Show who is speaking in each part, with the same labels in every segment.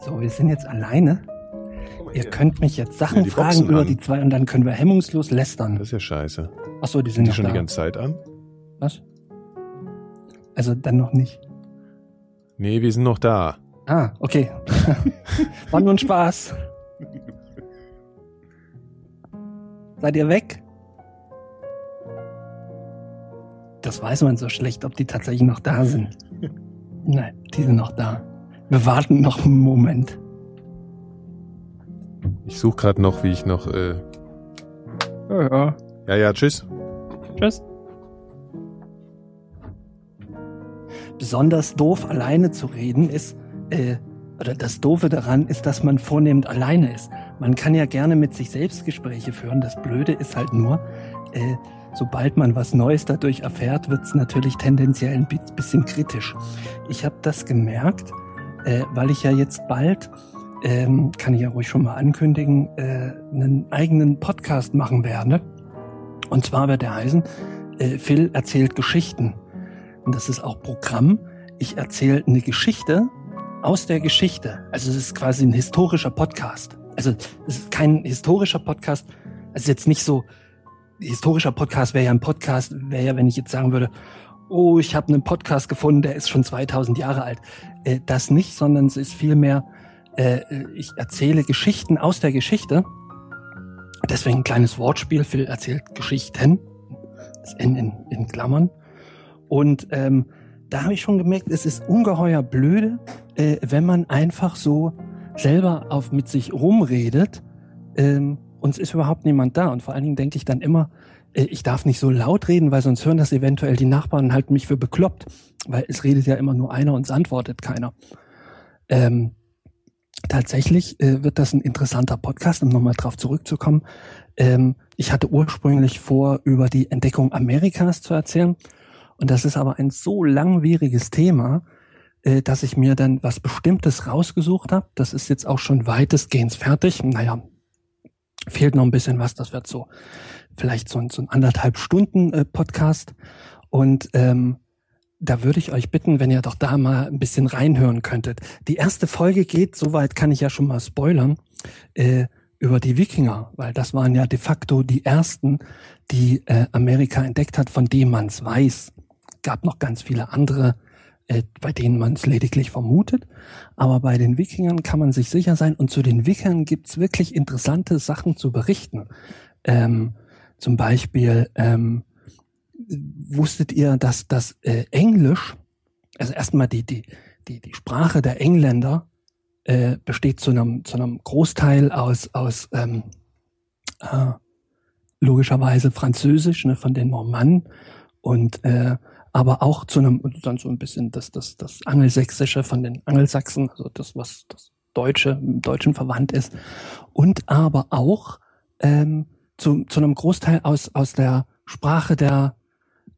Speaker 1: So, wir sind jetzt alleine.
Speaker 2: Guck mal
Speaker 1: Ihr
Speaker 2: hier.
Speaker 1: könnt mich jetzt Sachen
Speaker 2: Ja, die
Speaker 1: fragen
Speaker 2: boxen
Speaker 1: über
Speaker 2: an.
Speaker 1: die zwei und dann können wir hemmungslos lästern.
Speaker 2: Das ist ja scheiße. Sind
Speaker 1: Achso, die sind
Speaker 2: die
Speaker 1: noch
Speaker 2: schon
Speaker 1: da.
Speaker 2: die ganze Zeit an?
Speaker 1: Was? Also dann noch nicht.
Speaker 2: Nee, wir sind noch da.
Speaker 1: Ah, okay. War nur ein Spaß. Seid ihr weg? Das weiß man so schlecht, ob die tatsächlich noch da sind. Nein, die sind noch da. Wir warten noch einen Moment.
Speaker 2: Ich suche gerade noch, wie ich noch. Äh
Speaker 1: Ja, ja.
Speaker 2: ja, ja, tschüss.
Speaker 1: Tschüss. Besonders doof, alleine zu reden, ist, äh, oder das Doofe daran ist, dass man vornehmend alleine ist. Man kann ja gerne mit sich selbst Gespräche führen. Das Blöde ist halt nur, äh, sobald man was Neues dadurch erfährt, wird es natürlich tendenziell ein bi- bisschen kritisch. Ich habe das gemerkt, äh, weil ich ja jetzt bald, ähm, kann ich ja ruhig schon mal ankündigen, äh, einen eigenen Podcast machen werde. Und zwar wird er heißen, äh, Phil erzählt Geschichten. Und das ist auch Programm. Ich erzähle eine Geschichte aus der Geschichte. Also es ist quasi ein historischer Podcast. Also es ist kein historischer Podcast. Also jetzt nicht so, historischer Podcast wäre ja ein Podcast, wäre ja, wenn ich jetzt sagen würde, oh, ich habe einen Podcast gefunden, der ist schon 2000 Jahre alt. Äh, das nicht, sondern es ist vielmehr, äh, ich erzähle Geschichten aus der Geschichte. Deswegen ein kleines Wortspiel. Phil erzählt Geschichten. Das N in, in Klammern. Und ähm, da habe ich schon gemerkt, es ist ungeheuer blöde, äh, wenn man einfach so selber auf mit sich rumredet ähm, und es ist überhaupt niemand da. Und vor allen Dingen denke ich dann immer, äh, ich darf nicht so laut reden, weil sonst hören das eventuell die Nachbarn und halten mich für bekloppt, weil es redet ja immer nur einer und es antwortet keiner. Ähm, tatsächlich äh, wird das ein interessanter Podcast, um nochmal drauf zurückzukommen. Ähm, ich hatte ursprünglich vor, über die Entdeckung Amerikas zu erzählen. Und das ist aber ein so langwieriges Thema, äh, dass ich mir dann was Bestimmtes rausgesucht habe. Das ist jetzt auch schon weitestgehend fertig. Naja, fehlt noch ein bisschen was. Das wird so vielleicht so ein, so ein anderthalb Stunden äh, Podcast. Und ähm, da würde ich euch bitten, wenn ihr doch da mal ein bisschen reinhören könntet. Die erste Folge geht, soweit kann ich ja schon mal spoilern, äh, über die Wikinger, weil das waren ja de facto die ersten, die äh, Amerika entdeckt hat, von denen man es weiß. Gab noch ganz viele andere, äh, bei denen man es lediglich vermutet. Aber bei den Wikingern kann man sich sicher sein und zu den Wikingern gibt's wirklich interessante Sachen zu berichten. Ähm, zum Beispiel ähm, wusstet ihr, dass das äh, Englisch, also erstmal die, die, die, die Sprache der Engländer, äh, besteht zu einem, zu einem Großteil aus, aus ähm, äh, logischerweise Französisch ne, von den Normannen und äh, aber auch zu einem und dann so ein bisschen das das das Angelsächsische von den Angelsachsen, also das was das Deutsche im Deutschen verwandt ist und aber auch ähm, zu, zu einem Großteil aus aus der Sprache der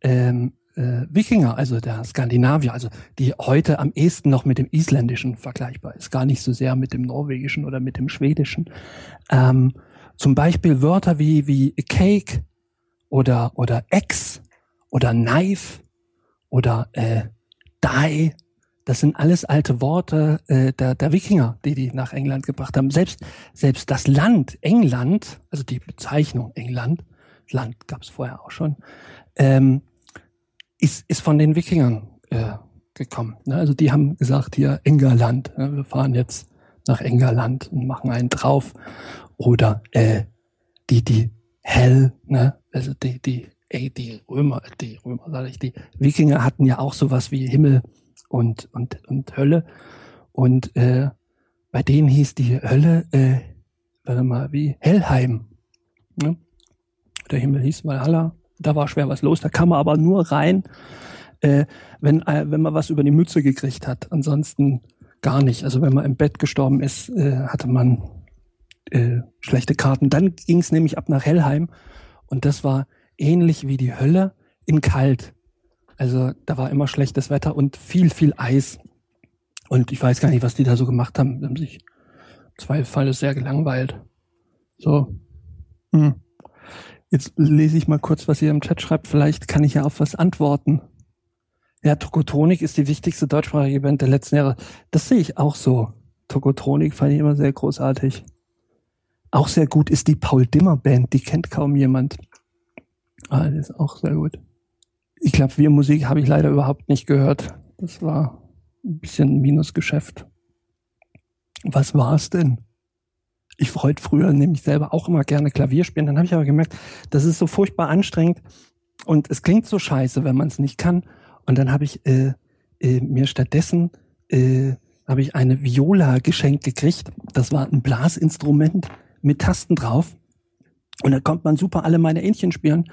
Speaker 1: ähm, äh, Wikinger, also der Skandinavier, also die heute am ehesten noch mit dem Isländischen vergleichbar ist, gar nicht so sehr mit dem Norwegischen oder mit dem Schwedischen. Ähm, zum Beispiel Wörter wie, wie Cake oder, oder Ex oder Knife oder äh, Die, das sind alles alte Worte äh, der, der Wikinger, die die nach England gebracht haben. Selbst, selbst das Land England, also die Bezeichnung England, Land gab es vorher auch schon, ähm, ist, ist von den Wikingern äh, gekommen. Ne? Also die haben gesagt, hier Engerland, ne? wir fahren jetzt nach Engerland und machen einen drauf. Oder äh, die, die Hell, ne? also die, die, ey, die Römer, die Römer, sag ich, die Wikinger hatten ja auch sowas wie Himmel und, und, und Hölle. Und äh, bei denen hieß die Hölle, äh, warte mal, wie Hellheim. Ne? Der Himmel hieß Valhalla. Da war schwer was los, da kam man aber nur rein, äh, wenn, äh, wenn man was über die Mütze gekriegt hat. Ansonsten gar nicht. Also wenn man im Bett gestorben ist, äh, hatte man äh, schlechte Karten. Dann ging es nämlich ab nach Hellheim und das war ähnlich wie die Hölle in Kalt. Also da war immer schlechtes Wetter und viel, viel Eis. Und ich weiß gar nicht, was die da so gemacht haben. Die haben sich im Zweifelsfall sehr gelangweilt. So. Hm. Jetzt lese ich mal kurz, was ihr im Chat schreibt. Vielleicht kann ich ja auf was antworten. Ja, Tokotonik ist die wichtigste deutschsprachige Band der letzten Jahre. Das sehe ich auch so. Tokotronik fand ich immer sehr großartig. Auch sehr gut ist die Paul Dimmer Band, die kennt kaum jemand. Ah, das ist auch sehr gut. Ich glaube, wir Musik habe ich leider überhaupt nicht gehört. Das war ein bisschen ein Minusgeschäft. Was war es denn? Ich wollte früher nämlich selber auch immer gerne Klavier spielen. Dann habe ich aber gemerkt, das ist so furchtbar anstrengend und es klingt so scheiße, wenn man es nicht kann. Und dann habe ich äh, äh, mir stattdessen äh, habe ich eine Viola geschenkt gekriegt. Das war ein Blasinstrument mit Tasten drauf. Und da konnte man super alle meine Ähnchen spielen,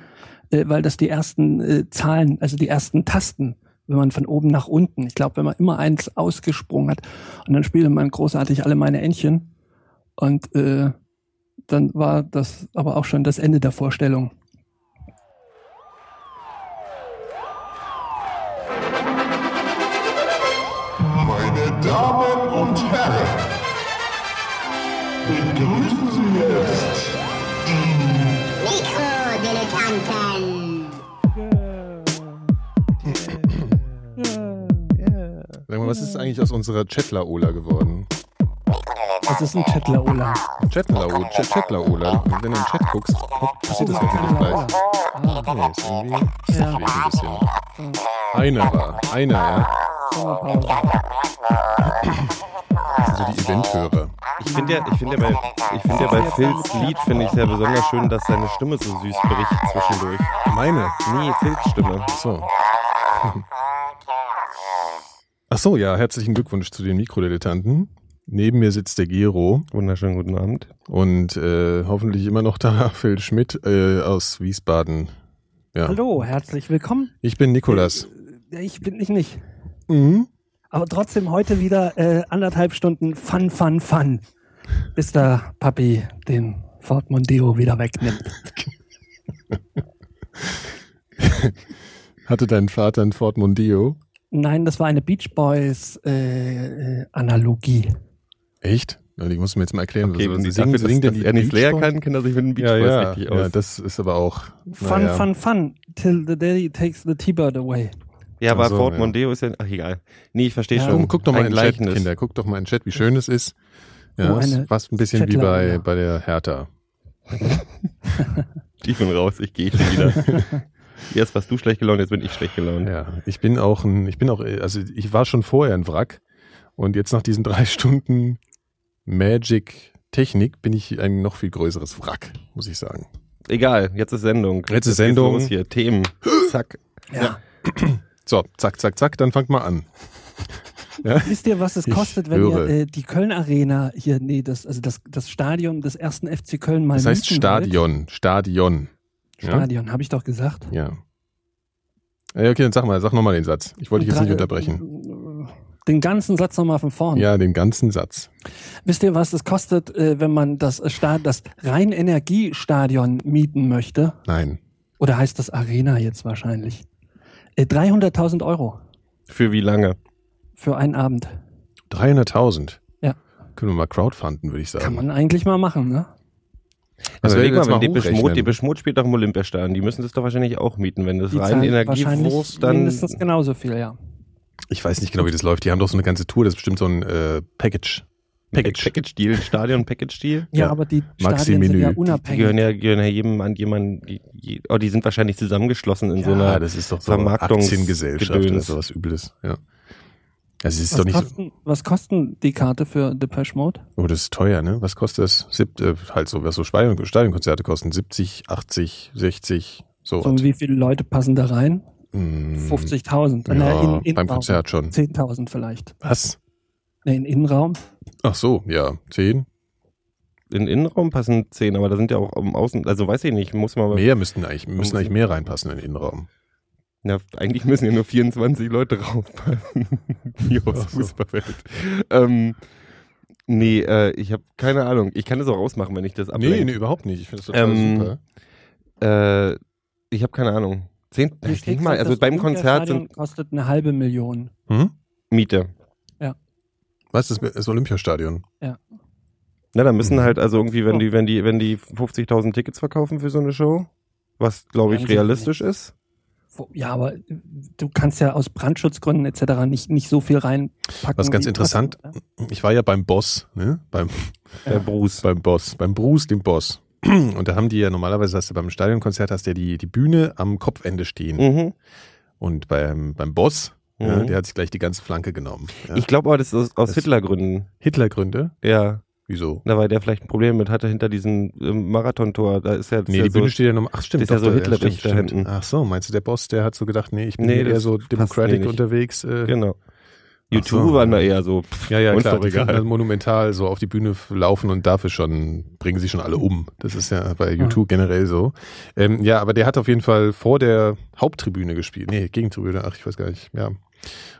Speaker 1: äh, weil das die ersten äh, Zahlen, also die ersten Tasten, wenn man von oben nach unten, ich glaube, wenn man immer eins ausgesprungen hat, und dann spielte man großartig alle meine Ähnchen. Und äh, dann war das aber auch schon das Ende der Vorstellung.
Speaker 3: Meine Damen und Herren, begrüßen Sie jetzt die
Speaker 4: Mikrodilettanten.
Speaker 2: Sag mal, was ist eigentlich aus unserer Chatler-Ola geworden?
Speaker 1: Das ist ein Chatlaola.
Speaker 2: Chatler-Ola, Ch Chatler-Ola. Und Wenn du in den Chat guckst, hoff, passiert das natürlich gleich. Nee, ist irgendwie, ist irgendwie ein bisschen. Einer war, einer, ja. Das sind so die Eventhörer.
Speaker 5: Ich finde ja, ich finde ja bei, ich finde ja bei Phils Lied finde ich sehr besonders schön, dass seine Stimme so süß bricht zwischendurch.
Speaker 2: Meine?
Speaker 5: Nee, Phils Stimme.
Speaker 2: Ach so. Ach so, ja, herzlichen Glückwunsch zu den Mikrodilettanten. Neben mir sitzt der Gero
Speaker 5: Wunderschönen guten Abend.
Speaker 2: und äh, hoffentlich immer noch da Phil Schmidt äh, aus Wiesbaden. Ja.
Speaker 1: Hallo, herzlich willkommen.
Speaker 2: Ich bin Nikolas.
Speaker 1: Ja, Äh, Ich bin ich nicht.
Speaker 2: Mhm.
Speaker 1: Aber trotzdem heute wieder äh, anderthalb Stunden Fun, Fun, Fun. Bis der Papi den Ford Mondeo wieder wegnimmt.
Speaker 2: Hatte dein Vater einen Ford Mondeo?
Speaker 1: Nein, das war eine Beach Boys äh, äh, Analogie.
Speaker 2: Echt? Na, die musst du mir jetzt mal erklären.
Speaker 5: Okay,
Speaker 2: was-
Speaker 5: Also wenn
Speaker 2: was-
Speaker 5: sie singen, dass, dass er nicht Slayer kann, kann er sich mit dem Beach
Speaker 2: Ja,
Speaker 5: Boys
Speaker 2: ja,
Speaker 5: richtig
Speaker 2: ja,
Speaker 5: aus.
Speaker 2: das ist aber auch.
Speaker 1: Fun,
Speaker 2: naja.
Speaker 1: fun, fun. Till the daddy takes the T-Bird away.
Speaker 5: Ja, aber
Speaker 2: Ach so,
Speaker 5: Ford
Speaker 2: ja.
Speaker 5: Mondeo ist ja, ach egal. Nee, ich verstehe
Speaker 1: Ja,
Speaker 5: schon.
Speaker 2: Guck, guck doch mal
Speaker 5: Ein
Speaker 2: in den Chat,
Speaker 5: Gleichnis.
Speaker 2: Kinder. Guck doch mal in den Chat, wie schön es ist. Ja,
Speaker 1: Oh, eine
Speaker 2: es fast ein bisschen wie
Speaker 1: Chatler,
Speaker 2: bei,
Speaker 1: ja.
Speaker 2: bei der Hertha.
Speaker 5: Ich bin raus, ich gehe schon wieder. Erst warst du schlecht gelaunt, jetzt bin ich schlecht gelaunt.
Speaker 2: Ja, ich bin auch ein, ich bin auch, also ich war schon vorher ein Wrack und jetzt nach diesen drei Stunden Magic Technik bin ich ein noch viel größeres Wrack, muss ich sagen.
Speaker 5: Egal, jetzt ist Sendung.
Speaker 2: Jetzt ist
Speaker 5: geht's
Speaker 2: Sendung.
Speaker 5: los hier, Themen. Zack.
Speaker 1: Ja.
Speaker 2: So, zack, zack, zack, dann fangt mal an. Ja?
Speaker 1: Wisst ihr, was es
Speaker 2: Ich
Speaker 1: kostet, wenn
Speaker 2: höre.
Speaker 1: ihr äh, die Köln Arena hier, nee, das, also das, das Stadion des ersten FC Köln mal
Speaker 2: Das heißt
Speaker 1: mieten wollt?
Speaker 2: Stadion, Stadion. Ja?
Speaker 1: Stadion, habe ich doch gesagt.
Speaker 2: Ja. Äh, Okay, dann sag mal, sag nochmal den Satz. Ich wollte dich jetzt nicht
Speaker 1: Drei- Oh.
Speaker 2: unterbrechen.
Speaker 1: äh, Den ganzen Satz nochmal von vorne.
Speaker 2: Ja, den ganzen Satz.
Speaker 1: Wisst ihr, was es kostet, äh, wenn man das, Stad das Rhein-Energie-Stadion mieten möchte?
Speaker 2: Nein.
Speaker 1: Oder heißt das Arena jetzt wahrscheinlich? Äh, 300.000 Euro
Speaker 5: Für wie lange?
Speaker 1: für einen Abend.
Speaker 2: 300.000.
Speaker 1: Ja.
Speaker 2: Können wir mal crowdfunden, würde ich sagen.
Speaker 1: Kann man eigentlich mal machen, ne?
Speaker 2: Also
Speaker 5: Also
Speaker 2: wenn wir
Speaker 5: überleg mal,
Speaker 2: jetzt mal
Speaker 5: wenn Depeche Mode,
Speaker 2: hochrechnen.
Speaker 5: Depeche Mode spielt doch im Olympiastadion. Die müssen das doch wahrscheinlich auch mieten, wenn das
Speaker 1: Die
Speaker 5: Also rein
Speaker 1: zahlen
Speaker 5: Energiewurst dann...
Speaker 1: mindestens genauso viel, ja.
Speaker 2: Ich weiß nicht genau, wie das läuft. Die haben doch so eine ganze Tour. Das ist bestimmt so ein äh, Package. Package.
Speaker 5: Package-Deal, Stadion-Package-Deal.
Speaker 1: Ja,
Speaker 2: Ja.
Speaker 1: aber die Stadien
Speaker 2: Maxi-Menü.
Speaker 1: sind ja
Speaker 5: Die gehören
Speaker 1: unabhängig.
Speaker 5: ja, gehören ja jedem an jemanden, je- je- oh, die sind wahrscheinlich zusammengeschlossen in so einer,
Speaker 2: das ist doch so
Speaker 5: Vermarktungs-
Speaker 2: Aktiengesellschaft oder
Speaker 5: Gedöns.
Speaker 2: sowas Übles. Ja. Also es ist
Speaker 1: Was
Speaker 2: doch nicht so,
Speaker 1: kosten, was kosten die Karte für Depeche Mode?
Speaker 2: oh, das ist teuer, ne? Was kostet das? Sieb, äh, halt so, was so Stadion, Stadionkonzerte kosten 70, 80, 60, so. um
Speaker 1: So, wie viele Leute passen da rein?
Speaker 2: Hm,
Speaker 1: 50.000.
Speaker 2: Ja,
Speaker 1: Na, in-
Speaker 2: beim
Speaker 1: Innenraum.
Speaker 2: Konzert schon.
Speaker 1: 10.000 vielleicht.
Speaker 2: Was?
Speaker 1: Nee, in Innenraum.
Speaker 2: Ach so, ja, 10.
Speaker 5: in den Innenraum passen zehn, aber da sind ja auch im Außen, also weiß ich nicht, muss man aber,
Speaker 2: Mehr müssten eigentlich, müssen eigentlich mehr reinpassen in den Innenraum.
Speaker 5: na, eigentlich müssen ja nur 24 Leute draufpassen, die aus
Speaker 2: Ach so.
Speaker 5: Fußballwelt. Ähm, nee, äh, ich habe keine Ahnung, ich kann das auch ausmachen, wenn ich das ablenke.
Speaker 2: Nee, nee, überhaupt nicht. Ich finde das total
Speaker 5: Ähm,
Speaker 2: super.
Speaker 5: Äh, ich habe keine Ahnung. Zehn,
Speaker 1: Hier
Speaker 5: ich
Speaker 1: steht
Speaker 5: denk mal,
Speaker 1: gesagt,
Speaker 5: also
Speaker 1: das
Speaker 5: beim Konzert
Speaker 1: Olympiastadion
Speaker 5: sind
Speaker 1: kostet eine halbe Million.
Speaker 2: Hm?
Speaker 5: Miete.
Speaker 2: Was das ist das Olympiastadion?
Speaker 5: Na, da müssen
Speaker 2: Mhm.
Speaker 5: halt also irgendwie, wenn
Speaker 1: Oh.
Speaker 5: die, wenn die, wenn die 50.000 Tickets verkaufen für so eine Show, was glaube
Speaker 1: Haben
Speaker 5: ich
Speaker 1: sie
Speaker 5: realistisch ist,
Speaker 1: ja, aber du kannst ja aus Brandschutzgründen etc. nicht, nicht so viel reinpacken.
Speaker 2: Was ganz
Speaker 1: wie- ne?
Speaker 2: interessant, ich war ja beim Boss, ne? Beim,
Speaker 5: Der Bruce.
Speaker 2: beim Boss, beim Bruce, dem Boss. Und da haben die ja normalerweise, hast du beim Stadionkonzert, hast du ja die, die Bühne am Kopfende stehen.
Speaker 5: Mhm.
Speaker 2: Und beim, beim Boss, ja,
Speaker 5: Mhm.
Speaker 2: der hat sich gleich die ganze Flanke genommen. Ja.
Speaker 5: Ich glaube aber, das ist aus, aus
Speaker 2: Das-
Speaker 5: Hitlergründen.
Speaker 2: Hitlergründe?
Speaker 5: Ja.
Speaker 2: Wieso?
Speaker 5: Na, weil der vielleicht ein Problem mit hatte hinter diesem ähm, Marathontor. Da ist ja, das
Speaker 2: Nee,
Speaker 5: ist
Speaker 2: die
Speaker 5: ja
Speaker 2: Bühne steht ja nochmal. Ach, stimmt.
Speaker 5: das ist ja
Speaker 2: doch,
Speaker 5: so
Speaker 2: da-
Speaker 5: Hitler
Speaker 2: stimmt,
Speaker 5: dicht da
Speaker 2: stimmt.
Speaker 5: hinten.
Speaker 2: Ach so, meinst du, der Boss, der hat so gedacht, nee, ich bin
Speaker 5: Nee,
Speaker 2: eher
Speaker 5: das
Speaker 2: so
Speaker 5: passt mir
Speaker 2: Democratic
Speaker 5: nicht.
Speaker 2: unterwegs. Äh,
Speaker 5: Genau.
Speaker 2: Ach
Speaker 5: U2
Speaker 2: so.
Speaker 5: waren da eher so. pff,
Speaker 2: Ja, ja,
Speaker 5: uns
Speaker 2: klar,
Speaker 5: doch
Speaker 2: die
Speaker 5: egal.
Speaker 2: finden dann monumental so auf die Bühne f- laufen und dafür schon, bringen sie schon alle um. Das ist ja bei YouTube generell so. Ähm, ja, aber der hat auf jeden Fall vor der Haupttribüne gespielt. Nee, Gegentribüne, ach, ich weiß gar nicht, ja.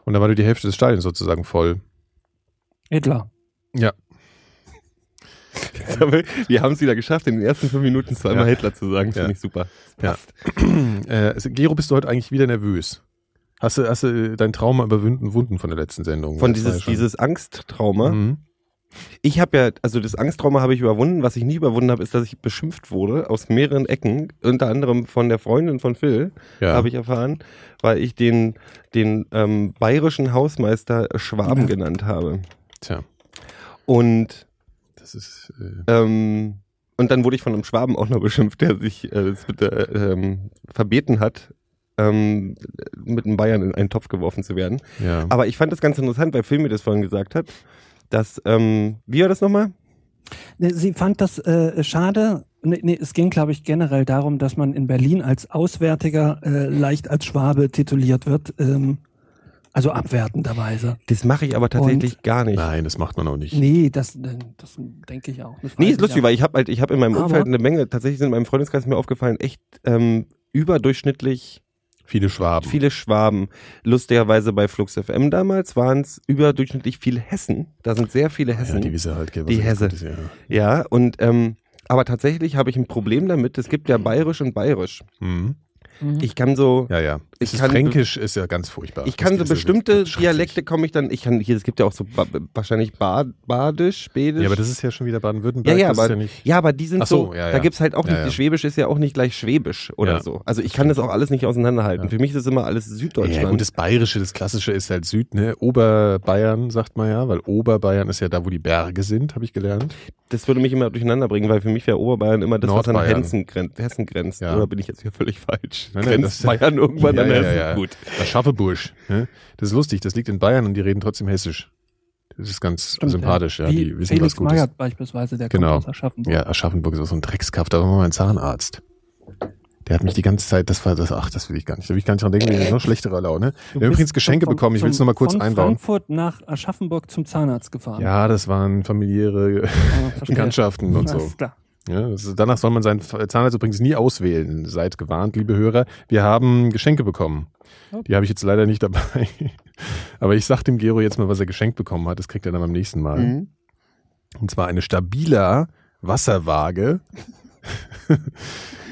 Speaker 2: Und da war nur die Hälfte des Stadions sozusagen voll.
Speaker 1: Hitler.
Speaker 5: Wir haben es wieder geschafft, in den ersten fünf Minuten zweimal
Speaker 2: Ja.
Speaker 5: Hitler zu sagen.
Speaker 2: Ja.
Speaker 5: Finde ich super.
Speaker 2: Ja. äh, also, Gero, bist du heute eigentlich wieder nervös? Hast du, hast du äh, dein Trauma überwunden Wunden von der letzten Sendung?
Speaker 5: Von
Speaker 2: Das war
Speaker 5: dieses,
Speaker 2: ja schon-
Speaker 5: dieses Angsttrauma.
Speaker 2: Mhm.
Speaker 5: Ich habe ja, also das Angsttrauma habe ich überwunden. Was ich nie überwunden habe, ist, dass ich beschimpft wurde aus mehreren Ecken. Unter anderem von der Freundin von Phil,
Speaker 2: Ja.
Speaker 5: habe ich erfahren, weil ich den, den ähm, bayerischen Hausmeister Schwaben genannt habe.
Speaker 2: Tja,
Speaker 5: Und,
Speaker 2: das ist. Äh,
Speaker 5: ähm, und dann wurde ich von einem Schwaben auch noch beschimpft, der sich äh, das bitte, äh, ähm, verbeten hat, ähm, mit einem Bayern in einen Topf geworfen zu werden.
Speaker 2: ja.
Speaker 5: Aber ich fand das ganz interessant, weil Phil mir das vorhin gesagt hat, dass, ähm, wie war das nochmal?
Speaker 1: Ne, Sie fand das äh, schade. Nee, nee, es ging, glaube ich, generell darum, dass man in Berlin als Auswärtiger äh, leicht als Schwabe tituliert wird. Ähm, also abwertenderweise.
Speaker 5: Das mache ich aber tatsächlich gar nicht.
Speaker 2: Nein, das macht man auch nicht.
Speaker 1: Nee, das, äh, das denke ich auch. Das
Speaker 5: Nee,
Speaker 1: weiß
Speaker 5: ist lustig,
Speaker 1: ich auch.
Speaker 5: weil ich habe halt, ich habe in meinem
Speaker 1: Aber-
Speaker 5: Umfeld eine Menge, tatsächlich sind in meinem Freundeskreis mir aufgefallen, echt ähm, überdurchschnittlich
Speaker 2: Viele Schwaben.
Speaker 5: viele Schwaben. Lustigerweise bei Flux FM damals waren es überdurchschnittlich viele Hessen. Da sind sehr viele
Speaker 2: ja,
Speaker 5: Hessen.
Speaker 2: die
Speaker 5: Ja,
Speaker 2: Wisse halt, gell, was
Speaker 5: Die
Speaker 2: jetzt
Speaker 5: Hesse.
Speaker 2: gut ist, Ja.
Speaker 5: und ähm, aber tatsächlich habe ich ein Problem damit. Es gibt ja bayerisch und bayerisch.
Speaker 2: Mhm.
Speaker 1: Mhm.
Speaker 5: Ich kann so.
Speaker 2: Ja, ja.
Speaker 5: Ich
Speaker 2: Ich ist
Speaker 5: kann-
Speaker 2: Fränkisch ist ja ganz furchtbar.
Speaker 5: Ich kann so
Speaker 2: Das ist ja
Speaker 5: bestimmte
Speaker 2: wirklich
Speaker 5: Dialekte komme ich dann, ich kann hier, es gibt ja auch so ba wahrscheinlich ba Badisch, Schwedisch.
Speaker 2: schrecklich. Ja, aber das ist ja schon wieder
Speaker 5: Ja,
Speaker 2: Baden-Württemberg.
Speaker 5: ja,
Speaker 2: das
Speaker 5: aber,
Speaker 2: ist ja
Speaker 5: ja,
Speaker 2: nicht.
Speaker 5: aber die sind
Speaker 2: Ach so,
Speaker 5: so,
Speaker 2: ja, ja.
Speaker 5: da gibt's halt auch nicht,
Speaker 2: Ja, ja.
Speaker 5: Schwäbisch ist ja auch nicht gleich Schwäbisch oder
Speaker 2: Ja.
Speaker 5: so. Also ich kann das auch alles nicht auseinanderhalten.
Speaker 2: Ja.
Speaker 5: Für mich ist das immer alles
Speaker 2: Ja,
Speaker 5: Süddeutschland.
Speaker 2: gut, das Bayerische, das Klassische ist halt Süd, ne? Oberbayern, sagt man ja, weil Oberbayern ist ja da, wo die Berge sind, habe ich gelernt.
Speaker 5: das würde mich immer durcheinander bringen, weil für mich wäre Oberbayern immer das, was an
Speaker 2: Nordbayern.
Speaker 5: Hessen grenzt. Hessen grenzt.
Speaker 2: Ja.
Speaker 5: Oder bin ich jetzt hier völlig falsch?
Speaker 2: Nein, nein,
Speaker 5: grenzt
Speaker 2: das-
Speaker 5: Bayern irgendwann
Speaker 2: Ja,
Speaker 5: an
Speaker 2: ja,
Speaker 5: Hessen?
Speaker 2: ja, ja.
Speaker 5: Gut.
Speaker 2: Das Schaffebursch, ne? Das ist lustig, das liegt in Bayern und die reden trotzdem Hessisch. Das ist ganz
Speaker 1: Stimmt,
Speaker 2: sympathisch, ja.
Speaker 1: Wie
Speaker 2: Die wissen,
Speaker 1: Felix
Speaker 2: was gut ist.
Speaker 1: Magath beispielsweise, der
Speaker 2: Genau.
Speaker 1: kommt aus Aschaffenburg.
Speaker 2: Ja, Aschaffenburg ist auch so ein Dreckskaff, da war mal mein Zahnarzt. Der hat mich die ganze Zeit, das war das, ach, das will ich gar nicht, da will ich gar nicht dran denken, ich bin noch schlechterer Laune.
Speaker 1: Äh. Du
Speaker 2: Wir haben
Speaker 1: bist
Speaker 2: übrigens Geschenke
Speaker 1: vom-
Speaker 2: bekommen, ich will es
Speaker 1: vom-
Speaker 2: nochmal kurz
Speaker 1: von
Speaker 2: einbauen.
Speaker 1: Frankfurt nach Aschaffenburg zum Zahnarzt gefahren.
Speaker 2: Ja, das waren familiäre
Speaker 1: Ah, verstehe.
Speaker 2: Bekanntschaften und so.
Speaker 1: Alles klar.
Speaker 2: Ja, das ist- danach soll man seinen F- Zahnarzt übrigens nie auswählen. Seid gewarnt, liebe Hörer. Wir haben Geschenke bekommen.
Speaker 1: Oh.
Speaker 2: Die habe ich jetzt leider nicht dabei. Aber ich sag dem Gero jetzt mal, was er geschenkt bekommen hat. Das kriegt er dann beim nächsten Mal.
Speaker 1: Mhm.
Speaker 2: Und zwar eine Stabila Wasserwaage.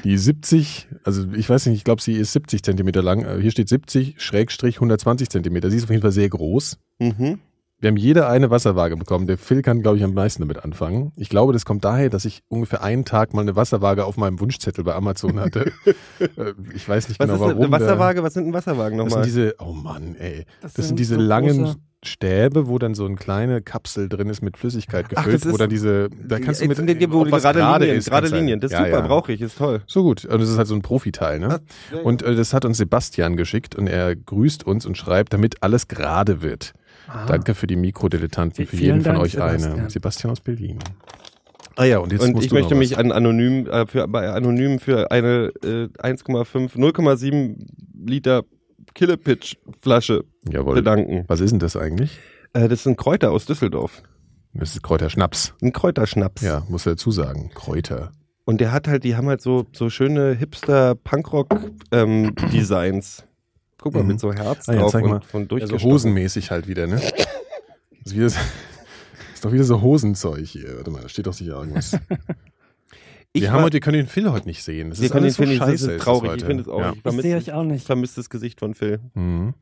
Speaker 2: Die 70, also ich weiß nicht, ich glaube, sie ist 70 Zentimeter lang. Äh, Hier steht 70 Schrägstrich 120 Zentimeter. Sie ist auf jeden Fall sehr groß.
Speaker 5: Mhm.
Speaker 2: Wir haben jeder eine Wasserwaage bekommen. Der Phil kann, glaube ich, am meisten damit anfangen. Ich glaube, das kommt daher, dass ich ungefähr einen Tag mal eine Wasserwaage auf meinem Wunschzettel bei Amazon hatte. Äh, ich weiß nicht
Speaker 5: Was
Speaker 2: genau,
Speaker 5: ist
Speaker 2: warum.
Speaker 5: eine
Speaker 2: da-
Speaker 5: Wasserwaage? Was sind ein Wasserwagen
Speaker 2: Das sind
Speaker 5: nochmal?
Speaker 2: diese, oh Mann, ey. Das, sind, diese
Speaker 1: so
Speaker 2: langen
Speaker 1: große-
Speaker 2: Stäbe, wo dann so eine kleine Kapsel drin ist mit Flüssigkeit
Speaker 5: Ach,
Speaker 2: gefüllt,
Speaker 5: das ist-
Speaker 2: wo dann diese, da kannst du mit,
Speaker 5: Äh, Jetzt sind die, wo
Speaker 2: ob
Speaker 5: die
Speaker 2: was
Speaker 5: gerade Linien,
Speaker 2: ist,
Speaker 5: gerade
Speaker 2: kann sein.
Speaker 5: Linien. Das ist
Speaker 2: Ja,
Speaker 5: super, Ah,
Speaker 2: ja.
Speaker 5: brauche ich, ist toll.
Speaker 2: So gut. Und das ist halt so ein Profiteil, ne? Und äh, das hat uns Sebastian geschickt und er grüßt uns und schreibt, damit alles gerade wird.
Speaker 1: Ah.
Speaker 2: Danke für die Mikrodilettanten,
Speaker 1: V-
Speaker 2: für
Speaker 1: vielen
Speaker 2: jeden von
Speaker 1: Dank,
Speaker 2: euch eine.
Speaker 1: Sebastian.
Speaker 2: Sebastian aus Berlin. Ah ja, und jetzt
Speaker 5: Und
Speaker 2: musst
Speaker 5: ich
Speaker 2: du
Speaker 5: möchte
Speaker 2: noch
Speaker 5: mich
Speaker 2: was.
Speaker 5: an anonym äh, für bei anonym für eine äh, 1,5 0,7 Liter Killepitch Flasche
Speaker 2: Jawohl.
Speaker 5: bedanken.
Speaker 2: Was ist denn das eigentlich?
Speaker 5: Äh, das sind Kräuter aus Düsseldorf,
Speaker 2: Das ist Kräuterschnaps.
Speaker 5: ein Kräuterschnaps.
Speaker 2: Ja, muss dazu sagen. Kräuter.
Speaker 5: Und der hat halt, die haben halt so so schöne Hipster Punkrock ähm, Designs. Guck mal
Speaker 2: Mhm.
Speaker 5: mit so Herz
Speaker 2: Ah ja,
Speaker 5: drauf
Speaker 2: zeig mal.
Speaker 5: und von
Speaker 2: Also
Speaker 5: durchgestochen.
Speaker 2: hosenmäßig halt wieder, ne? Ist, wieder so, ist doch wieder so Hosenzeug hier. Warte mal, da steht doch sicher irgendwas.
Speaker 5: Ich
Speaker 2: wir,
Speaker 5: war-
Speaker 2: haben halt heute, wir können den Phil heute nicht sehen. Das
Speaker 5: wir
Speaker 2: ist
Speaker 5: können
Speaker 2: alles so
Speaker 5: den Film- das
Speaker 2: scheiße.
Speaker 5: ist traurig.
Speaker 2: das
Speaker 5: Ich
Speaker 2: heute.
Speaker 5: finde es auch.
Speaker 2: Ja.
Speaker 5: Ich
Speaker 1: Das sehe
Speaker 5: vermisse
Speaker 1: ich auch nicht.
Speaker 5: vermisse das Gesicht von Phil.
Speaker 2: Mhm.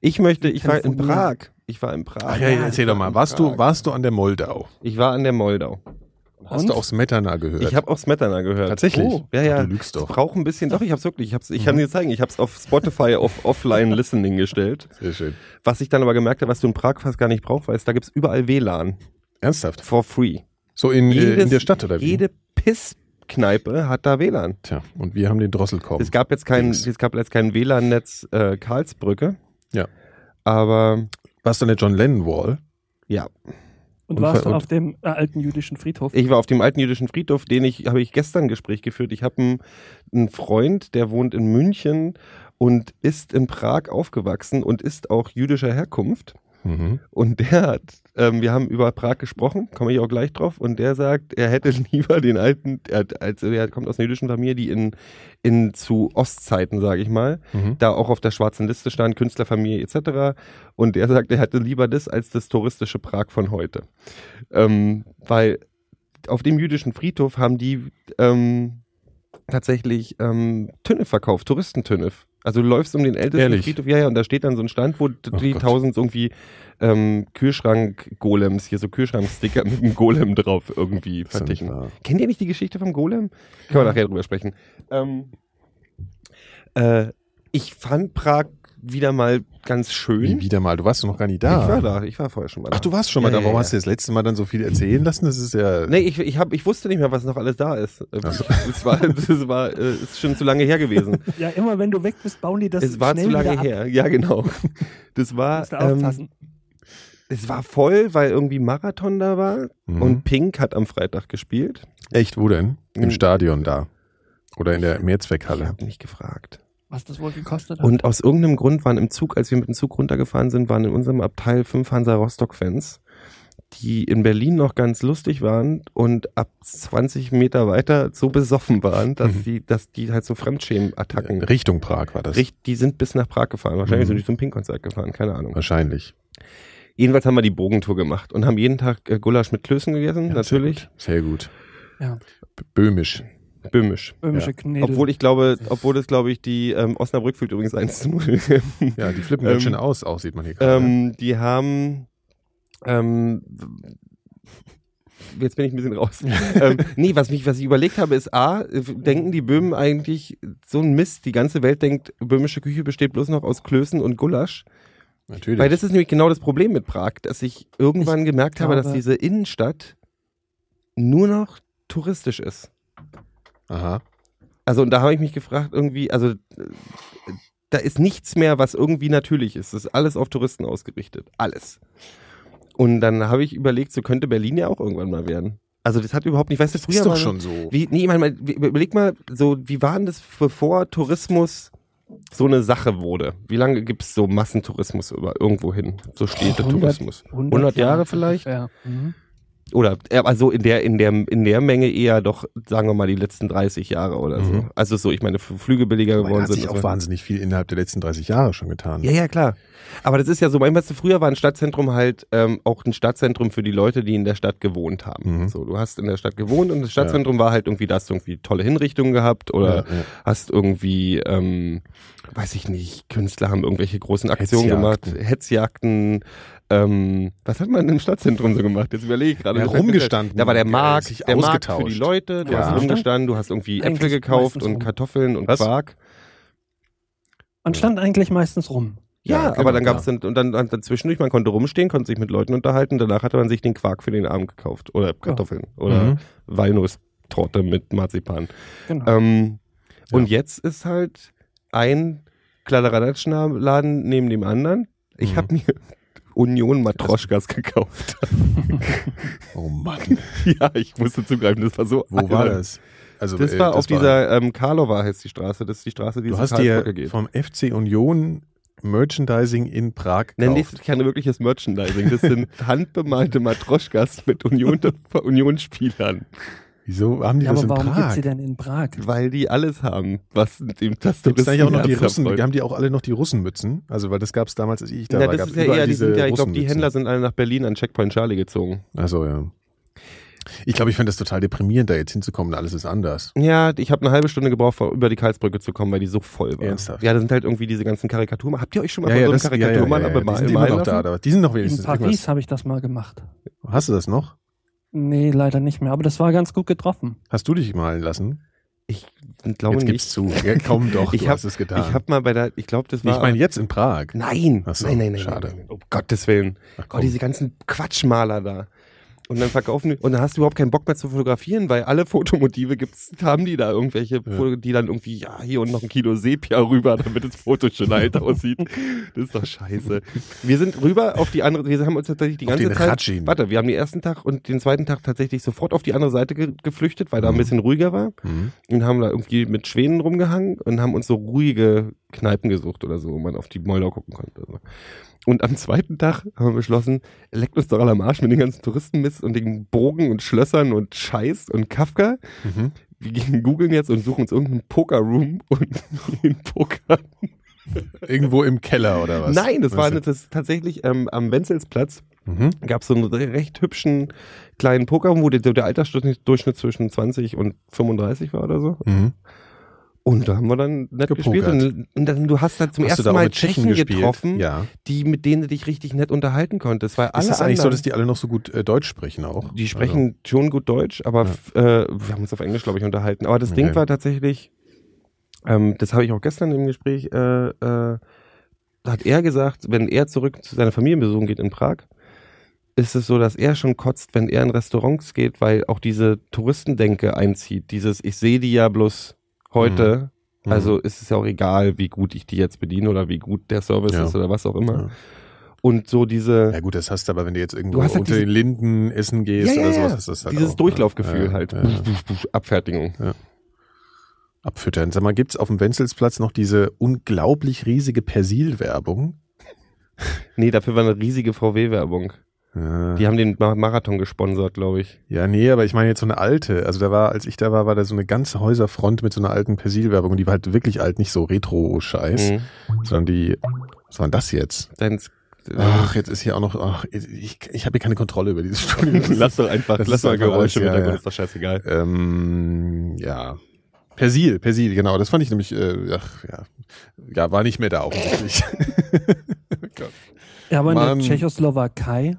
Speaker 5: Ich möchte, ich war in
Speaker 1: Telefonieren.
Speaker 5: Prag. Ich war in Prag.
Speaker 2: Ach ja,
Speaker 5: Ich
Speaker 2: erzähl
Speaker 5: war
Speaker 2: doch mal.
Speaker 5: in
Speaker 2: Warst
Speaker 5: Prag.
Speaker 2: du, warst du an der Moldau?
Speaker 5: Ich war an der Moldau.
Speaker 2: Hast
Speaker 1: Und?
Speaker 2: du auch Smetana gehört?
Speaker 5: Ich habe auch Smetana gehört.
Speaker 2: Tatsächlich?
Speaker 5: Oh, ja, ja.
Speaker 2: Du lügst
Speaker 5: Ich
Speaker 2: doch. Mhm.
Speaker 5: brauche ein bisschen, doch, ich hab's wirklich, ich, hab's, ich kann dir zeigen, ich hab's auf Spotify auf Offline Listening gestellt.
Speaker 2: Sehr schön.
Speaker 5: Was ich dann aber gemerkt habe, was du in Prag fast gar nicht brauchst, weil es- da gibt's überall WLAN.
Speaker 2: Ernsthaft?
Speaker 5: For free.
Speaker 2: So in, äh, in
Speaker 5: Jedes-
Speaker 2: der Stadt oder wie?
Speaker 5: Jede Pisskneipe hat da WLAN.
Speaker 2: Tja, und wir haben den Drosselkorb.
Speaker 5: Es gab jetzt kein,
Speaker 2: Links.
Speaker 5: es gab jetzt kein WLAN-Netz äh, Karlsbrücke.
Speaker 2: Ja.
Speaker 5: Aber
Speaker 2: Warst du an der John Lennon Wall?
Speaker 5: ja,
Speaker 1: Und
Speaker 2: Und
Speaker 1: warst
Speaker 2: ver-
Speaker 1: du
Speaker 2: und-
Speaker 1: auf dem äh, alten jüdischen Friedhof?
Speaker 5: ich war auf dem alten jüdischen Friedhof, den ich habe ich gestern ein Gespräch geführt. Ich habe einen, einen Freund, der wohnt in München und ist in Prag aufgewachsen und ist auch jüdischer Herkunft.
Speaker 2: Mhm.
Speaker 5: Und der hat, ähm, wir haben über Prag gesprochen, komme ich auch gleich drauf, und der sagt, er hätte lieber den alten, er, hat- also er kommt aus einer jüdischen Familie, die in, in zu Ostzeiten, sage ich mal,
Speaker 2: Mhm.
Speaker 5: da auch auf der schwarzen Liste stand, Künstlerfamilie etc. Und der sagt, er hätte lieber das als das touristische Prag von heute. Ähm, weil auf dem jüdischen Friedhof haben die ähm, tatsächlich ähm, Tünnef verkauft, Touristentünnef. Also du läufst um den ältesten
Speaker 2: Ehrlich?
Speaker 5: Friedhof, ja, ja, und da steht dann so ein Stand, wo
Speaker 2: Oh
Speaker 5: die
Speaker 2: Gott.
Speaker 5: tausend irgendwie ähm, Kühlschrank-Golems, hier so Kühlschrank-Sticker mit einem Golem drauf irgendwie
Speaker 2: Das ist ja nicht
Speaker 5: verticken.
Speaker 2: wahr.
Speaker 5: Kennt ihr nicht die Geschichte vom Golem? Können wir nachher drüber sprechen. Ähm, äh, ich fand Prag wieder mal ganz schön.
Speaker 2: Wie wieder mal, du warst doch noch gar nicht da.
Speaker 5: Ich war da, ich war vorher schon mal da.
Speaker 2: Ach, du warst schon mal da.
Speaker 5: Ja, ja,
Speaker 2: Warum
Speaker 5: ja.
Speaker 2: hast du das letzte Mal dann so viel erzählen lassen? Das ist ja.
Speaker 5: Nee, ich, ich, hab, ich wusste nicht mehr, was noch alles da ist. Äh, Es war, es war äh, ist schon zu lange her gewesen.
Speaker 1: Ja, immer wenn du weg bist, bauen die das
Speaker 5: es war
Speaker 1: schnell
Speaker 5: zu lange
Speaker 1: wieder ab.
Speaker 5: her, ja genau. Das war,
Speaker 1: Musst du
Speaker 5: ähm,
Speaker 1: aufpassen.
Speaker 5: es war voll, weil irgendwie Marathon da war
Speaker 2: Mhm.
Speaker 5: und Pink hat am Freitag gespielt.
Speaker 2: Echt, wo denn? Im
Speaker 5: Mhm.
Speaker 2: Stadion da. Oder in der
Speaker 5: Ich
Speaker 2: Mehrzweckhalle.
Speaker 5: habe mich gefragt.
Speaker 1: was das wohl gekostet hat.
Speaker 5: Und aus irgendeinem Grund waren im Zug, als wir mit dem Zug runtergefahren sind, waren in unserem Abteil fünf Hansa Rostock-Fans, die in Berlin noch ganz lustig waren und ab 20 Meter weiter so besoffen waren, dass,
Speaker 2: Mhm.
Speaker 5: die, dass die halt so Fremdschämen-Attacken.
Speaker 2: Äh, Richtung Prag war das.
Speaker 5: Richt- die sind bis nach Prag gefahren. Wahrscheinlich
Speaker 2: Mhm.
Speaker 5: sind die zum Pink-Konzert gefahren, keine Ahnung.
Speaker 2: Wahrscheinlich.
Speaker 5: Jedenfalls haben wir die Bogentour gemacht und haben jeden Tag äh, Gulasch mit Klößen gegessen,
Speaker 2: Ja,
Speaker 5: natürlich.
Speaker 2: Sehr gut. Sehr
Speaker 1: Ja.
Speaker 2: gut. B- Böhmisch.
Speaker 5: Böhmisch.
Speaker 1: Böhmische Knödel.
Speaker 5: Obwohl ich glaube, obwohl es glaube ich die ähm, Osnabrück fühlt übrigens 1 zu 0.
Speaker 2: Ja, die flippen
Speaker 5: Ähm,
Speaker 2: ganz schön aus, auch sieht man hier gerade.
Speaker 5: Ähm, die haben. Ähm, jetzt bin ich ein bisschen raus. ähm, nee, was, mich, was ich überlegt habe, ist: A, äh, denken die Böhmen eigentlich so ein Mist? Die ganze Welt denkt, böhmische Küche besteht bloß noch aus Klößen und Gulasch.
Speaker 2: Natürlich.
Speaker 5: Weil das ist nämlich genau das Problem mit Prag, dass ich irgendwann gemerkt habe, dass
Speaker 1: glaube-
Speaker 5: diese Innenstadt nur noch touristisch ist.
Speaker 2: Aha.
Speaker 5: Also und da habe ich mich gefragt, irgendwie, also äh, da ist nichts mehr, was irgendwie natürlich ist. Das ist alles auf Touristen ausgerichtet. Alles. Und dann habe ich überlegt, so könnte Berlin ja auch irgendwann mal werden. Also das hat überhaupt nicht, weißt du, früher
Speaker 2: Ist doch
Speaker 5: war-
Speaker 2: schon so.
Speaker 5: Wie, nee, ich meine, wie- überleg mal, so, wie war denn das, bevor Tourismus so eine Sache wurde? Wie lange gibt es so Massentourismus über irgendwo hin? So Städtetourismus. 100, Jahre vielleicht?
Speaker 1: Ja. Mhm.
Speaker 5: Oder äh, also in der, in der, in der Menge eher doch, sagen wir mal, die letzten 30 Jahre oder so.
Speaker 2: Mhm.
Speaker 5: Also so, ich meine, F- Flüge billiger
Speaker 2: Aber da
Speaker 5: geworden
Speaker 2: hat
Speaker 5: sind.
Speaker 2: sich
Speaker 5: und
Speaker 2: auch
Speaker 5: so.
Speaker 2: wahnsinnig viel innerhalb der letzten 30 Jahre schon getan.
Speaker 5: Ja, ja, klar. Aber das ist ja so, mein weißt du, früher war ein Stadtzentrum halt ähm, auch ein Stadtzentrum für die Leute, die in der Stadt gewohnt haben.
Speaker 2: Mhm.
Speaker 5: So, du hast in der Stadt gewohnt und das Stadtzentrum war halt irgendwie, da hast du irgendwie tolle Hinrichtungen gehabt
Speaker 2: Ja,
Speaker 5: oder
Speaker 2: ja.
Speaker 5: hast irgendwie, ähm, weiß ich nicht, Künstler haben irgendwelche großen Aktionen
Speaker 2: Hetzjagden.
Speaker 5: gemacht, Hetzjagden. Ähm, was hat man im Stadtzentrum so gemacht? Jetzt überlege ich gerade.
Speaker 2: Ja,
Speaker 5: Ich weiß nicht,
Speaker 2: rumgestanden
Speaker 5: Da war der
Speaker 2: und, äh,
Speaker 5: Markt,
Speaker 2: sich
Speaker 5: der Markt für die
Speaker 2: ausgetauscht.
Speaker 5: Leute. Du
Speaker 2: Ja.
Speaker 5: hast rumgestanden, du hast irgendwie Äpfel
Speaker 1: Eigentlich
Speaker 5: gekauft
Speaker 1: meistens
Speaker 5: und
Speaker 1: rum.
Speaker 5: Kartoffeln und
Speaker 2: Was?
Speaker 5: Quark.
Speaker 1: Man stand eigentlich meistens rum.
Speaker 5: Ja,
Speaker 2: Ja,
Speaker 5: aber dann
Speaker 2: genau,
Speaker 5: gab's dann, und dann, dann zwischendurch, man konnte rumstehen, konnte sich mit Leuten unterhalten, danach hatte man sich den Quark für den Abend gekauft oder Kartoffeln oder
Speaker 2: Mhm.
Speaker 5: Walnusstorte mit Marzipan.
Speaker 1: Genau.
Speaker 5: Ähm, Und jetzt ist halt ein Kladderadatschner-Laden neben dem anderen. Ich
Speaker 2: Mhm.
Speaker 5: hab habe mir Union Matroschkas gekauft.
Speaker 2: Oh Mann.
Speaker 5: ja, ich musste zugreifen, das war so.
Speaker 2: Wo war das? Also,
Speaker 5: Das
Speaker 2: äh,
Speaker 5: war auf dieser ähm, Karlova heißt die Straße, das ist die Straße, die
Speaker 2: Du
Speaker 5: zu
Speaker 2: hast
Speaker 5: Karlsbrücke
Speaker 2: dir vom FC Union Merchandising in Prag
Speaker 5: Nenn dich
Speaker 2: gekauft.
Speaker 5: kein wirkliches Merchandising. Das sind handbemalte Matroschkas mit Union, Unionsspielern,
Speaker 2: Wieso haben die
Speaker 1: ja,
Speaker 2: das
Speaker 1: aber
Speaker 2: in
Speaker 1: warum gibt's
Speaker 2: Prag?
Speaker 1: sie denn in Prag?
Speaker 5: weil die alles haben, was dem das
Speaker 2: Gibt es da nicht auch noch die
Speaker 5: Touristenherz
Speaker 2: Russen?
Speaker 5: erfreut.
Speaker 2: Haben die auch alle noch die Russenmützen? Also, weil das gab es damals, als ich da
Speaker 5: Na,
Speaker 2: war.
Speaker 5: das
Speaker 2: gab's
Speaker 5: ist ja
Speaker 2: überall
Speaker 5: eher, die sind
Speaker 2: diese
Speaker 5: ja, ich glaube, die
Speaker 2: Russenmützen.
Speaker 5: Händler sind alle nach Berlin an Checkpoint Charlie gezogen.
Speaker 2: Also ja. Ich glaube, ich finde das total deprimierend, da jetzt hinzukommen. Alles ist anders.
Speaker 5: Ja, ich habe eine halbe Stunde gebraucht, um über die Karlsbrücke zu kommen, weil die so voll war.
Speaker 2: Ernsthaft?
Speaker 5: Ja, da sind halt irgendwie diese ganzen Karikaturen. Habt ihr euch schon mal von so einem Karikaturmann aber
Speaker 2: die sind immer noch da, aber die sind noch
Speaker 1: In
Speaker 2: wenigstens.
Speaker 1: Paris habe ich das mal gemacht.
Speaker 2: irgendwas- Hast du das noch?
Speaker 1: Nee, leider nicht mehr. Aber das war ganz gut getroffen.
Speaker 2: Hast du dich malen lassen?
Speaker 5: Ich glaube
Speaker 2: jetzt
Speaker 5: nicht.
Speaker 2: gib's zu. Ja, komm doch,
Speaker 5: Ich
Speaker 2: du
Speaker 5: hab-
Speaker 2: hast es getan.
Speaker 5: ich habe mal bei der, ich glaube, das war.
Speaker 2: ich meine jetzt in Prag.
Speaker 5: Nein,
Speaker 2: Ach so,
Speaker 5: nein, nein, nein,
Speaker 2: schade.
Speaker 5: nein, nein. Um Gottes Willen.
Speaker 2: Ach,
Speaker 5: Gott,
Speaker 2: komm.
Speaker 5: diese ganzen Quatschmaler da. Und dann verkaufen die, und dann hast du überhaupt keinen Bock mehr zu fotografieren, weil alle Fotomotive gibt's, haben die da irgendwelche, Foto- die dann irgendwie, ja, hier und noch ein Kilo Sepia rüber, damit das Foto schön alt aussieht. Das ist doch scheiße. Wir sind rüber auf die andere, wir haben uns tatsächlich die
Speaker 2: Auf
Speaker 5: ganze
Speaker 2: den
Speaker 5: Zeit,
Speaker 2: Hradschin.
Speaker 5: warte, wir haben den ersten Tag und den zweiten Tag tatsächlich sofort auf die andere Seite ge geflüchtet, weil da ein
Speaker 2: Mhm.
Speaker 5: bisschen ruhiger war
Speaker 2: Hm.
Speaker 5: und haben da irgendwie mit Schweden rumgehangen und haben uns so ruhige Kneipen gesucht oder so, wo man auf die Moldau gucken konnte. So. Und am zweiten Tag haben wir beschlossen, leckt uns doch alle am Arsch mit den ganzen Touristenmist und den Burgen und Schlössern und Scheiß und Kafka.
Speaker 2: Mhm.
Speaker 5: Wir gehen googeln jetzt und suchen uns irgendeinen Pokerroom und gehen Poker.
Speaker 2: Irgendwo im Keller oder was?
Speaker 5: Nein, das
Speaker 2: Was
Speaker 5: war
Speaker 2: denn?
Speaker 5: eine, das, tatsächlich ähm, am Wenzelsplatz
Speaker 2: Mhm.
Speaker 5: gab es so einen re- recht hübschen kleinen Pokerroom, wo der, der Altersdurchschnitt zwischen 20 und 35 war oder so.
Speaker 2: Mhm.
Speaker 5: Und da haben wir dann nett
Speaker 2: Gepokert.
Speaker 5: gespielt. Und, und dann, du hast dann zum
Speaker 2: Hast du da
Speaker 5: ersten
Speaker 2: auch
Speaker 5: Mal
Speaker 2: mit Tschechen
Speaker 5: Tschechen,
Speaker 2: gespielt?
Speaker 5: getroffen,
Speaker 2: Ja.
Speaker 5: die, mit denen du dich richtig nett unterhalten konntest. Weil alle
Speaker 2: Ist das eigentlich so,
Speaker 5: anderen,
Speaker 2: dass die alle noch so gut äh, Deutsch sprechen auch?
Speaker 5: die sprechen schon gut Deutsch, aber
Speaker 2: Ja.
Speaker 5: f- äh, wir haben uns auf Englisch, glaube ich, unterhalten. Aber das
Speaker 2: Okay.
Speaker 5: Ding war tatsächlich, ähm, das habe ich auch gestern im Gespräch, äh, äh, da hat er gesagt, wenn er zurück zu seiner Familienbesuchung geht in Prag, ist es so, dass er schon kotzt, wenn er in Restaurants geht, weil auch diese Touristendenke einzieht. Dieses, ich sehe die ja bloß heute.
Speaker 2: Mhm.
Speaker 5: Also ist es ja auch egal, wie gut ich die jetzt bediene oder wie gut der Service
Speaker 2: Ja.
Speaker 5: ist oder was auch immer.
Speaker 2: Ja.
Speaker 5: Und so diese,
Speaker 2: Ja gut, das hast du aber, wenn du jetzt irgendwo
Speaker 5: ne? Du hast halt
Speaker 2: unter
Speaker 5: diese-
Speaker 2: den Linden essen gehst
Speaker 5: Ja, ja,
Speaker 2: oder sowas,
Speaker 5: ja.
Speaker 2: ist das halt
Speaker 5: dieses
Speaker 2: auch,
Speaker 5: Durchlaufgefühl
Speaker 2: ja,
Speaker 5: halt.
Speaker 2: Ja, ja.
Speaker 5: Abfertigung.
Speaker 2: Abfüttern. Sag mal, gibt's auf dem Wenzelsplatz noch diese unglaublich riesige Persil-Werbung?
Speaker 5: Nee, dafür war eine riesige VW-Werbung.
Speaker 2: Ja.
Speaker 5: Die haben den Ma- Marathon gesponsert, glaube ich.
Speaker 2: ja, nee, aber ich meine jetzt so eine alte. Also da war, als ich da war, war da so eine ganze Häuserfront mit so einer alten Persil-Werbung. Die war halt wirklich alt, nicht so Retro-Scheiß,
Speaker 5: Mhm.
Speaker 2: sondern die, was war denn das jetzt?
Speaker 5: Dein,
Speaker 2: Ach, jetzt ist hier auch noch, ach, ich, ich habe hier keine Kontrolle über dieses Studio.
Speaker 5: lass doch einfach,
Speaker 2: das
Speaker 5: lass
Speaker 2: ist
Speaker 5: doch
Speaker 2: einfach
Speaker 5: Geräusche im
Speaker 2: alles, ja,
Speaker 5: Hintergrund,
Speaker 2: ja.
Speaker 5: ist doch scheißegal.
Speaker 2: Ähm, ja. Persil, Persil, genau. Das fand ich nämlich, äh, ach, ja. ja, war nicht mehr da offensichtlich.
Speaker 1: Ja, aber in
Speaker 2: Mann.
Speaker 1: der Tschechoslowakei,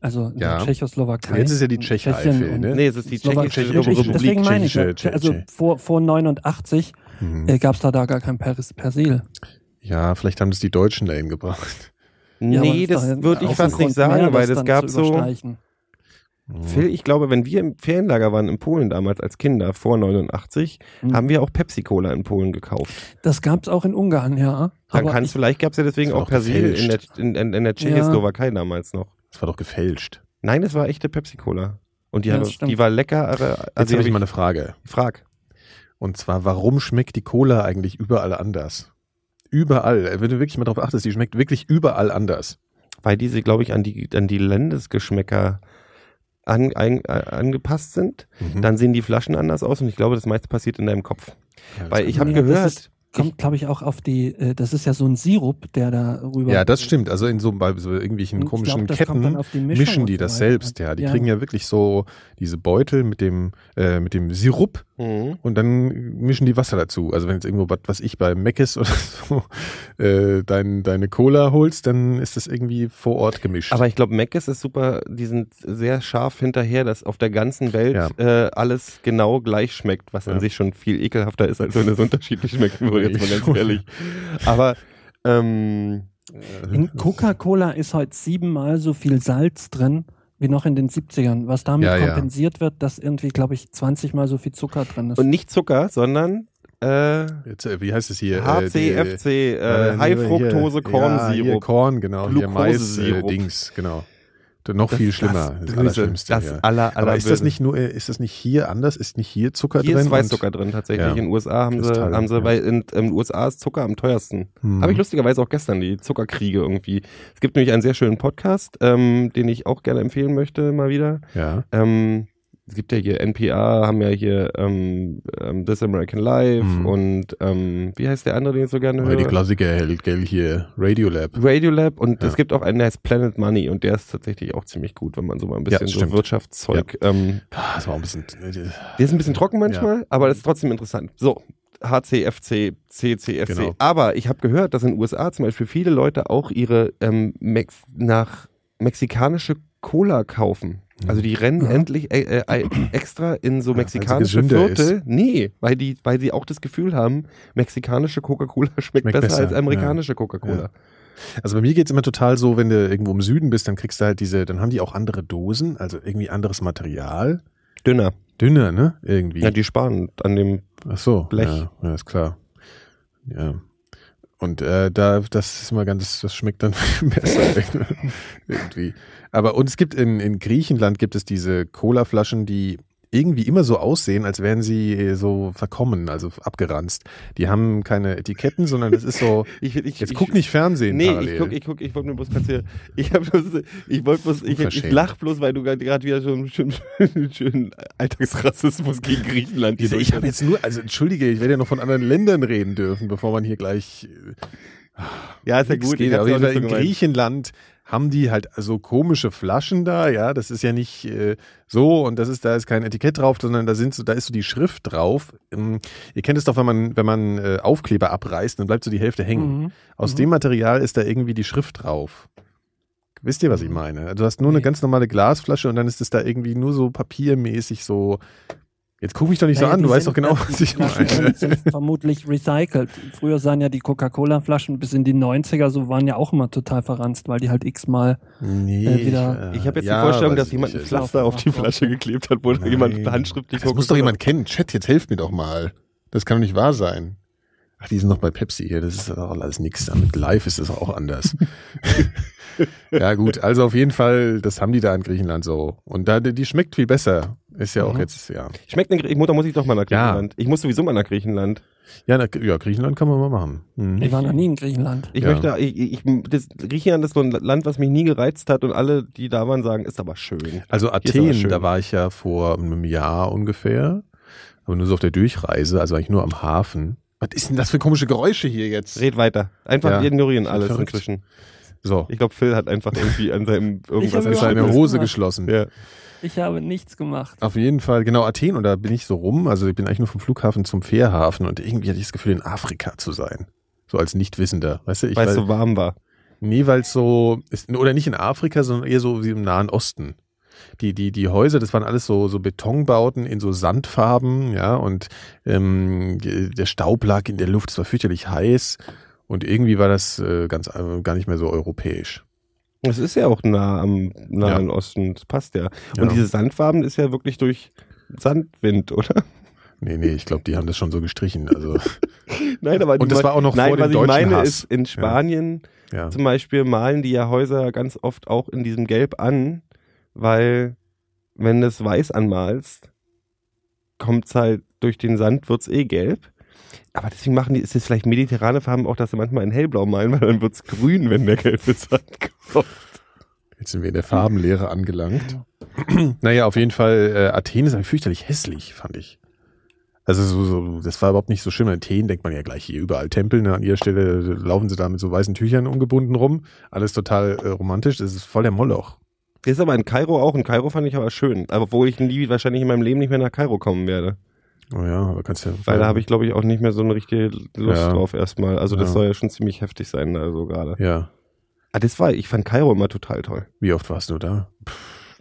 Speaker 1: also in
Speaker 2: Ja.
Speaker 1: der Tschechoslowakei.
Speaker 2: Jetzt ist ja die
Speaker 1: und
Speaker 2: Tschecheifel,
Speaker 1: Tschechien und
Speaker 2: ne?
Speaker 5: Nee, es ist die
Speaker 1: Slowak-
Speaker 5: tschechische
Speaker 1: Ich- ich-
Speaker 5: Republik.
Speaker 1: Deswegen meine ich, ja,
Speaker 2: Tschechische-
Speaker 1: also
Speaker 2: Tschechische.
Speaker 1: vor, vor 89
Speaker 2: Mhm.
Speaker 1: äh, gab es da, da gar kein Pers Persil.
Speaker 2: Ja, vielleicht haben das die Deutschen dahin gebracht.
Speaker 1: Ja, aber
Speaker 5: Nee,
Speaker 1: ist doch
Speaker 5: das würde ich
Speaker 1: auch
Speaker 5: fast
Speaker 1: ein
Speaker 5: nicht
Speaker 1: Grund
Speaker 5: sagen,
Speaker 1: mehr,
Speaker 5: weil
Speaker 1: das
Speaker 5: das
Speaker 1: dann
Speaker 5: gab
Speaker 1: zu
Speaker 5: so,
Speaker 1: überstreichen.
Speaker 2: Mhm.
Speaker 5: Phil, ich glaube, wenn wir im Ferienlager waren in Polen damals als Kinder, vor 89,
Speaker 1: Mhm.
Speaker 5: haben wir auch Pepsi-Cola in Polen gekauft.
Speaker 1: Das gab es auch in Ungarn, ja.
Speaker 5: Dann
Speaker 1: aber
Speaker 5: kann's,
Speaker 1: ich,
Speaker 5: vielleicht gab es ja deswegen
Speaker 2: Das war
Speaker 5: auch
Speaker 2: doch
Speaker 5: Persil in der,
Speaker 2: gefälscht.
Speaker 5: in, in, in der Tschechoslowakei damals noch.
Speaker 2: Das war doch gefälscht.
Speaker 5: Nein, es war echte Pepsi-Cola. Und die,
Speaker 1: Ja,
Speaker 5: habe-
Speaker 1: das stimmt.
Speaker 5: die war lecker, aber
Speaker 2: Jetzt
Speaker 5: also
Speaker 2: habe ich
Speaker 5: ich
Speaker 2: mal eine Frage.
Speaker 5: frag.
Speaker 2: Und zwar, warum schmeckt die Cola eigentlich überall anders? Überall. Äh, Wenn du wirklich mal drauf achtest, die schmeckt wirklich überall anders.
Speaker 5: Weil diese, glaube ich, an die, an die Landesgeschmäcker an, ein, äh, angepasst sind.
Speaker 2: Mhm.
Speaker 5: Dann sehen die Flaschen anders aus und ich glaube, das meiste passiert in deinem Kopf.
Speaker 2: Ja, das
Speaker 5: Weil
Speaker 2: kann
Speaker 5: ich habe
Speaker 2: sein.
Speaker 1: Ja, das
Speaker 5: gehört,
Speaker 1: ist- kommt, glaube ich, auch auf die, äh, das ist ja so ein Sirup, der da rüber.
Speaker 2: ja, das stimmt. Also in so, bei so irgendwelchen
Speaker 1: Hm, Ich glaub,
Speaker 2: komischen
Speaker 1: das kommt dann
Speaker 2: Ketten
Speaker 1: auf die Mischung
Speaker 2: mischen die
Speaker 1: und so
Speaker 2: das
Speaker 1: weiter
Speaker 2: selbst.
Speaker 1: an.
Speaker 2: Ja, die kriegen ja wirklich so diese Beutel mit dem, äh, mit dem Sirup
Speaker 5: mhm.
Speaker 2: und dann mischen die Wasser dazu. Also wenn jetzt irgendwo, was was ich, bei Meckes oder so, äh, dein, deine Cola holst, dann ist das irgendwie vor Ort gemischt.
Speaker 5: aber ich glaube, Mc's ist super, die sind sehr scharf hinterher, dass auf der ganzen Welt äh, alles genau gleich schmeckt, was
Speaker 2: Ja.
Speaker 5: an sich schon viel ekelhafter ist, als wenn es unterschiedlich schmeckt, würde jetzt mal
Speaker 2: Schon.
Speaker 5: ganz ehrlich. Aber ähm,
Speaker 1: In Coca-Cola ist heute siebenmal so viel Salz drin wie noch in den 70ern, was damit
Speaker 2: Ja, ja.
Speaker 1: kompensiert wird, dass irgendwie, glaube ich, 20 mal so viel Zucker drin ist. Mhm.
Speaker 5: und nicht Zucker, sondern äh,
Speaker 2: Jetzt, äh, wie heißt es hier? Äh,
Speaker 5: HCFC,
Speaker 2: die-
Speaker 5: äh,
Speaker 2: äh,
Speaker 5: High-Fructose
Speaker 2: hier- Ja, hier
Speaker 5: Kornsirup.
Speaker 2: Korn, genau. Hier Mais, äh,
Speaker 5: Glukosesirup.
Speaker 2: Dings, genau. Da Noch viel schlimmer.
Speaker 5: Das, Böse,
Speaker 2: Allerschlimmste,
Speaker 5: das
Speaker 2: ja.
Speaker 5: aller, aller
Speaker 2: Aber ist das
Speaker 5: Böse.
Speaker 2: nicht nur, äh, ist das nicht hier anders? Ist nicht hier Zucker
Speaker 5: Hier
Speaker 2: drin?
Speaker 5: ist
Speaker 2: und-
Speaker 5: Weißzucker drin tatsächlich.
Speaker 2: Ja.
Speaker 5: In den USA haben sie,
Speaker 2: Kristalle,
Speaker 5: haben sie
Speaker 2: ja.
Speaker 5: weil in, in den USA ist Zucker am teuersten.
Speaker 2: Hm.
Speaker 5: Habe ich lustigerweise auch gestern die Zuckerkriege irgendwie. Es gibt nämlich einen sehr schönen Podcast, ähm, den ich auch gerne empfehlen möchte, mal wieder.
Speaker 2: hm, Ja.
Speaker 5: Ähm, es gibt ja hier NPR, haben ja hier ähm, ähm, This American Life
Speaker 2: Mhm.
Speaker 5: und ähm, wie heißt der andere, den ich so gerne
Speaker 2: Weil die
Speaker 5: höre?
Speaker 2: Klassiker hält, gell, hier. Radiolab.
Speaker 5: Radiolab und
Speaker 2: Ja.
Speaker 5: es gibt auch einen, der heißt Planet Money und der ist tatsächlich auch ziemlich gut, wenn man so mal ein
Speaker 2: Ja,
Speaker 5: bisschen so
Speaker 2: stimmt.
Speaker 5: Wirtschaftszeug. Ähm,
Speaker 2: Ah, Das war ein bisschen. äh,
Speaker 5: der ist ein bisschen trocken manchmal, aber das ist trotzdem interessant. So. HCFC, CCFC.
Speaker 2: Genau.
Speaker 5: Aber ich habe gehört, dass in den USA zum Beispiel viele Leute auch ihre ähm, Mex nach mexikanische Cola kaufen. Also die rennen endlich äh, äh, extra in so
Speaker 2: Ja, weil sie
Speaker 5: mexikanische
Speaker 2: gesünder
Speaker 5: Viertel. Nee, weil die, weil sie auch das Gefühl haben, mexikanische Coca-Cola
Speaker 2: Schmeckt
Speaker 5: schmeckt besser,
Speaker 2: besser,
Speaker 5: als amerikanische Coca-Cola.
Speaker 2: Also bei mir geht's immer total so, wenn du irgendwo im Süden bist, dann kriegst du halt diese, dann haben die auch andere Dosen, also irgendwie anderes Material.
Speaker 5: Dünner.
Speaker 2: Dünner, ne? Irgendwie.
Speaker 5: Ja, die sparen an dem.
Speaker 2: Ach so.
Speaker 5: Blech.
Speaker 2: Ja, ja, ist klar. Ja. Und äh, da, das ist immer ganz, das schmeckt dann viel besser irgendwie. Aber und es gibt in, in Griechenland gibt es diese Cola-Flaschen, die irgendwie immer so aussehen, als wären sie äh, so verkommen, also abgeranzt. Die haben keine Etiketten, sondern es ist so.
Speaker 5: Ich, ich,
Speaker 2: Jetzt
Speaker 5: ich-
Speaker 2: guck nicht Fernsehen
Speaker 5: Nee,
Speaker 2: parallel.
Speaker 5: ich guck, ich guck, ich wollte nur bloß ganz hier. Ich hab bloß, ich wollte bloß, ich, ich
Speaker 2: Unverschämt.
Speaker 5: lach bloß, weil du gerade wieder schon schön, schön, schön Alltagsrassismus gegen Griechenland.
Speaker 2: Diese, ich habe jetzt nur, also entschuldige, ich werde ja noch von anderen Ländern reden dürfen, bevor man hier gleich äh,
Speaker 5: ja, ist ja
Speaker 2: nix
Speaker 5: gut.
Speaker 2: geht.
Speaker 5: hab's
Speaker 2: Aber
Speaker 5: auch
Speaker 2: in
Speaker 5: nicht so gemeint.
Speaker 2: Griechenland haben die halt so komische Flaschen da, ja, das ist ja nicht äh, so und das ist, da ist kein Etikett drauf, sondern da sind so, da ist so die Schrift drauf. Ähm, ihr kennt es doch, wenn man, wenn man äh, Aufkleber abreißt, dann bleibt so die Hälfte hängen.
Speaker 1: Mhm.
Speaker 2: Aus dem Material ist da irgendwie die Schrift drauf. Wisst ihr, was ich meine? Also Du hast nur eine
Speaker 1: Nee.
Speaker 2: ganz normale Glasflasche und dann ist es da irgendwie nur so papiermäßig so. Jetzt guck mich doch nicht
Speaker 1: Naja,
Speaker 2: so an,
Speaker 1: die
Speaker 2: du weißt
Speaker 1: sind-
Speaker 2: doch genau,
Speaker 1: die
Speaker 2: was ich
Speaker 1: Flaschen
Speaker 5: Äh,
Speaker 2: meine.
Speaker 1: sind vermutlich recycelt. Früher sahen ja die Coca-Cola-Flaschen bis in die 90er, so waren ja auch immer total verranzt, weil die halt x-mal.
Speaker 2: Nee,
Speaker 1: Äh, wieder-
Speaker 5: Ich habe jetzt die Vorstellung, dass jemand ein
Speaker 2: das
Speaker 5: Pflaster auf die Flasche geklebt hat, wo
Speaker 2: Nein.
Speaker 5: jemand handschriftlich
Speaker 2: muss doch jemand kennen. Chat, jetzt helft mir doch mal. Das kann doch nicht wahr sein. Ach, die sind noch bei Pepsi hier. Das ist doch alles nix. Damit live ist das auch anders. ja gut, also auf jeden Fall, das haben die da in Griechenland so. Und da die die schmeckt viel besser. Ist ja auch
Speaker 5: Mhm.
Speaker 2: jetzt ja.
Speaker 5: Schmeckt eine Mutter muss ich doch mal nach
Speaker 2: Ja.
Speaker 5: Griechenland. Ich muss sowieso mal nach Griechenland.
Speaker 2: Ja, na, ja, Griechenland kann man mal machen. Mhm.
Speaker 1: Ich war noch nie in Griechenland.
Speaker 5: Ich
Speaker 2: Ja.
Speaker 5: möchte, ich, ich, das, Griechenland ist so ein Land, was mich nie gereizt hat und alle, die da waren, sagen, ist aber schön.
Speaker 2: Also
Speaker 5: ist aber
Speaker 2: Athen,
Speaker 5: schön.
Speaker 2: da war ich ja vor einem Jahr ungefähr, aber nur so auf der Durchreise, also eigentlich nur am Hafen. Was ist denn das für komische Geräusche hier jetzt?
Speaker 5: Red weiter. Einfach
Speaker 2: Ja.
Speaker 5: wir ignorieren alles
Speaker 2: Verrückt.
Speaker 5: inzwischen.
Speaker 2: So,
Speaker 5: Ich glaube, Phil hat einfach irgendwie an seinem irgendwas
Speaker 1: hab
Speaker 2: ist
Speaker 1: überhaupt
Speaker 2: eine
Speaker 1: nichts
Speaker 2: Hose
Speaker 1: gemacht.
Speaker 2: geschlossen.
Speaker 5: Ja.
Speaker 1: Ich habe nichts gemacht.
Speaker 2: Auf jeden Fall, genau Athen und da bin ich so rum, also ich bin eigentlich nur vom Flughafen zum Fährhafen und irgendwie hatte ich das Gefühl, in Afrika zu sein. So als Nichtwissender, weißt du? Ich
Speaker 5: Weil es
Speaker 2: weil-
Speaker 5: so warm war.
Speaker 2: Nee, weil es so, ist, oder nicht in Afrika, sondern eher so wie im Nahen Osten. Die, die, die Häuser, das waren alles so, so Betonbauten in so Sandfarben, ja, und ähm, ge- der Staub lag in der Luft, es war fürchterlich heiß und irgendwie war das äh, ganz, äh, gar nicht mehr so europäisch.
Speaker 5: Es ist ja auch nah am Nahen Osten. Das passt ja.
Speaker 2: Ja.
Speaker 5: Und diese Sandfarben ist ja wirklich durch Sandwind, oder?
Speaker 2: Nee, nee, ich glaube, die haben das schon so gestrichen. Also,
Speaker 5: Nein, aber die
Speaker 2: und das
Speaker 5: mei-
Speaker 2: war auch noch
Speaker 5: Nein,
Speaker 2: vor
Speaker 5: was
Speaker 2: dem
Speaker 5: ich
Speaker 2: deutschen
Speaker 5: meine
Speaker 2: Hass.
Speaker 5: ist, in Spanien
Speaker 2: ja.
Speaker 5: Zum Beispiel malen die ja Häuser ganz oft auch in diesem Gelb an, weil wenn du es weiß anmalst, kommt's halt durch den Sand wird's eh gelb. Aber deswegen machen die, ist es vielleicht mediterrane Farben auch, dass sie manchmal in hellblau malen, weil dann wird's grün, wenn der gelbe Sand kommt.
Speaker 2: Jetzt sind wir in der Farbenlehre angelangt. naja, auf jeden Fall, äh, Athen ist halt fürchterlich hässlich, fand ich. Also so, so, das war überhaupt nicht so schlimm. In Athen denkt man ja gleich hier überall Tempel. Ne? An ihrer Stelle laufen sie da mit so weißen Tüchern umgebunden rum. Alles total äh, romantisch. Das ist voll der Moloch.
Speaker 5: Das ist aber in Kairo auch. In Kairo fand ich aber schön. Aber Obwohl ich nie, wahrscheinlich in meinem Leben nicht mehr nach Kairo kommen werde.
Speaker 2: Oh ja, aber kannst ja.
Speaker 5: Weil da habe ich, glaube ich, auch nicht mehr so eine richtige Lust
Speaker 2: Ja.
Speaker 5: drauf erstmal. Also das
Speaker 2: Ja.
Speaker 5: soll ja schon ziemlich heftig sein, da so gerade.
Speaker 2: Ja.
Speaker 5: Ah, das war, ich fand Kairo immer total toll.
Speaker 2: Wie oft warst du da?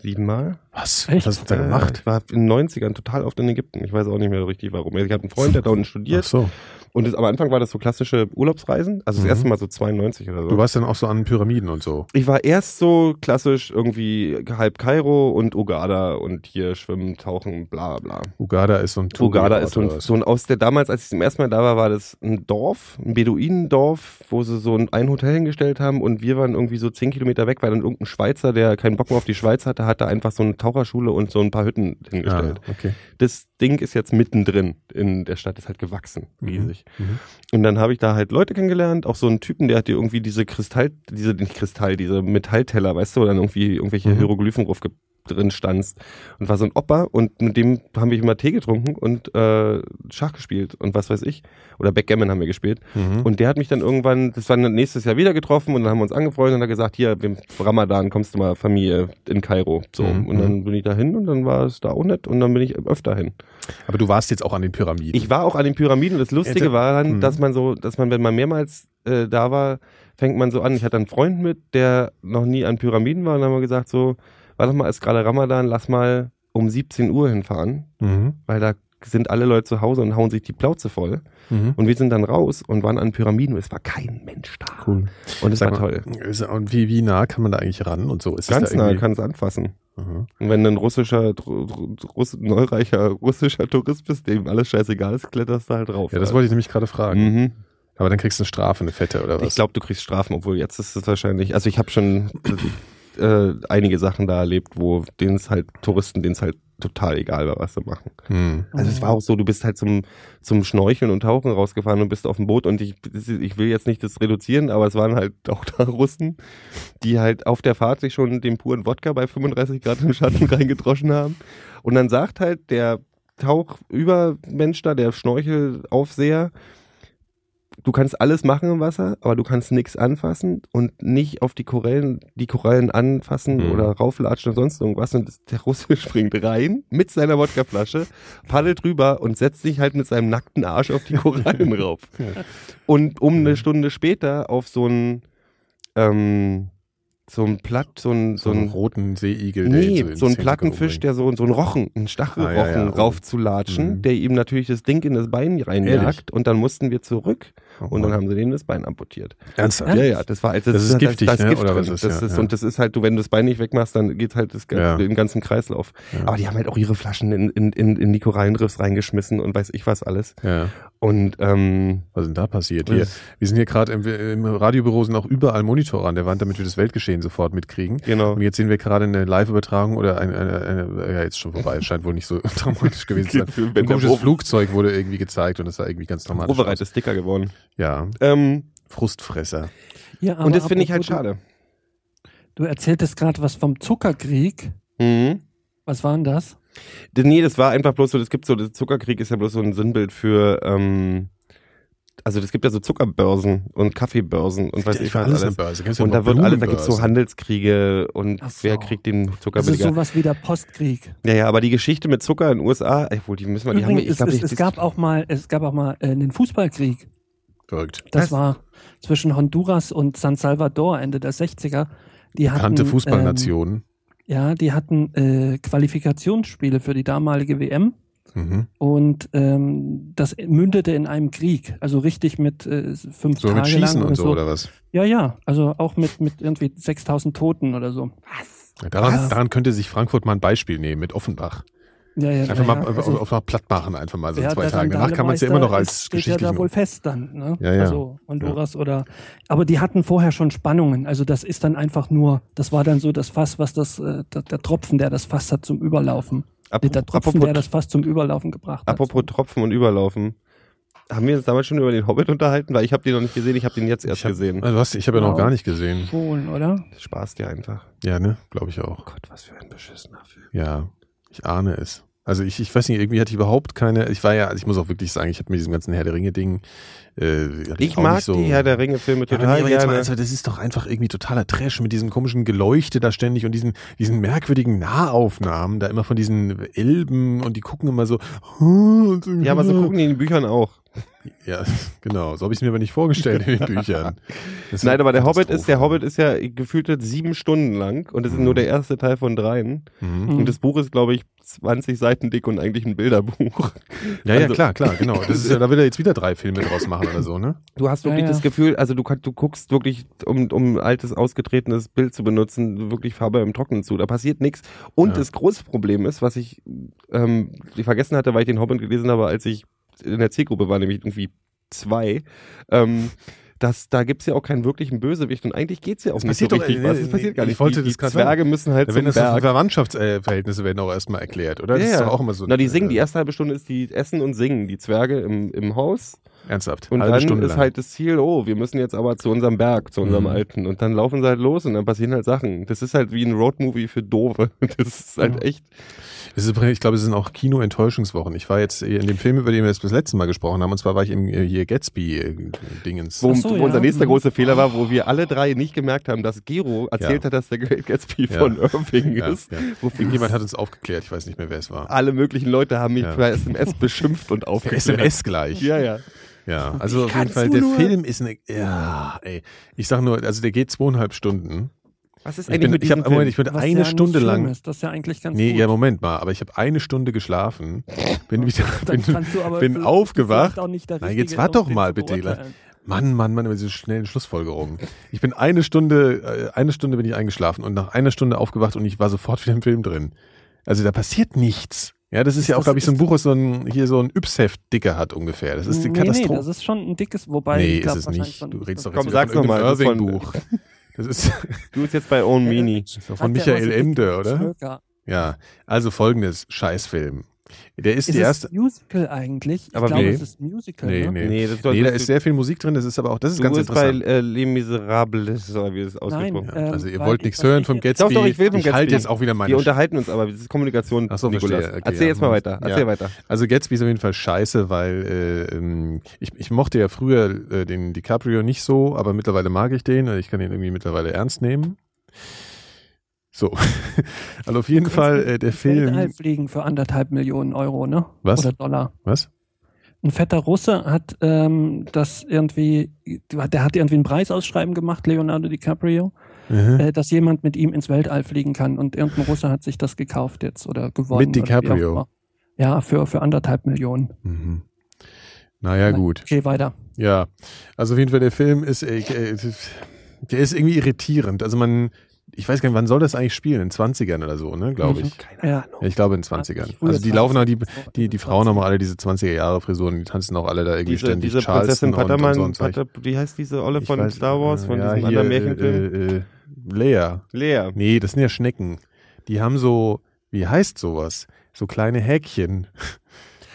Speaker 5: Siebenmal?
Speaker 2: Was?
Speaker 1: Echt?
Speaker 2: Was hast du da gemacht?
Speaker 5: Ich Äh, war in den 90ern total oft in Ägypten. Ich weiß auch nicht mehr richtig warum. Ich hatte einen Freund, der hat da unten
Speaker 2: Ach
Speaker 5: studiert.
Speaker 2: so.
Speaker 5: Und das, am Anfang war das so klassische Urlaubsreisen. Also das
Speaker 2: Mhm.
Speaker 5: erste Mal so 92 oder so.
Speaker 2: Du warst dann auch so an Pyramiden und so.
Speaker 5: ich war erst so klassisch irgendwie halb Kairo und Ugada und hier schwimmen, tauchen, bla bla.
Speaker 2: Ugada ist so ein Touri-
Speaker 5: Ugada ist so
Speaker 2: Ort
Speaker 5: ein,
Speaker 2: oder was?
Speaker 5: so ein aus der damals, als ich zum ersten Mal da war, war das ein Dorf, ein Beduinendorf, wo sie so ein, ein Hotel hingestellt haben und wir waren irgendwie so zehn Kilometer weg, weil dann irgendein Schweizer, der keinen Bock mehr auf die Schweiz hatte, hat da einfach so eine Taucherschule und so ein paar Hütten hingestellt.
Speaker 2: Ah, okay.
Speaker 5: das Ding ist jetzt mittendrin in der Stadt, ist halt gewachsen,
Speaker 2: Mhm.
Speaker 5: riesig.
Speaker 2: Mhm.
Speaker 5: Und dann habe ich da halt Leute kennengelernt, auch so einen Typen, der hat dir irgendwie diese Kristall, diese, nicht Kristall, diese Metallteller, weißt du, wo dann irgendwie irgendwelche
Speaker 2: Mhm.
Speaker 5: Hieroglyphen drauf ge- drin standst. Und war so ein Opa und mit dem haben wir immer Tee getrunken und äh, Schach gespielt und was weiß ich. Oder Backgammon haben wir gespielt.
Speaker 2: Mhm.
Speaker 5: Und der hat mich dann irgendwann, das war dann nächstes Jahr wieder getroffen und dann haben wir uns angefreundet und hat gesagt, hier, im Ramadan kommst du mal Familie in Kairo. So.
Speaker 2: Mhm.
Speaker 5: Und dann bin ich da hin und dann war es da auch nett und dann bin ich öfter hin.
Speaker 2: aber du warst jetzt auch an den Pyramiden.
Speaker 5: Ich war auch an den Pyramiden und das Lustige
Speaker 2: Hätte-
Speaker 5: war dann,
Speaker 2: Mhm.
Speaker 5: dass man so, dass man, wenn man mehrmals äh, da war, fängt man so an. Ich hatte einen Freund mit, der noch nie an Pyramiden war und dann haben wir gesagt so, warte mal, ist gerade Ramadan, lass mal um 17 Uhr hinfahren,
Speaker 2: Mhm.
Speaker 5: weil da sind alle Leute zu Hause und hauen sich die Plauze voll.
Speaker 2: Mhm.
Speaker 5: Und wir sind dann raus und waren an Pyramiden und es war kein Mensch da.
Speaker 2: Cool.
Speaker 5: Und es
Speaker 2: Sag
Speaker 5: war
Speaker 2: mal,
Speaker 5: toll.
Speaker 2: ist- Und wie, wie nah kann man da eigentlich ran und so? Ist
Speaker 5: Ganz
Speaker 2: das
Speaker 5: nah,
Speaker 2: da Mhm.
Speaker 5: kann es anfassen.
Speaker 2: kann
Speaker 5: Und wenn ein russischer, dr- dr- Russ, neureicher russischer Tourist bist, dem alles scheißegal ist, kletterst du halt drauf.
Speaker 2: Ja, das wollte ich nämlich gerade fragen.
Speaker 5: mhm.
Speaker 2: Aber dann kriegst du eine Strafe, eine fette oder was?
Speaker 5: Ich glaube, du kriegst Strafen, obwohl jetzt ist es wahrscheinlich. Also ich habe schon äh, einige Sachen da erlebt, wo denen es halt Touristen, denen es halt total egal war, was sie machen.
Speaker 2: Hm.
Speaker 5: Also es war auch so, du bist halt zum zum Schnorcheln und Tauchen rausgefahren und bist auf dem Boot und ich ich will jetzt nicht das reduzieren, aber es waren halt auch da Russen, die halt auf der Fahrt sich schon den puren Wodka bei 35 Grad im Schatten reingedroschen haben und dann sagt halt der Tauchübermensch da, der Schnorchelaufseher, du kannst alles machen im Wasser, aber du kannst nichts anfassen und nicht auf die Korallen, die Korallen anfassen
Speaker 2: Mhm.
Speaker 5: oder rauflatschen oder sonst irgendwas. Und der Russe springt rein mit seiner Wodkaflasche, paddelt rüber und setzt sich halt mit seinem nackten Arsch auf die Korallen rauf. Und um eine Stunde später auf so ein ähm, so ein Platt, so ein,
Speaker 2: So einen roten Seeigel. der ihn
Speaker 5: Nee,
Speaker 2: in
Speaker 5: so ein
Speaker 2: Szene
Speaker 5: Plattenfisch, der so, so einen Rochen, einen Stachelrochen
Speaker 2: Ah, ja, ja.
Speaker 5: raufzulatschen,
Speaker 2: Mhm.
Speaker 5: der ihm natürlich das Ding in das Bein
Speaker 2: Ehrlich?
Speaker 5: reinjagt und dann mussten wir zurück
Speaker 2: Oh,
Speaker 5: und dann
Speaker 2: Mann.
Speaker 5: haben sie denen das Bein amputiert.
Speaker 2: Ernsthaft?
Speaker 5: Ja, ja, das war also das,
Speaker 2: ist giftig,
Speaker 5: das, das
Speaker 2: ne?
Speaker 5: Gift
Speaker 2: Oder
Speaker 5: drin.
Speaker 2: was ist-
Speaker 5: das
Speaker 2: ja,
Speaker 5: ist
Speaker 2: ja.
Speaker 5: und das ist halt, du, wenn du das Bein nicht wegmachst, dann geht halt das ganze,
Speaker 2: Ja.
Speaker 5: den ganzen Kreislauf.
Speaker 2: Ja.
Speaker 5: Aber die haben halt auch ihre Flaschen in, in, in, in die Korallenriffs reingeschmissen und weiß ich was alles.
Speaker 2: ja.
Speaker 5: Und ähm,
Speaker 2: Was ist denn da passiert? Hier, wir sind hier gerade im, im Radiobüro, sind auch überall Monitore an der Wand, damit wir das Weltgeschehen sofort mitkriegen.
Speaker 5: genau.
Speaker 2: Und jetzt sehen wir gerade eine Live-Übertragung oder eine, eine, eine, ja, jetzt schon vorbei, scheint wohl nicht so dramatisch gewesen zu sein.
Speaker 5: Wenn
Speaker 2: Ein
Speaker 5: der
Speaker 2: komisches
Speaker 5: Wurf-
Speaker 2: Flugzeug wurde irgendwie gezeigt und das sah irgendwie ganz normal
Speaker 5: Override ist dicker geworden.
Speaker 2: Ja,
Speaker 5: Ähm,
Speaker 2: Frustfresser.
Speaker 1: Ja, aber
Speaker 5: und das finde ich halt
Speaker 1: apropos,
Speaker 5: schade.
Speaker 1: Du, du erzähltest gerade was vom Zuckerkrieg.
Speaker 5: Mhm.
Speaker 1: Was war denn das?
Speaker 5: D- Nee, das war einfach bloß so, das gibt so, der Zuckerkrieg ist ja bloß so ein Sinnbild für, ähm, also es gibt ja so Zuckerbörsen und Kaffeebörsen und weiß ich was alles.
Speaker 2: Börse. Kennst
Speaker 5: Und
Speaker 2: ja
Speaker 5: da
Speaker 2: noch
Speaker 5: wird alle, da gibt's so
Speaker 2: Blumenbörsen.
Speaker 5: Handelskriege und
Speaker 1: Ach so.
Speaker 5: wer kriegt den Zucker
Speaker 1: Das ist
Speaker 5: billiger.
Speaker 1: sowas wie der Postkrieg.
Speaker 5: Ja, ja, aber die Geschichte mit Zucker in den USA, ey, wohl, die müssen wir, die haben,
Speaker 1: Übrigens,
Speaker 5: ich glaube,
Speaker 1: es,
Speaker 5: ich,
Speaker 1: es, es gab auch mal, es gab auch mal äh, einen Fußballkrieg.
Speaker 2: Verrückt.
Speaker 1: Das
Speaker 5: Was?
Speaker 1: war zwischen Honduras und San Salvador Ende der 60er. Die hatten,
Speaker 2: Bekannte Fußballnationen.
Speaker 1: Ähm, ja, die hatten äh, Qualifikationsspiele für die damalige WM
Speaker 2: Mhm.
Speaker 1: und ähm, das mündete in einem Krieg. Also richtig mit äh, fünf
Speaker 2: So
Speaker 1: Tage
Speaker 2: mit Schießen
Speaker 1: lang
Speaker 2: und
Speaker 1: oder
Speaker 2: so, oder was?
Speaker 1: Ja, ja. Also auch mit, mit irgendwie 6000 Toten oder so.
Speaker 2: Ja, Daran,
Speaker 1: Was?
Speaker 2: daran könnte sich Frankfurt mal ein Beispiel nehmen mit Offenbach.
Speaker 1: Ja, ja.
Speaker 2: Einfach
Speaker 1: ja,
Speaker 2: mal,
Speaker 1: ja. Also,
Speaker 2: auf, auf mal platt machen, einfach mal so in
Speaker 1: ja,
Speaker 2: zwei
Speaker 1: der
Speaker 2: Tagen. Danach kann man es
Speaker 1: Sandalemeister
Speaker 2: ja immer noch
Speaker 1: ist-
Speaker 2: als
Speaker 1: steht ja da
Speaker 2: geschichtlichen.
Speaker 1: wohl fest dann, ne?
Speaker 2: Ja, ja.
Speaker 1: Also Honduras oder aber die hatten vorher schon Spannungen, also das ist dann einfach nur, das war dann so das Fass, was das äh, der, der Tropfen, der das Fass hat zum Überlaufen. Nee, der Tropfen, der das Fass zum Überlaufen gebracht hat.
Speaker 5: apropos Tropfen und Überlaufen. Haben wir uns damals schon über den Hobbit unterhalten? Weil ich habe den noch nicht gesehen, ich habe den jetzt erst
Speaker 2: hab-
Speaker 5: gesehen.
Speaker 2: Also was, ich habe ja noch
Speaker 1: Wow.
Speaker 2: gar nicht gesehen.
Speaker 1: Polen, oder?
Speaker 5: Spaß dir einfach.
Speaker 2: Ja, ne? Glaube ich auch.
Speaker 5: Gott, was für ein beschissener Film.
Speaker 2: Ja, ich ahne es. Also ich, ich weiß nicht, irgendwie hatte ich überhaupt keine, ich war ja, also ich muss auch wirklich sagen, ich habe mit diesem ganzen Herr der Ringe-Ding, äh, hatte
Speaker 5: Ich
Speaker 2: auch
Speaker 5: mag
Speaker 2: nicht so,
Speaker 5: die Herr der Ringe-Filme
Speaker 2: Ja, aber nee,
Speaker 5: total
Speaker 2: aber jetzt mal
Speaker 5: gerne.
Speaker 2: ernsthaft, das ist doch einfach irgendwie totaler Trash mit diesem komischen Geleuchte da ständig und diesen, diesen merkwürdigen Nahaufnahmen da immer von diesen Elben und die gucken immer so.
Speaker 5: Ja, aber so gucken die in den Büchern auch.
Speaker 2: Ja, genau. So habe ich es mir aber nicht vorgestellt in den Büchern. Das ist
Speaker 5: Nein,
Speaker 2: eine
Speaker 5: aber der Hobbit ist, der
Speaker 2: Katastrophe.
Speaker 5: Hobbit ist ja gefühlte sieben Stunden lang und es ist
Speaker 2: Mhm.
Speaker 5: nur der erste Teil von dreien.
Speaker 2: Mhm.
Speaker 1: Mhm.
Speaker 5: Und das Buch ist, glaube ich, 20 Seiten dick und eigentlich ein Bilderbuch.
Speaker 2: Ja, ja,
Speaker 5: Also-
Speaker 2: klar, klar, genau. Das ist ja, da will er jetzt wieder drei Filme draus machen oder so, ne?
Speaker 5: Du hast
Speaker 1: Ja,
Speaker 5: wirklich
Speaker 1: ja.
Speaker 5: das Gefühl, also du, kann- du guckst wirklich, um, um ein altes, ausgetretenes Bild zu benutzen, wirklich Farbe im Trockenen zu. Da passiert nichts. Und
Speaker 2: Ja.
Speaker 5: das große Problem ist, was ich ähm, vergessen hatte, weil ich den Hobbit gelesen habe, als ich in der Zielgruppe war, nämlich irgendwie zwei, ähm, dass da gibt's ja auch keinen wirklichen Bösewicht und eigentlich geht's ja auch
Speaker 2: Es
Speaker 5: nicht so
Speaker 2: passiert doch-
Speaker 5: richtig
Speaker 2: nee,
Speaker 5: was. Es
Speaker 2: nee,
Speaker 5: passiert gar
Speaker 2: ich
Speaker 5: nicht.
Speaker 2: wollte
Speaker 5: die, die
Speaker 2: das gerade
Speaker 5: Zwerge müssen halt
Speaker 2: Da werden
Speaker 5: zum
Speaker 2: das doch die
Speaker 5: Berg.
Speaker 2: Verwandtschaftsverhältnisse werden auch erstmal erklärt, oder? Das
Speaker 5: Ja,
Speaker 2: ist
Speaker 5: ja.
Speaker 2: doch auch immer so.
Speaker 5: Na, die singen die
Speaker 2: äh,
Speaker 5: erste halbe Stunde ist die essen und singen, die Zwerge im, im Haus
Speaker 2: Ernsthaft.
Speaker 5: und
Speaker 2: halbe
Speaker 5: dann
Speaker 2: Stunde
Speaker 5: ist
Speaker 2: lang.
Speaker 5: halt das Ziel, oh, wir müssen jetzt aber zu unserem Berg, zu unserem
Speaker 2: Mhm.
Speaker 5: alten. Und dann laufen sie halt los und dann passieren halt Sachen. Das ist halt wie ein Roadmovie für Doofe. Das ist halt
Speaker 1: Ja.
Speaker 5: echt.
Speaker 2: Es ist, übrigens- ich glaube, es sind auch Kino-Enttäuschungswochen. Ich war jetzt äh, in dem Film, über den wir jetzt das letzte Mal gesprochen haben, und zwar war ich im äh, hier Gatsby-Dingens.
Speaker 5: Wo,
Speaker 1: Ach so,
Speaker 5: wo
Speaker 1: ja.
Speaker 5: unser nächster
Speaker 1: Mhm.
Speaker 5: großer Fehler war, wo wir alle drei nicht gemerkt haben, dass Gero erzählt
Speaker 2: Ja.
Speaker 5: hat, dass der Great Gatsby
Speaker 2: Ja.
Speaker 5: von Irving
Speaker 2: ja, ja.
Speaker 5: ist. Wo wir
Speaker 2: Irgendjemand hat uns aufgeklärt, ich weiß nicht mehr, wer es
Speaker 1: Ah,
Speaker 2: war.
Speaker 5: alle möglichen Leute haben mich
Speaker 2: Ja.
Speaker 5: per SMS beschimpft und
Speaker 2: Per
Speaker 5: aufgeklärt.
Speaker 2: SMS gleich.
Speaker 5: Ja, ja.
Speaker 2: Ja, also auf jeden
Speaker 5: kann's
Speaker 2: Fall,
Speaker 5: nur
Speaker 2: der
Speaker 5: nur.
Speaker 2: Film ist eine. Ja, ey. Ich sag nur, also der geht zweieinhalb Stunden.
Speaker 5: Was ist
Speaker 2: Ich
Speaker 5: eigentlich
Speaker 2: bin,
Speaker 5: mit
Speaker 2: ich
Speaker 5: diesem
Speaker 2: habe Moment, ich bin
Speaker 1: Was
Speaker 2: eine
Speaker 1: ja
Speaker 2: Stunde
Speaker 1: nicht schlimm
Speaker 2: lang.
Speaker 1: Ist. Das ist ja eigentlich ganz
Speaker 2: Nee,
Speaker 1: gut.
Speaker 2: ja, Moment mal, aber ich habe eine Stunde geschlafen. Bin wieder,
Speaker 1: Dann
Speaker 2: bin,
Speaker 1: kannst du aber
Speaker 2: bin
Speaker 1: vielleicht
Speaker 2: aufgewacht.
Speaker 1: auch nicht der
Speaker 2: Nein,
Speaker 1: Richtige,
Speaker 2: jetzt wart doch
Speaker 1: um den
Speaker 2: mal
Speaker 1: zu
Speaker 2: bitte, Ela.
Speaker 1: beurteilen.
Speaker 2: Mann, Mann, Mann, über diese schnellen Schlussfolgerungen. Ich bin eine Stunde, äh, eine Stunde bin ich eingeschlafen und nach einer Stunde aufgewacht und ich war sofort wieder im Film drin. Also da passiert nichts. Ja, das ist, ja auch,
Speaker 1: das-
Speaker 2: glaube ich, so ein
Speaker 1: ist-
Speaker 2: Buch, was so ein, hier so ein Yps-Heft dicker hat ungefähr. Das ist die
Speaker 1: nee, nee,
Speaker 2: Katastrophe.
Speaker 1: das ist schon ein dickes, wobei.
Speaker 2: Nee,
Speaker 1: ich glaub,
Speaker 2: ist es
Speaker 1: wahrscheinlich
Speaker 2: nicht.
Speaker 1: schon-
Speaker 2: Du redest doch
Speaker 5: Komm,
Speaker 2: jetzt
Speaker 5: sag's
Speaker 2: wieder von
Speaker 5: noch mal,
Speaker 2: irgendeinem
Speaker 5: also
Speaker 2: Irving-Buch. Das ist,
Speaker 5: Du bist jetzt bei Own Mini.
Speaker 2: das ist doch
Speaker 1: Hat
Speaker 2: von
Speaker 1: der immer
Speaker 2: Michael
Speaker 1: so
Speaker 2: Ende,
Speaker 1: dicke
Speaker 2: oder?
Speaker 1: Schmöker.
Speaker 2: Ja, also folgendes, Scheißfilm. Der ist,
Speaker 1: Ist
Speaker 2: die
Speaker 1: es
Speaker 2: erste...
Speaker 1: ein Musical eigentlich? Ich
Speaker 5: Aber
Speaker 1: glaube,
Speaker 2: nee.
Speaker 1: es ist ein Musical.
Speaker 2: Nee,
Speaker 1: ne?
Speaker 2: nee.
Speaker 5: Nee, das
Speaker 2: Nee, da
Speaker 5: solltest
Speaker 2: ist
Speaker 5: du,
Speaker 2: sehr viel Musik drin, das ist aber auch, das ist
Speaker 5: du
Speaker 2: ganz
Speaker 5: bist bei
Speaker 2: interessant.
Speaker 5: äh, Les Miserables, oder wie ist es
Speaker 1: Nein,
Speaker 5: ausgesprochen?
Speaker 2: Ja,
Speaker 1: ähm,
Speaker 2: also ihr
Speaker 1: weil
Speaker 2: wollt
Speaker 1: ich
Speaker 2: nichts hören vom
Speaker 1: verstehe-
Speaker 2: Gatsby.
Speaker 5: Doch, doch, ich will vom
Speaker 2: Ich halte
Speaker 5: Gatsby.
Speaker 2: jetzt auch wieder
Speaker 5: Wir
Speaker 2: meine Sch-
Speaker 5: unterhalten uns aber, das ist Kommunikation,
Speaker 2: Ach so,
Speaker 5: Nikolas.
Speaker 2: verstehe, okay,
Speaker 5: Erzähl jetzt
Speaker 2: ja.
Speaker 5: mal weiter,
Speaker 2: Ja.
Speaker 5: erzähl weiter.
Speaker 2: Also Gatsby ist auf jeden Fall scheiße, weil äh, ähm, ich, ich mochte ja früher äh, den DiCaprio nicht so, aber mittlerweile mag ich den. Also ich kann ihn irgendwie mittlerweile ernst nehmen. So. also auf jeden Fall äh, der
Speaker 1: Weltall
Speaker 2: Film.
Speaker 1: fliegen für anderthalb Millionen Euro, ne?
Speaker 2: Was?
Speaker 1: Oder Dollar.
Speaker 2: Was?
Speaker 1: Ein fetter Russe hat ähm, das irgendwie, der hat irgendwie ein Preisausschreiben gemacht, Leonardo DiCaprio,
Speaker 2: Mhm.
Speaker 1: äh, dass jemand mit ihm ins Weltall fliegen kann und irgendein Russe hat sich das gekauft jetzt oder gewonnen.
Speaker 2: Mit
Speaker 1: oder wie auch
Speaker 2: DiCaprio?
Speaker 1: immer. Ja, für, für anderthalb Millionen.
Speaker 2: Mhm. Naja, gut.
Speaker 1: Okay, weiter.
Speaker 2: Ja, also auf jeden Fall der Film ist, äh, äh, der ist irgendwie irritierend. Also man, ich weiß gar nicht, wann soll das eigentlich spielen? In 20ern oder so, ne, glaube
Speaker 1: Mhm.
Speaker 2: ich.
Speaker 1: Ja.
Speaker 2: Ja, ich glaube in 20ern.
Speaker 1: Frühe
Speaker 2: Also die laufen auch, die,
Speaker 1: 20er.
Speaker 2: die, die Frauen haben auch alle diese 20er Jahre Frisuren, die tanzen auch alle da irgendwie
Speaker 5: Diese,
Speaker 2: ständig
Speaker 5: diese
Speaker 2: Charleston
Speaker 5: Prinzessin Pataman,
Speaker 2: und, und so ein Zeug.
Speaker 5: Pata, wie heißt diese Olle
Speaker 2: Ich
Speaker 5: von
Speaker 2: weiß-
Speaker 5: Star Wars, von
Speaker 2: ja,
Speaker 5: diesem
Speaker 2: hier,
Speaker 5: anderen Märchenfilm?
Speaker 2: Äh, äh, Leia.
Speaker 5: Lea.
Speaker 2: Nee, das sind ja Schnecken. Die haben so, wie heißt sowas? So kleine Häkchen.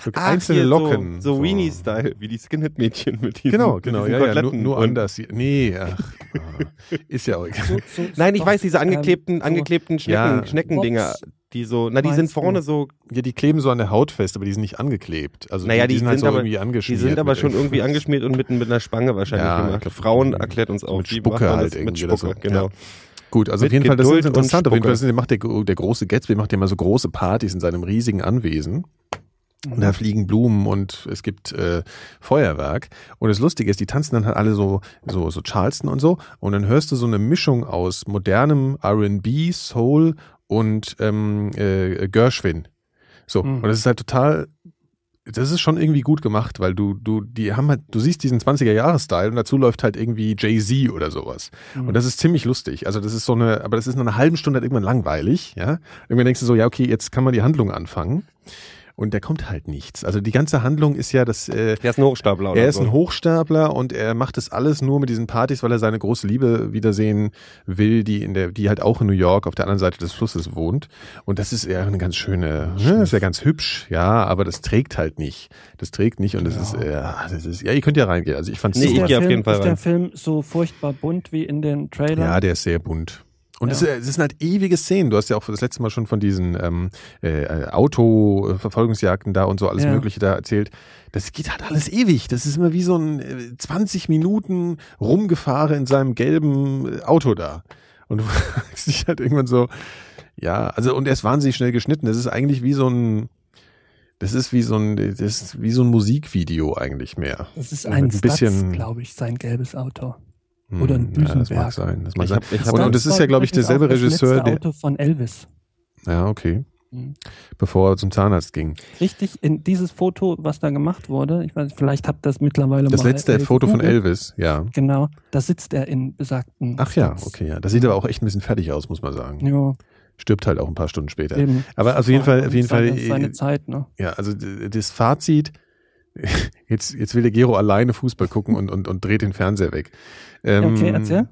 Speaker 2: So
Speaker 5: Ach,
Speaker 2: einzelne
Speaker 5: hier,
Speaker 2: Locken.
Speaker 5: So, so Weenie-Style, wie die Skinhead-Mädchen mit diesen
Speaker 2: Genau,
Speaker 5: mit
Speaker 2: genau.
Speaker 5: diesen
Speaker 2: Ja, ja, nur,
Speaker 5: Koteletten
Speaker 2: nur
Speaker 5: und-
Speaker 2: anders. Nee, ach, ah, ist ja auch egal.
Speaker 5: Nein, ich weiß, diese angeklebten,
Speaker 1: ähm, so-
Speaker 5: angeklebten Schnecken,
Speaker 2: Ja.
Speaker 5: Schneckendinger, die so, na, die
Speaker 1: Meinst
Speaker 5: sind vorne
Speaker 1: du?
Speaker 5: so,
Speaker 2: Ja, die kleben so an der Haut fest, aber die sind nicht angeklebt. Also
Speaker 5: Naja, die
Speaker 2: sind halt
Speaker 5: sind
Speaker 2: so
Speaker 5: aber-
Speaker 2: irgendwie
Speaker 5: die
Speaker 2: angeschmiert.
Speaker 5: sind aber
Speaker 2: mit
Speaker 5: schon irgendwie
Speaker 2: irgendwas.
Speaker 5: angeschmiert und mit, mit einer Spange wahrscheinlich
Speaker 2: Ja, ich
Speaker 5: gemacht.
Speaker 2: glaub,
Speaker 5: Frauen
Speaker 2: mit-
Speaker 5: erklärt uns auch,
Speaker 2: mit
Speaker 5: wie macht
Speaker 2: Spucke
Speaker 5: man
Speaker 2: halt
Speaker 5: das mit
Speaker 2: irgendwie oder so.
Speaker 5: Spucke, genau.
Speaker 2: Gut, also auf
Speaker 5: Mit
Speaker 2: jeden Fall, das ist
Speaker 5: Geduld und
Speaker 2: interessant. Auf jeden
Speaker 5: Spucke.
Speaker 2: Fall macht der, der große Gatsby macht ja mal so große Partys in seinem riesigen Anwesen. Und da fliegen Blumen und es gibt äh, Feuerwerk. Und das Lustige ist, die tanzen dann halt alle so, so, so Charleston und so. Und dann hörst du so eine Mischung aus modernem RB, Soul und ähm, äh, Gershwin. So,
Speaker 1: Mhm.
Speaker 2: und das ist halt total. Das ist schon irgendwie gut gemacht, weil du, du, die haben halt, du siehst diesen 20er-Jahres-Style und dazu läuft halt irgendwie Jay-Z oder sowas.
Speaker 1: Mhm.
Speaker 2: Und das ist ziemlich lustig. Also das ist so eine, aber das ist nach einer halben Stunde halt irgendwann langweilig, ja. Irgendwann denkst du so, ja, okay, jetzt kann man die Handlung anfangen. Und da kommt halt nichts. Also die ganze Handlung ist ja, dass äh,
Speaker 5: Der ist ein Hochstapler oder
Speaker 2: er ist
Speaker 5: so.
Speaker 2: ein Hochstapler und er macht das alles nur mit diesen Partys, weil er seine große Liebe wiedersehen will, die in der, die halt auch in New York auf der anderen Seite des Flusses wohnt. Und das ist eher eine ganz schöne, ne, ist ja ganz hübsch, ja, aber das trägt halt nicht. Das trägt nicht und das
Speaker 5: Genau.
Speaker 2: ist, äh, das ist, ja, ihr könnt ja reingehen. Also ich fand's
Speaker 5: Nee,
Speaker 1: Ist
Speaker 5: ich
Speaker 1: der
Speaker 5: geh auf
Speaker 1: Film-
Speaker 5: jeden Fall
Speaker 1: Ist der
Speaker 5: rein.
Speaker 1: Film so furchtbar bunt wie in den Trailern?
Speaker 2: Ja, der ist sehr bunt. Und
Speaker 1: Genau. Ja.
Speaker 2: es, äh, es sind halt ewige Szenen. Du hast ja auch das letzte Mal schon von diesen ähm, äh, Auto-Verfolgungsjagden da und so alles
Speaker 1: Ja.
Speaker 2: Mögliche da erzählt. Das geht halt alles ewig. Das ist immer wie so ein äh, 20 Minuten Rumgefahre in seinem gelben äh, Auto da. Und du fragst dich halt irgendwann so, ja, also und er ist wahnsinnig schnell geschnitten. Das ist eigentlich wie so ein, das ist wie so ein, das ist wie so ein Musikvideo eigentlich mehr.
Speaker 1: Das ist
Speaker 2: Und
Speaker 1: ein,
Speaker 2: mit ein bisschen-
Speaker 1: glaube ich, sein gelbes Auto.
Speaker 2: Hm,
Speaker 1: Oder ein
Speaker 2: ja, das mag
Speaker 1: Düsenberg.
Speaker 2: sein. Das mag
Speaker 5: Ich
Speaker 2: sein.
Speaker 5: hab, ich hab
Speaker 2: Und, und das ist ja, glaube ich,
Speaker 1: übrigens
Speaker 2: derselbe
Speaker 1: auch das
Speaker 2: Regisseur,
Speaker 1: letzte
Speaker 2: der,
Speaker 1: Auto von Elvis.
Speaker 2: Ja, okay.
Speaker 1: Mhm.
Speaker 2: Bevor er zum Zahnarzt ging.
Speaker 1: Richtig, in dieses Foto, was da gemacht wurde, ich weiß, vielleicht habt ihr das mittlerweile
Speaker 2: Das
Speaker 1: mal
Speaker 2: letzte
Speaker 1: äh,
Speaker 2: Foto von
Speaker 1: gegoogelt.
Speaker 2: Elvis, ja.
Speaker 1: Genau, da sitzt er in besagten.
Speaker 2: Ach ja,
Speaker 1: Sitz.
Speaker 2: okay, ja. Das sieht aber auch echt ein bisschen fertig aus, muss man sagen.
Speaker 1: Jo,
Speaker 2: Stirbt halt auch ein paar Stunden später.
Speaker 1: eben.
Speaker 2: Aber auf jeden Fall, auf jeden Fall,
Speaker 1: Seine, seine
Speaker 2: äh,
Speaker 1: Zeit, ne?
Speaker 2: ja, also d- das Fazit, jetzt, jetzt will der Gero alleine Fußball gucken und, und, und dreht den Fernseher weg. Ähm,
Speaker 1: Okay, erzähl.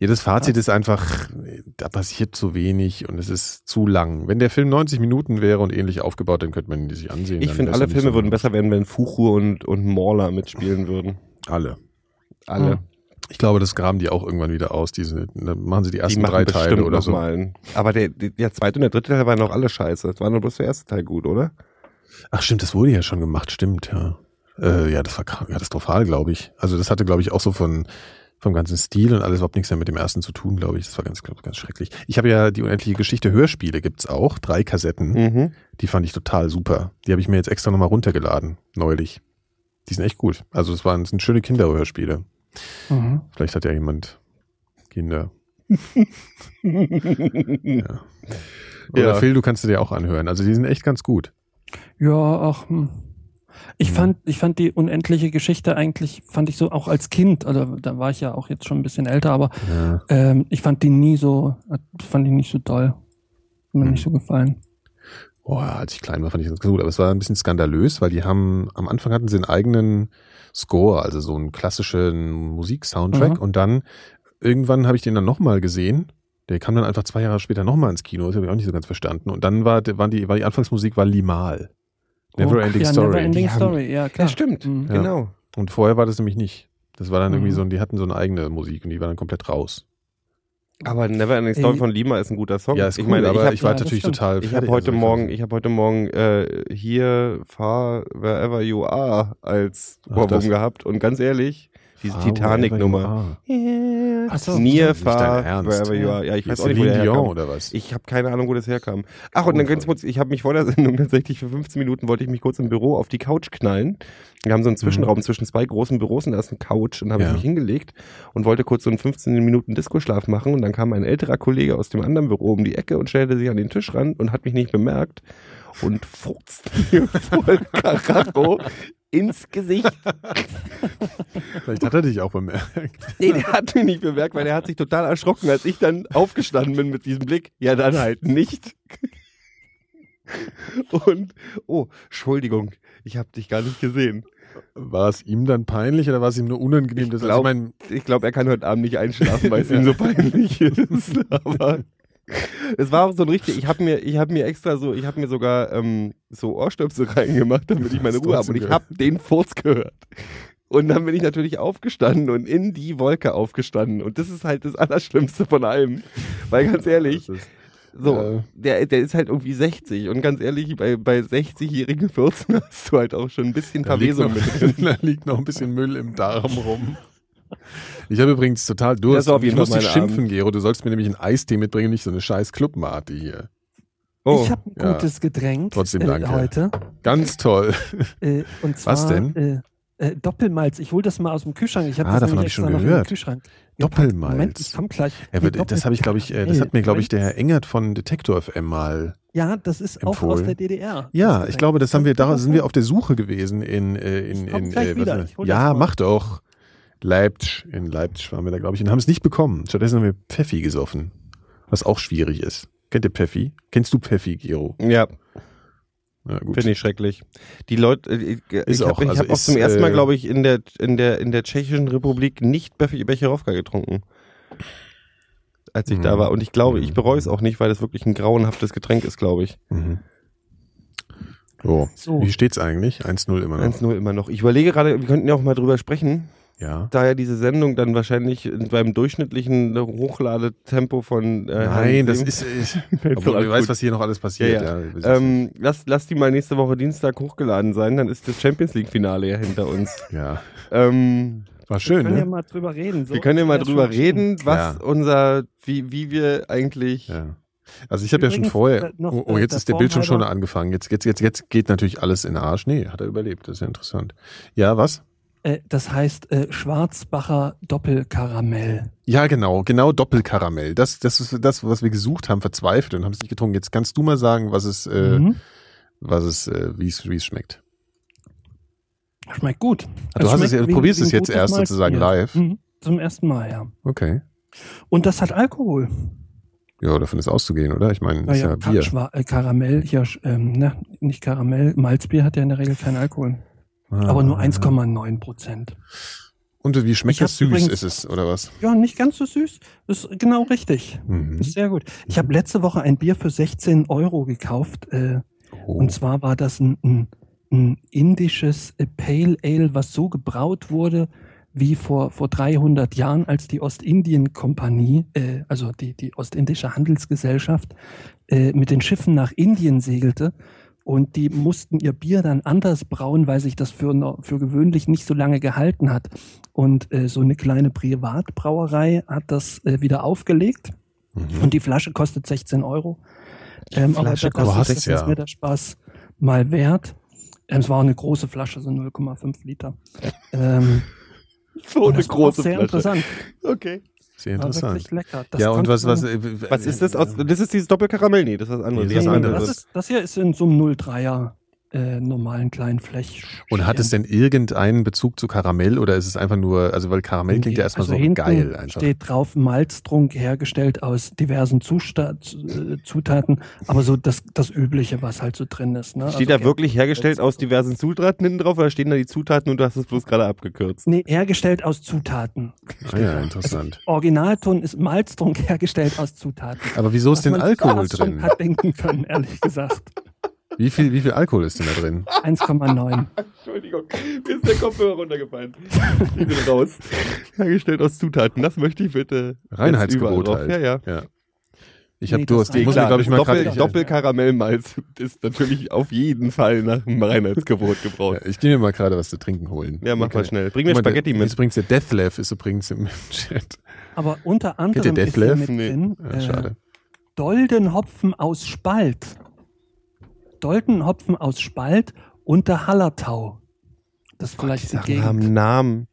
Speaker 2: Ja, das Fazit ist einfach, da passiert zu wenig und es ist zu lang. Wenn der Film 90 Minuten wäre und ähnlich aufgebaut, dann könnte man ihn sich ansehen.
Speaker 5: ich
Speaker 2: dann
Speaker 5: finde,
Speaker 2: wär's
Speaker 5: alle
Speaker 2: nicht so
Speaker 5: Filme würden
Speaker 2: lang.
Speaker 5: besser werden, wenn Fuchu und, und Mauler mitspielen würden.
Speaker 2: Alle.
Speaker 5: Alle.
Speaker 1: Hm.
Speaker 2: Ich glaube, das graben die auch irgendwann wieder aus. Diese, dann machen sie die
Speaker 5: Die
Speaker 2: ersten
Speaker 5: machen
Speaker 2: drei
Speaker 5: bestimmt
Speaker 2: Teile oder
Speaker 5: noch
Speaker 2: so.
Speaker 5: mal einen. Aber der, der- der zweite und der dritte Teil waren auch alle scheiße. Das war nur bloß der erste Teil gut, oder?
Speaker 2: Ach stimmt, das wurde ja schon gemacht, stimmt, ja. Äh, ja, das war kra- katastrophal, glaube ich. Also das hatte, glaube ich, auch so von vom ganzen Stil und alles überhaupt nichts mehr mit dem ersten zu tun, glaube ich. Das war ganz, ganz ganz schrecklich. Ich habe ja die unendliche Geschichte Hörspiele gibt's auch, drei Kassetten.
Speaker 5: Mhm.
Speaker 2: Die fand ich total super. Die habe ich mir jetzt extra nochmal runtergeladen, neulich. Die sind echt gut. Also es waren, es sind schöne Kinderhörspiele.
Speaker 1: Mhm.
Speaker 2: Vielleicht hat ja jemand Kinder. Oder
Speaker 5: Ja.
Speaker 2: Phil, du kannst sie dir auch anhören. Also die sind echt ganz gut.
Speaker 1: Ja, ach. hm. Ich
Speaker 2: Hm.
Speaker 1: fand, ich fand die unendliche Geschichte eigentlich, fand ich so auch als Kind, also da war ich ja auch jetzt schon ein bisschen älter, aber
Speaker 2: Ja.
Speaker 1: ähm, ich fand die nie so, äh, fand die nicht so toll. Hat mir
Speaker 2: Hm.
Speaker 1: nicht so gefallen.
Speaker 2: Boah, als ich klein war, fand ich das ganz gut. Aber es war ein bisschen skandalös, weil die haben, am Anfang hatten sie einen eigenen Score, also so einen klassischen Musiksoundtrack.
Speaker 1: Mhm.
Speaker 2: Und dann, irgendwann habe ich den dann nochmal gesehen. Der kam dann einfach zwei Jahre später nochmal ins Kino. Das habe ich auch nicht so ganz verstanden. Und dann war, waren die, war die Anfangsmusik war Limal. Never Ending
Speaker 1: Oh, ja,
Speaker 2: Story.
Speaker 1: Never Ending
Speaker 5: Die haben-
Speaker 1: Story, ja klar.
Speaker 5: Ja, stimmt.
Speaker 1: Mhm.
Speaker 2: Ja.
Speaker 5: Genau.
Speaker 2: Und vorher war das nämlich nicht. Das war dann irgendwie
Speaker 1: Mhm.
Speaker 2: so, die hatten so eine eigene Musik und die waren dann komplett raus.
Speaker 5: Aber Never Ending Story
Speaker 1: Ey.
Speaker 5: von Lima ist ein guter Song.
Speaker 2: Ja, ist
Speaker 5: ich
Speaker 2: cool,
Speaker 5: meine,
Speaker 2: aber ich,
Speaker 5: ich
Speaker 2: war
Speaker 1: Ja, das
Speaker 2: natürlich
Speaker 1: stimmt.
Speaker 2: total
Speaker 5: habe ich hab
Speaker 2: fertig.
Speaker 5: heute
Speaker 2: Also ich
Speaker 5: Morgen,
Speaker 2: fand-
Speaker 5: ich habe heute Morgen äh, hier Far Wherever You Are als
Speaker 2: Ach,
Speaker 5: Ohrwurm
Speaker 2: das.
Speaker 5: gehabt und ganz ehrlich, diese
Speaker 2: Ah,
Speaker 5: Titanic-Nummer.
Speaker 2: whatever you are.
Speaker 1: Ach so.
Speaker 5: Near
Speaker 2: Nicht dein
Speaker 5: Far
Speaker 2: Ernst.
Speaker 5: Wherever You Are. Ja, ich
Speaker 2: Jetzt
Speaker 5: weiß auch nicht, wo der
Speaker 2: Celine Dion
Speaker 5: herkam.
Speaker 2: oder was?
Speaker 5: Ich habe keine Ahnung, wo das herkam. Ach, und dann ganz
Speaker 2: Unfall.
Speaker 5: kurz, ich habe mich vor der Sendung tatsächlich für 15 Minuten, wollte ich mich kurz im Büro auf die Couch knallen. Wir haben so einen Zwischenraum zwischen zwei großen Büros und da ist eine Couch und da habe
Speaker 2: Mhm. Ja.
Speaker 5: ich mich hingelegt und wollte kurz so einen 15 Minuten Disco-Schlaf machen und dann kam ein älterer Kollege aus dem anderen Büro um die Ecke und stellte sich an den Tisch ran und hat mich nicht bemerkt und furzt mir voll Karacho ins Gesicht.
Speaker 2: Vielleicht hat er dich auch bemerkt.
Speaker 5: Nee, der hat mich nicht bemerkt, weil der hat sich total erschrocken, als ich dann aufgestanden bin mit diesem Blick. Ja, dann halt nicht. Und, oh, Entschuldigung, ich habe dich gar nicht gesehen.
Speaker 2: War es ihm dann peinlich oder war es ihm nur unangenehm?
Speaker 5: Ich
Speaker 2: dass-
Speaker 5: glaub-
Speaker 2: also ich mein,
Speaker 5: Ich glaube, er kann heute Abend nicht einschlafen, weil es ihm so peinlich ist. Aber es war auch so ein richtig, ich habe mir, ich hab mir extra so, ich habe mir sogar ähm, so Ohrstöpsel reingemacht, damit ich meine
Speaker 2: Hast
Speaker 5: Ruhe habe.
Speaker 2: trotzdem
Speaker 5: Und ich habe den Furz gehört. Und dann bin ich natürlich aufgestanden und in die Wolke aufgestanden. Und das ist halt das Allerschlimmste von allem. Weil ganz ehrlich,
Speaker 2: das ist-
Speaker 5: so,
Speaker 2: Äh.
Speaker 5: der, der ist halt irgendwie 60. Und ganz ehrlich, bei, bei 60-jährigen 14 hast du halt auch schon ein bisschen
Speaker 2: Da liegt,
Speaker 5: Verwesung mit
Speaker 2: noch, da liegt noch ein bisschen Müll im Darm rum. Ich habe übrigens total Durst.
Speaker 5: Das war auf jeden
Speaker 2: ich muss
Speaker 5: Fall
Speaker 2: dich
Speaker 5: mein
Speaker 2: schimpfen, Gero. Du sollst mir nämlich einen Eistee mitbringen, nicht so eine scheiß Clubmate hier.
Speaker 5: Oh,
Speaker 1: ich habe ein
Speaker 2: Oh, ja.
Speaker 1: gutes Getränk
Speaker 2: Trotzdem
Speaker 1: Äh,
Speaker 2: danke.
Speaker 1: heute.
Speaker 2: Ganz toll.
Speaker 1: Äh, und zwar,
Speaker 2: Was
Speaker 1: Äh, äh, Doppelmalz. Ich hole das mal aus dem Kühlschrank. Ich hab
Speaker 2: Ah,
Speaker 1: das
Speaker 2: davon
Speaker 1: nämlich
Speaker 2: hab ich schon
Speaker 1: extra noch in den
Speaker 2: gehört.
Speaker 1: Kühlschrank gepackt.
Speaker 2: Doppelmalz.
Speaker 1: Moment, ich komm gleich.
Speaker 2: Ja,
Speaker 1: Nee,
Speaker 2: aber das habe ich, glaube ich, äh, das hat mir, glaube ich, der Engert von Detektor FM mal.
Speaker 1: Ja, das ist auch aus
Speaker 2: empfohlen.
Speaker 1: der DDR.
Speaker 2: Ja,
Speaker 1: das
Speaker 2: ich
Speaker 1: Getränk.
Speaker 2: glaube, das haben wir, da sind wir
Speaker 1: auch.
Speaker 2: auf der Suche gewesen in, äh, in,
Speaker 1: Ich komm
Speaker 2: in
Speaker 1: gleich
Speaker 2: äh, was
Speaker 1: wieder,
Speaker 2: war das?
Speaker 1: ich hol das
Speaker 2: Ja,
Speaker 1: mal.
Speaker 2: mach doch. Leipzig, in Leipzig waren wir da, glaube ich, und haben es nicht bekommen. Stattdessen haben wir Pfeffi gesoffen, was auch schwierig ist. Kennt ihr Pfeffi? Kennst du Pfeffi, Gero?
Speaker 5: Ja,
Speaker 2: Ja, gut.
Speaker 5: Finde ich schrecklich. Die Leute, äh, ich,
Speaker 2: Ist
Speaker 5: ich habe
Speaker 2: auch,
Speaker 5: auch, ich
Speaker 2: also
Speaker 5: hab auch
Speaker 2: ist,
Speaker 5: zum ersten Mal,
Speaker 2: äh,
Speaker 5: glaube ich, in der, in, der, in der Tschechischen Republik nicht Befi- Becherowka getrunken. Als ich
Speaker 2: Mhm.
Speaker 5: da war. Und ich glaube, ich
Speaker 2: Mhm.
Speaker 5: bereue es auch nicht, weil das wirklich ein grauenhaftes Getränk ist, glaube ich.
Speaker 2: Mhm. So.
Speaker 1: So.
Speaker 2: Wie steht's eigentlich? 1-0 immer noch.
Speaker 5: 1-0 immer noch. Ich überlege gerade, wir könnten ja auch mal drüber sprechen,
Speaker 2: Ja.
Speaker 5: da ja diese Sendung dann wahrscheinlich in- beim durchschnittlichen Hochladetempo von. äh, Herrn
Speaker 2: Nein, das
Speaker 5: Sieben-
Speaker 2: ist. Ist,
Speaker 5: doch
Speaker 2: obwohl
Speaker 5: alles
Speaker 2: du weißt,
Speaker 5: gut.
Speaker 2: was hier noch alles passiert.
Speaker 5: Ja,
Speaker 2: Ja, wir sind-
Speaker 5: Ähm, lass, lass die mal nächste Woche Dienstag hochgeladen sein, dann ist das Champions League-Finale ja hinter uns.
Speaker 2: ja.
Speaker 5: ähm,
Speaker 2: war schön,
Speaker 1: Wir können ja
Speaker 2: ne?
Speaker 1: mal drüber reden. So
Speaker 5: wir können ja
Speaker 1: ist
Speaker 5: mal
Speaker 1: das
Speaker 5: drüber
Speaker 1: schon
Speaker 5: reden, was
Speaker 2: Ja.
Speaker 5: unser, wie, wie wir eigentlich.
Speaker 2: Ja. Also ich habe ja schon
Speaker 1: Übrigens,
Speaker 2: vorher.
Speaker 1: äh, noch,
Speaker 2: oh, oh,
Speaker 1: äh,
Speaker 2: jetzt
Speaker 1: der
Speaker 2: ist der Bildschirm schon
Speaker 1: Formhalber-
Speaker 2: angefangen. Jetzt, jetzt, jetzt, jetzt geht natürlich alles in den Arsch. Nee, hat er überlebt. Das ist ja interessant. Ja, was?
Speaker 1: Äh, das heißt äh, Schwarzbacher Doppelkaramell.
Speaker 2: Ja, genau, genau Doppelkaramell. Das, das ist das, was wir gesucht haben, verzweifelt und haben es nicht getrunken. Jetzt kannst du mal sagen, was es, äh,
Speaker 1: Mhm.
Speaker 2: was es, äh, wie es, wie es schmeckt.
Speaker 1: Schmeckt gut. Also
Speaker 2: Ah, du hast es
Speaker 1: schmeckt
Speaker 2: ja-
Speaker 1: wie-
Speaker 2: probierst
Speaker 1: wie
Speaker 2: es
Speaker 1: ein
Speaker 2: jetzt
Speaker 1: gutes
Speaker 2: erst sozusagen
Speaker 1: Malzbier.
Speaker 2: live.
Speaker 1: Mhm. Zum ersten Mal, ja.
Speaker 2: Okay.
Speaker 1: Und das hat Alkohol.
Speaker 2: Ja, davon ist auszugehen, oder? Ich meine, ist ja,
Speaker 1: Naja, Ka-
Speaker 2: Bier.
Speaker 1: Schwa- äh, Karamell, ja, sch- ähm, ne, nicht Karamell, Malzbier hat ja in der Regel keinen Alkohol.
Speaker 2: Ah,
Speaker 1: aber nur
Speaker 2: ja.
Speaker 1: 1,9 Prozent.
Speaker 2: Und wie schmeckt
Speaker 1: Ich hab
Speaker 2: das? Süß
Speaker 1: übrigens-
Speaker 2: ist es, oder was?
Speaker 1: Ja, nicht ganz so süß. Ist genau richtig.
Speaker 2: Mhm.
Speaker 1: Ist sehr gut. Ich habe letzte Woche ein Bier für 16 Euro gekauft. Äh,
Speaker 2: Oh.
Speaker 1: Und zwar war das ein, ein, ein indisches äh, Pale Ale, was so gebraut wurde wie vor, vor 300 Jahren, als die Ostindien-Kompanie, äh, also die, die Ostindische Handelsgesellschaft, äh, mit den Schiffen nach Indien segelte. Und die mussten ihr Bier dann anders brauen, weil sich das für, no- für gewöhnlich nicht so lange gehalten hat. Und äh, so eine kleine Privatbrauerei hat das äh, wieder aufgelegt.
Speaker 2: Mhm.
Speaker 1: Und die Flasche kostet 16 Euro. Ähm, aber
Speaker 5: Flasche
Speaker 1: da dachte ich,
Speaker 2: kostet
Speaker 1: das ist
Speaker 2: ja.
Speaker 1: mir der Spaß mal wert. Ähm, es war auch eine große Flasche, so 0,5 Liter. Ähm,
Speaker 5: So
Speaker 2: Oh,
Speaker 5: Oh,
Speaker 1: und das war auch sehr interessant.
Speaker 5: Okay.
Speaker 2: Sehr
Speaker 1: War wirklich
Speaker 2: interessant.
Speaker 1: lecker. Das
Speaker 2: ja, und
Speaker 1: konnte
Speaker 2: was, was,
Speaker 1: man-
Speaker 2: äh,
Speaker 5: Was ist das? Aus,
Speaker 2: äh,
Speaker 5: das ist dieses Doppelkaramell? Nee, das ist was anderes.
Speaker 2: Nee, das ist
Speaker 1: Nee,
Speaker 2: was
Speaker 1: nee,
Speaker 2: anderes.
Speaker 1: das, ist, das hier ist in so einem 03er äh, normalen kleinen Fläch.
Speaker 2: Und hat es denn irgendeinen Bezug zu Karamell oder ist es einfach nur, also weil Karamell klingt ja erstmal
Speaker 1: also
Speaker 2: so
Speaker 1: hinten
Speaker 2: geil einfach.
Speaker 1: steht drauf, Malztrunk hergestellt aus diversen Zusta äh, Zutaten, aber so das, das Übliche, was halt so drin ist. Ne?
Speaker 5: Steht
Speaker 1: also,
Speaker 5: da wirklich hergestellt aus diversen Zutaten hinten drauf oder stehen da die Zutaten und du hast es bloß gerade abgekürzt?
Speaker 1: Nee, hergestellt aus Zutaten.
Speaker 2: Ah, ja, interessant.
Speaker 1: Originalton ist Malztrunk hergestellt aus Zutaten.
Speaker 2: Aber wieso ist denn
Speaker 1: man
Speaker 2: Alkohol
Speaker 1: zuerst schon
Speaker 2: drin?
Speaker 1: Hat denken können, ehrlich gesagt.
Speaker 2: Wie viel, wie viel Alkohol ist denn da drin?
Speaker 1: 1,9.
Speaker 5: Entschuldigung, mir ist der Kopfhörer runtergefallen. Ich bin raus. Hergestellt aus Zutaten, das möchte ich bitte. jetzt überall
Speaker 2: Reinheitsgebot
Speaker 5: drauf.
Speaker 2: halt.
Speaker 5: Ja, ja.
Speaker 2: Ich habe
Speaker 1: Nee, das
Speaker 2: Durst.
Speaker 1: war-
Speaker 2: Ich muss mir,
Speaker 1: Klar,
Speaker 2: glaube ich, mal
Speaker 5: Doppel,
Speaker 2: gerade. Ich,
Speaker 5: Doppelkaramellmalz ist natürlich auf jeden Fall nach dem Reinheitsgebot gebraucht.
Speaker 2: ja, ich gehe mir mal gerade was zu trinken holen.
Speaker 5: Ja, mach mal
Speaker 2: Okay.
Speaker 5: schnell. Bring mir
Speaker 2: Guck mal,
Speaker 5: Spaghetti
Speaker 2: der-
Speaker 5: mit.
Speaker 2: Jetzt bringt's der Deathlev ist übrigens im Chat.
Speaker 1: Aber unter anderem
Speaker 2: Kennt
Speaker 1: ist
Speaker 2: ihr
Speaker 1: hier
Speaker 2: Detlef?
Speaker 1: mit
Speaker 5: Nee.
Speaker 1: drin
Speaker 2: Ja,
Speaker 1: äh,
Speaker 2: schade.
Speaker 1: Doldenhopfen aus Spalt. Doldenhopfen aus Spalt unter Hallertau. Das ist vielleicht die
Speaker 5: Sachen haben
Speaker 1: Gegend.
Speaker 5: Namen.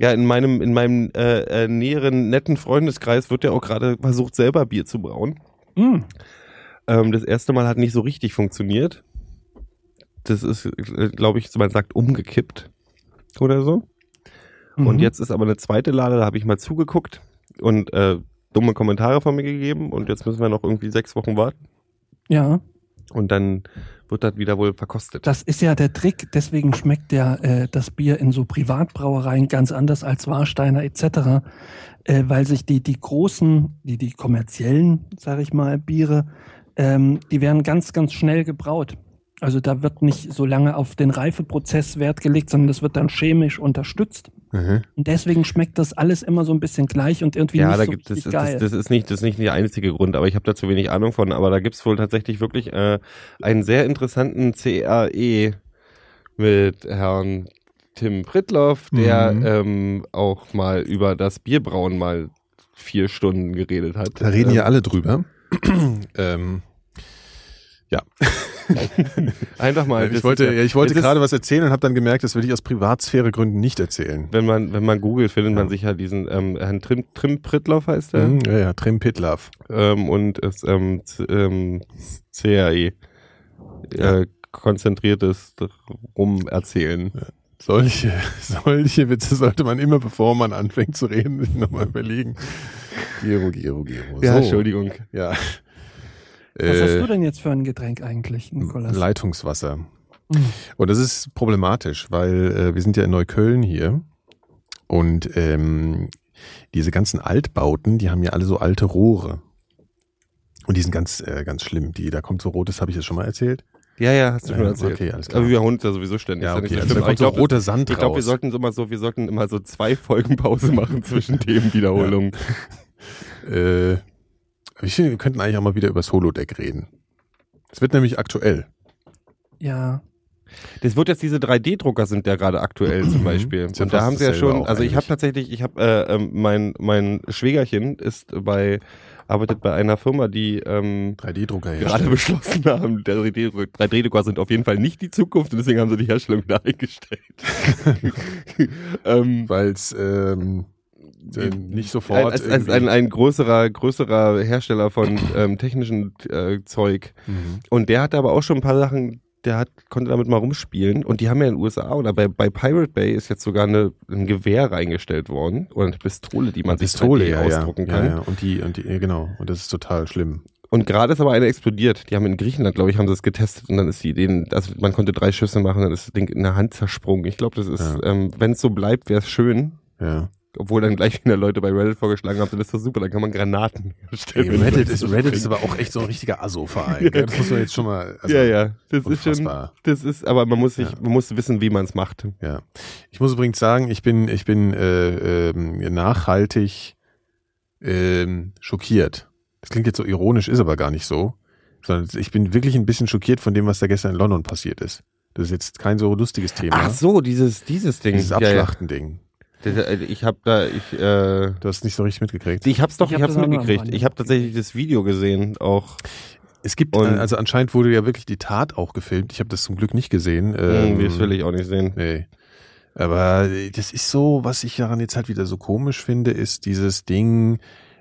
Speaker 5: Ja, in meinem, in meinem äh, äh, näheren, netten Freundeskreis wird ja auch gerade versucht, selber Bier zu brauen.
Speaker 1: Mm.
Speaker 5: Ähm, das erste Mal hat nicht so richtig funktioniert. Das ist, glaube ich, man sagt, umgekippt oder so. Und
Speaker 1: Mhm.
Speaker 5: jetzt ist aber eine zweite Lade, da habe ich mal zugeguckt und äh, dumme Kommentare von mir gegeben. Und jetzt müssen wir noch irgendwie sechs Wochen warten.
Speaker 1: Ja,
Speaker 5: Und dann wird das wieder wohl verkostet.
Speaker 1: das ist ja der Trick. Deswegen schmeckt ja äh, das Bier in so Privatbrauereien ganz anders als Warsteiner etc., äh, weil sich die, die großen, die, die kommerziellen, sage ich mal, Biere, ähm, die werden ganz, ganz schnell gebraut. Also da wird nicht so lange auf den Reifeprozess Wert gelegt, sondern das wird dann chemisch unterstützt.
Speaker 2: Mhm.
Speaker 1: Und deswegen schmeckt das alles immer so ein bisschen gleich und irgendwie
Speaker 5: ja,
Speaker 1: nicht
Speaker 5: da
Speaker 1: so
Speaker 5: gibt es,
Speaker 1: richtig
Speaker 5: das,
Speaker 1: geil.
Speaker 5: das, das ist nicht, das ist nicht der einzige Grund, aber ich habe da zu wenig Ahnung von. Aber da gibt's wohl tatsächlich wirklich äh, einen sehr interessanten CRE mit Herrn Tim Pritloff, der
Speaker 2: Mhm.
Speaker 5: ähm, auch mal über das Bierbrauen mal vier Stunden geredet hat.
Speaker 2: Da reden
Speaker 5: ähm,
Speaker 2: ja alle drüber. ähm,
Speaker 5: Einfach mal. das
Speaker 2: ich
Speaker 5: ist
Speaker 2: wollte,
Speaker 5: ja-
Speaker 2: ja, ich wollte
Speaker 5: das ist-
Speaker 2: gerade was erzählen und habe dann gemerkt, das will ich aus Privatsphäregründen nicht erzählen.
Speaker 5: Wenn man, wenn man googelt, findet man sicher diesen ähm, Herrn Trim, Trim Pritloff heißt er
Speaker 2: Mhm, ja, ja, Trim Pitlav.
Speaker 5: ähm, und ist ähm, C- ähm, CAE. Äh, konzentriertes Rumerzählen.
Speaker 2: Solche, solche Witze sollte man immer, bevor man anfängt zu reden, sich nochmal überlegen. Gero, Gero, Gero.
Speaker 5: Ja,
Speaker 2: So.
Speaker 5: Entschuldigung.
Speaker 2: Ja.
Speaker 1: Was hast
Speaker 2: Äh,
Speaker 1: du denn jetzt für ein Getränk eigentlich, Nikolas?
Speaker 2: Leitungswasser.
Speaker 1: Mhm.
Speaker 2: Und das ist problematisch, weil äh, wir sind ja in Neukölln hier und ähm, diese ganzen Altbauten, die haben ja alle so alte Rohre. Und die sind ganz, äh, ganz schlimm. Die, da kommt so rotes, habe ich das schon mal erzählt.
Speaker 5: Ja, ja, hast du schon
Speaker 2: Ja,
Speaker 5: erzählt.
Speaker 2: okay, alles klar.
Speaker 5: Aber wir wiederholen uns ja sowieso ständig.
Speaker 2: Ja,
Speaker 5: Ist nicht
Speaker 2: okay. Also, da
Speaker 5: so schlimm. Aber
Speaker 2: kommt
Speaker 5: ich
Speaker 2: so
Speaker 5: glaube,
Speaker 2: roter Sand
Speaker 5: ich glaub, wir
Speaker 2: raus.
Speaker 5: sollten immer so, wir sollten immer so zwei Folgen Pause machen zwischen Themenwiederholungen.
Speaker 2: äh, ich finde, wir könnten eigentlich auch mal wieder über das Holodeck reden. Es wird nämlich aktuell.
Speaker 1: Ja,
Speaker 5: Das wird jetzt diese 3D-Drucker sind ja gerade aktuell zum Beispiel.
Speaker 2: Ist ja
Speaker 5: und da
Speaker 2: fast
Speaker 5: haben sie ja
Speaker 2: dasselbe
Speaker 5: schon,
Speaker 2: auch
Speaker 5: also ich habe
Speaker 2: eigentlich.
Speaker 5: tatsächlich, ich habe äh, ähm, mein mein Schwägerchen ist bei arbeitet bei einer Firma, die ähm,
Speaker 2: 3D-Drucker
Speaker 5: gerade
Speaker 2: herstellen.
Speaker 5: beschlossen haben, der 3D-Druck- 3D-Drucker sind auf jeden Fall nicht die Zukunft und deswegen haben sie die Herstellung wieder eingestellt. ähm,
Speaker 2: Weil es ähm, äh, nicht sofort.
Speaker 5: ein, als, als
Speaker 2: irgendwie-
Speaker 5: ein, ein größerer größerer Hersteller von ähm, technischem äh, Zeug
Speaker 2: Mhm.
Speaker 5: Und der hatte aber auch schon ein paar Sachen, der hat, konnte damit mal rumspielen. Und die haben ja in den USA oder bei, bei Pirate Bay ist jetzt sogar eine, ein Gewehr reingestellt worden. Oder eine Pistole, die man
Speaker 2: Pistole
Speaker 5: sich 3D
Speaker 2: ja, ja.
Speaker 5: ausdrucken
Speaker 2: ja,
Speaker 5: kann.
Speaker 2: ja. Und die, und die, ja, genau. Und das ist total schlimm.
Speaker 5: Und gerade ist aber eine explodiert. Die haben in Griechenland, glaube ich, haben sie es getestet und dann ist die den, also man konnte drei Schüsse machen, dann ist das Ding in der Hand zersprungen. Ich glaube, das ist, ähm, wenn es so bleibt, wäre es schön.
Speaker 2: Ja.
Speaker 5: Obwohl dann gleich wieder Leute bei Reddit vorgeschlagen haben, dann ist das super, dann kann man Granaten herstellen.
Speaker 2: Ey, Reddit, ist,
Speaker 5: Das
Speaker 2: Reddit ist aber auch echt so ein richtiger Asso-Verein. gell? Das muss man jetzt schon mal. also,
Speaker 5: ja, ja, das ist schon,
Speaker 2: unfassbar.
Speaker 5: das ist, aber man muss sich,
Speaker 2: Ja. Genau.
Speaker 5: man muss wissen, wie man es macht.
Speaker 2: Ja. Ich muss übrigens sagen, ich bin, ich bin äh, ähm, nachhaltig ähm, schockiert. Das klingt jetzt so ironisch, ist aber gar nicht so. Sondern ich bin wirklich ein bisschen schockiert von dem, was da gestern in London passiert ist. Das ist jetzt kein so lustiges Thema.
Speaker 5: Ach so, dieses, dieses Ding.
Speaker 2: Dieses
Speaker 5: Ja, ja.
Speaker 2: Abschlachten-Ding.
Speaker 5: Das, äh, Ich habe da, ich, äh,
Speaker 2: Du hast es nicht so richtig mitgekriegt.
Speaker 5: ich hab's doch,
Speaker 1: Ich
Speaker 5: ich,
Speaker 1: hab
Speaker 5: hab's
Speaker 1: das auch nur am
Speaker 5: mitgekriegt.
Speaker 1: Rande.
Speaker 5: Ich habe tatsächlich das Video gesehen, auch.
Speaker 2: Es gibt,
Speaker 5: Und-
Speaker 2: äh, also anscheinend wurde ja wirklich die Tat auch gefilmt. Ich habe das zum Glück nicht gesehen.
Speaker 5: Ähm,
Speaker 2: Ähm,
Speaker 5: das will ich auch nicht sehen.
Speaker 2: Nee. Aber das ist so, was ich daran jetzt halt wieder so komisch finde, ist dieses Ding,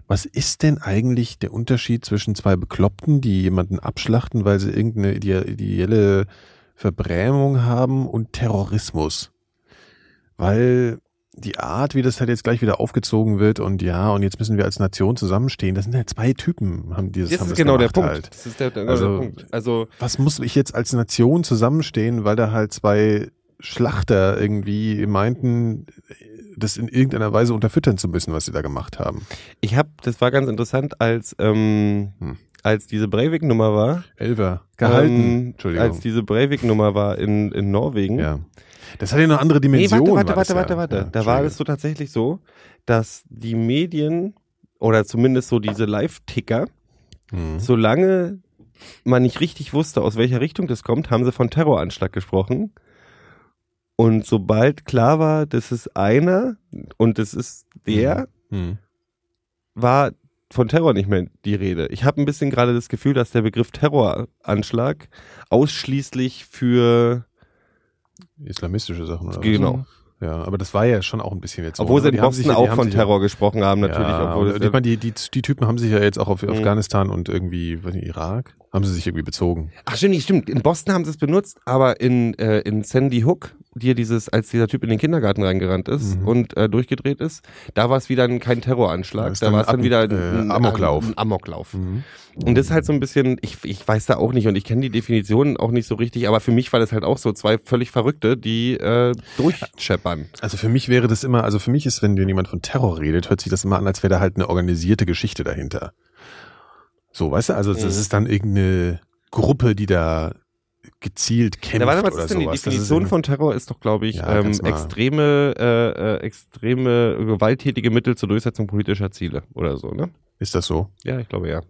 Speaker 2: was ist denn eigentlich der Unterschied zwischen zwei Bekloppten, die jemanden abschlachten, weil sie irgendeine ide- ideelle Verbrämung haben und Terrorismus? Weil die Art, wie das halt jetzt gleich wieder aufgezogen wird und ja, und jetzt müssen wir als Nation zusammenstehen, das sind halt zwei Typen, haben dieses
Speaker 5: Das
Speaker 2: haben
Speaker 5: ist
Speaker 2: das
Speaker 5: genau der
Speaker 2: gemacht
Speaker 5: Punkt.
Speaker 2: Halt.
Speaker 5: Das ist der, genau
Speaker 2: Also-
Speaker 5: der Punkt. Also,
Speaker 2: Was muss ich jetzt als Nation zusammenstehen, weil da halt zwei Schlachter irgendwie meinten, das in irgendeiner Weise unterfüttern zu müssen, was sie da gemacht haben?
Speaker 5: ich habe, das war ganz interessant, als, ähm,
Speaker 2: Hm.
Speaker 5: als diese Breivik-Nummer war.
Speaker 2: Elfer. Gehalten.
Speaker 5: Ähm,
Speaker 2: Entschuldigung.
Speaker 5: Als diese Breivik-Nummer war in, in Norwegen.
Speaker 2: ja. Das hat ja noch andere
Speaker 5: Nee,
Speaker 2: Dimensionen.
Speaker 5: warte, warte,
Speaker 2: war das
Speaker 5: warte,
Speaker 2: ja.
Speaker 5: warte, warte.
Speaker 2: Ja,
Speaker 5: da war
Speaker 2: Entschuldigung.
Speaker 5: es so tatsächlich so, dass die Medien oder zumindest so diese Live-Ticker,
Speaker 2: Mhm.
Speaker 5: solange man nicht richtig wusste, aus welcher Richtung das kommt, haben sie von Terroranschlag gesprochen. Und sobald klar war, das ist einer und das ist der,
Speaker 2: Mhm.
Speaker 5: war von Terror nicht mehr die Rede. Ich habe ein bisschen gerade das Gefühl, dass der Begriff Terroranschlag ausschließlich für
Speaker 2: Islamistische Sachen oder
Speaker 5: genau,
Speaker 2: was? Ja, aber das war ja schon auch ein bisschen jetzt. so,
Speaker 5: obwohl sie
Speaker 2: ne?
Speaker 5: in
Speaker 2: Die haben
Speaker 5: Boston
Speaker 2: sich ja- die
Speaker 5: auch
Speaker 2: haben
Speaker 5: von
Speaker 2: sich ja-
Speaker 5: Terror gesprochen haben natürlich,
Speaker 2: Ja,
Speaker 5: obwohl
Speaker 2: und,
Speaker 5: das
Speaker 2: ich meine, die, die, die Typen haben sich ja jetzt auch auf
Speaker 5: Mhm.
Speaker 2: Afghanistan und irgendwie, weiß nicht, Irak, haben sie sich irgendwie bezogen.
Speaker 5: Ach stimmt, nicht, stimmt. In Boston haben sie es benutzt, aber in, äh, in Sandy Hook, die dieses, als dieser Typ in den Kindergarten reingerannt ist
Speaker 2: Mhm.
Speaker 5: und äh, durchgedreht ist, da war es wieder ein, kein Terroranschlag,
Speaker 2: Das ist
Speaker 5: da
Speaker 2: dann
Speaker 5: war es dann
Speaker 2: Atem-
Speaker 5: wieder ein,
Speaker 2: äh,
Speaker 5: ein
Speaker 2: Amoklauf.
Speaker 5: Ein Amoklauf.
Speaker 2: Mhm.
Speaker 5: Und das ist halt so ein bisschen, ich, ich weiß da auch nicht und ich kenne die Definitionen auch nicht so richtig, aber für mich war das halt auch so zwei völlig Verrückte, die äh, durchscheppern.
Speaker 2: Also für mich wäre das immer, also für mich ist, wenn dir jemand von Terror redet, hört sich das immer an, als wäre da halt eine organisierte Geschichte dahinter. So, weißt du, also das
Speaker 5: Mhm.
Speaker 2: ist dann irgendeine Gruppe, die da gezielt kämpft
Speaker 5: Ja, warte, was
Speaker 2: oder
Speaker 5: ist denn die
Speaker 2: sowas. Das ist
Speaker 5: Definition
Speaker 2: irgendwie-
Speaker 5: von Terror? Ist doch, glaube ich,
Speaker 2: Ja,
Speaker 5: ähm,
Speaker 2: kannst mal-
Speaker 5: extreme, äh, äh, extreme gewalttätige Mittel zur Durchsetzung politischer Ziele oder so, ne?
Speaker 2: Ist das so?
Speaker 5: Ja, ich glaube ja.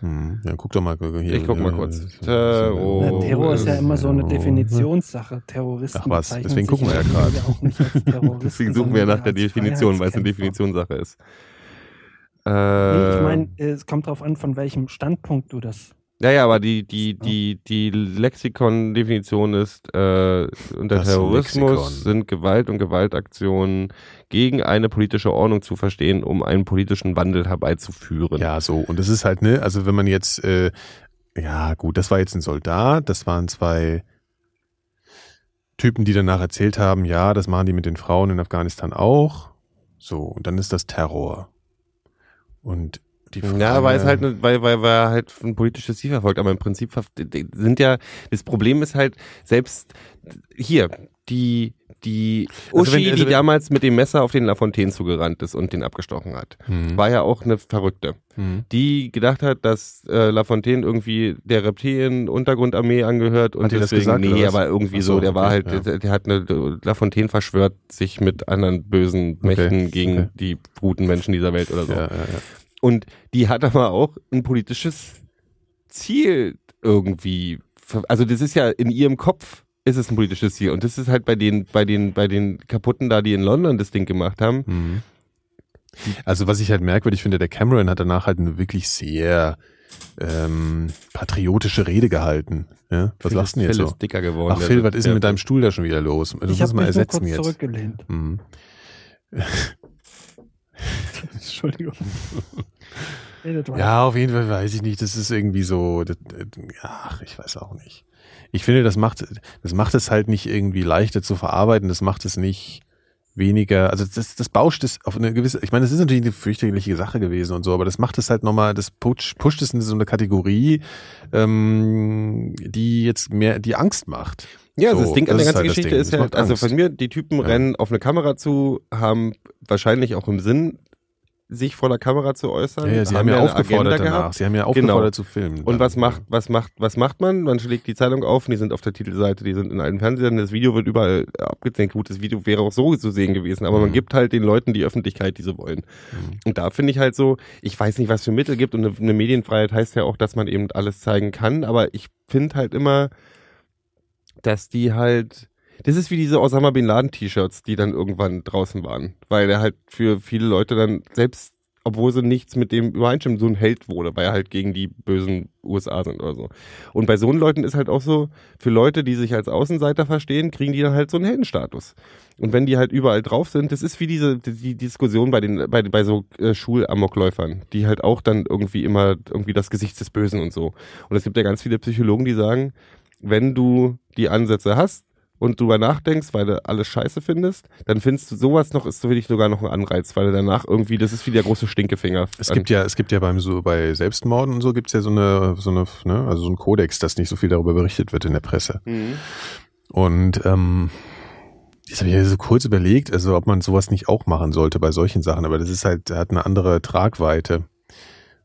Speaker 2: Hm. Ja, guck doch mal hier.
Speaker 5: Ich guck mal
Speaker 2: Ja,
Speaker 5: kurz.
Speaker 2: das ist-
Speaker 5: Terror.
Speaker 1: Na, Terror ist ja immer so eine
Speaker 2: Ja.
Speaker 1: Definitionssache. Terroristen.
Speaker 2: Oh, äh, Ach was,
Speaker 1: bezeichnen
Speaker 2: deswegen
Speaker 1: sich
Speaker 2: gucken wir ja gerade.
Speaker 1: auch nicht als Terroristen,
Speaker 5: Deswegen suchen wir
Speaker 1: sondern
Speaker 5: nach der
Speaker 1: als
Speaker 5: Definition, weil es eine
Speaker 1: Freiheitskämpfer.
Speaker 5: Definitionssache ist. Äh,
Speaker 1: Nee, ich meine, es kommt drauf an, von welchem Standpunkt du das.
Speaker 5: ja, ja, aber die, die, die, die Lexikon-Definition ist, äh, unter
Speaker 2: Das
Speaker 5: Terrorismus
Speaker 2: Lexikon.
Speaker 5: sind Gewalt und Gewaltaktionen gegen eine politische Ordnung zu verstehen, um einen politischen Wandel herbeizuführen.
Speaker 2: Ja, so. Und das ist halt, ne, also wenn man jetzt, äh, ja, gut, das war jetzt ein Soldat, das waren zwei Typen, die danach erzählt haben, ja, das machen die mit den Frauen in Afghanistan auch. So, und dann ist das Terror. Und die Frage,
Speaker 5: Ja, weil es halt, ne- weil, weil, weil er halt ein politisches Ziel verfolgt, aber im Prinzip ver- die- sind ja, das Problem ist halt, selbst hier, die, die
Speaker 2: Also
Speaker 5: Uschi,
Speaker 2: wenn- also
Speaker 5: die
Speaker 2: wenn-
Speaker 5: damals mit dem Messer auf den Lafontaine zugerannt ist und den abgestochen hat,
Speaker 2: Hm,
Speaker 5: war ja auch eine Verrückte,
Speaker 2: hm.
Speaker 5: die gedacht hat, dass äh, Lafontaine irgendwie der Reptilien-Untergrundarmee angehört und
Speaker 2: Hat die das
Speaker 5: deswegen,
Speaker 2: gesagt,
Speaker 5: nee,
Speaker 2: oder was?
Speaker 5: aber irgendwie
Speaker 2: Ach
Speaker 5: so,
Speaker 2: so,
Speaker 5: der war
Speaker 2: okay,
Speaker 5: halt,
Speaker 2: ja.
Speaker 5: der, der hat eine, Lafontaine verschwört sich mit anderen bösen
Speaker 2: Okay,
Speaker 5: Mächten gegen
Speaker 2: okay.
Speaker 5: die guten Menschen dieser Welt oder so.
Speaker 2: Ja, ja, ja.
Speaker 5: Und die hat aber auch ein politisches Ziel irgendwie. ver- Also das ist ja in ihrem Kopf ist es ein politisches Ziel. Und das ist halt bei den, bei den, bei den Kaputten da, die in London das Ding gemacht haben.
Speaker 2: Mhm. Also was ich halt merkwürdig finde, der Cameron hat danach halt eine wirklich sehr ähm, patriotische Rede gehalten. Ja? Was
Speaker 5: Phil
Speaker 2: lagst du denn
Speaker 5: ist-
Speaker 2: jetzt
Speaker 5: Phil
Speaker 2: so?
Speaker 5: Ist dicker geworden.
Speaker 2: Ach Phil,
Speaker 5: Der-
Speaker 2: was ist denn
Speaker 5: also der-
Speaker 2: mit deinem Stuhl da schon wieder los? Du
Speaker 1: Ich
Speaker 2: musst
Speaker 1: habe
Speaker 2: mal
Speaker 1: mich nur
Speaker 2: Also ersetzen
Speaker 1: kurz
Speaker 2: jetzt.
Speaker 1: zurückgelehnt.
Speaker 2: Mhm.
Speaker 1: Entschuldigung. Redet weiter.
Speaker 2: Ja, auf jeden Fall weiß ich nicht. Das ist irgendwie so. Das, das- ach, ich weiß auch nicht. Ich finde, das macht, das macht es halt nicht irgendwie leichter zu verarbeiten. Das macht es nicht weniger. Also das, das bauscht es auf eine gewisse. Ich meine, das ist natürlich eine fürchterliche Sache gewesen und so, aber das macht es halt nochmal. Das pusht, pusht es in so eine Kategorie, ähm, die jetzt mehr die Angst macht.
Speaker 5: Ja, also
Speaker 2: So,
Speaker 5: das Ding an
Speaker 2: das ist
Speaker 5: der ganzen
Speaker 2: halt das
Speaker 5: Geschichte
Speaker 2: Ding.
Speaker 5: ist
Speaker 2: Das
Speaker 5: ja,
Speaker 2: macht
Speaker 5: also
Speaker 2: Angst.
Speaker 5: von mir, die Typen
Speaker 2: Ja.
Speaker 5: rennen auf eine Kamera zu, haben wahrscheinlich auch im Sinn, sich vor der Kamera zu äußern.
Speaker 2: Ja, ja, sie haben ja
Speaker 5: eine
Speaker 2: aufgefordert
Speaker 5: Agenda
Speaker 2: danach.
Speaker 5: gehabt.
Speaker 2: Sie haben ja aufgefordert
Speaker 5: Genau.
Speaker 2: zu filmen.
Speaker 5: Und
Speaker 2: dann.
Speaker 5: was macht, was macht, was macht man? Man schlägt die Zeitung auf und die sind auf der Titelseite, die sind in allen Fernsehern, das Video wird überall abgezählt. Gut, das Video wäre auch so zu sehen gewesen, aber
Speaker 2: Mhm.
Speaker 5: man gibt halt den Leuten die Öffentlichkeit, die sie wollen.
Speaker 2: Mhm.
Speaker 5: Und da finde ich halt so, ich weiß nicht, was für Mittel gibt und eine, eine Medienfreiheit heißt ja auch, dass man eben alles zeigen kann, aber ich finde halt immer, dass die halt, das ist wie diese Osama Bin Laden T-Shirts, die dann irgendwann draußen waren, weil der halt für viele Leute dann selbst obwohl sie nichts mit dem übereinstimmen, so ein Held wurde, weil er halt gegen die bösen USA sind oder so. Und bei so einen Leuten ist halt auch so, für Leute, die sich als Außenseiter verstehen, kriegen die dann halt so einen Heldenstatus. Und wenn die halt überall drauf sind, das ist wie diese die, die Diskussion bei den bei, bei so äh, Schulamokläufern, die halt auch dann irgendwie immer irgendwie das Gesicht des Bösen und so. Und es gibt ja ganz viele Psychologen, die sagen, wenn du die Ansätze hast, und drüber nachdenkst, weil du alles scheiße findest, dann findest du sowas noch, ist für dich sogar noch ein Anreiz, weil du danach irgendwie, das ist wie der große Stinkefinger.
Speaker 2: Es gibt ja, es gibt ja beim so bei Selbstmorden und so gibt's ja so eine, so eine, ne, also so ein Kodex, dass nicht so viel darüber berichtet wird in der Presse.
Speaker 5: Mhm.
Speaker 2: Und ähm, das habe ich ja so kurz überlegt, also ob man sowas nicht auch machen sollte bei solchen Sachen, aber das ist halt, hat eine andere Tragweite.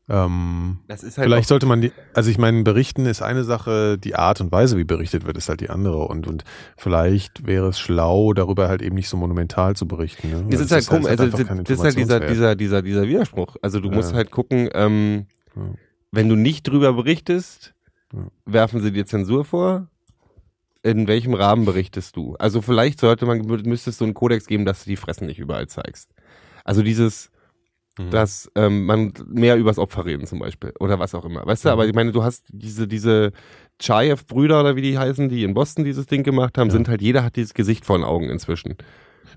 Speaker 2: Ähm,
Speaker 5: Das ist halt
Speaker 2: Vielleicht
Speaker 5: auch-
Speaker 2: sollte man die, also ich meine, berichten ist eine Sache, die Art und Weise, wie berichtet wird, ist halt die andere. Und, und vielleicht wäre es schlau, darüber halt eben nicht so monumental zu berichten. Ne?
Speaker 5: das
Speaker 2: Weil
Speaker 5: ist halt komisch,
Speaker 2: hat
Speaker 5: also
Speaker 2: einfach
Speaker 5: das
Speaker 2: keinen
Speaker 5: das ist halt dieser,
Speaker 2: Informationswert.
Speaker 5: dieser, dieser, dieser Widerspruch. Also du musst
Speaker 2: Ja.
Speaker 5: halt gucken, ähm,
Speaker 2: Ja.
Speaker 5: wenn du nicht drüber berichtest,
Speaker 2: Ja.
Speaker 5: werfen sie dir Zensur vor. In welchem Rahmen berichtest du? Also vielleicht sollte man, müsste es so einen Kodex geben, dass du die Fressen nicht überall zeigst. Also dieses,
Speaker 2: Mhm.
Speaker 5: dass ähm, man mehr übers Opfer reden zum Beispiel oder was auch immer. Weißt du,
Speaker 2: Mhm.
Speaker 5: aber ich meine, du hast diese, diese Chayev-Brüder oder wie die heißen, die in Boston dieses Ding gemacht haben,
Speaker 2: Ja.
Speaker 5: sind halt, jeder hat dieses Gesicht vor den Augen inzwischen.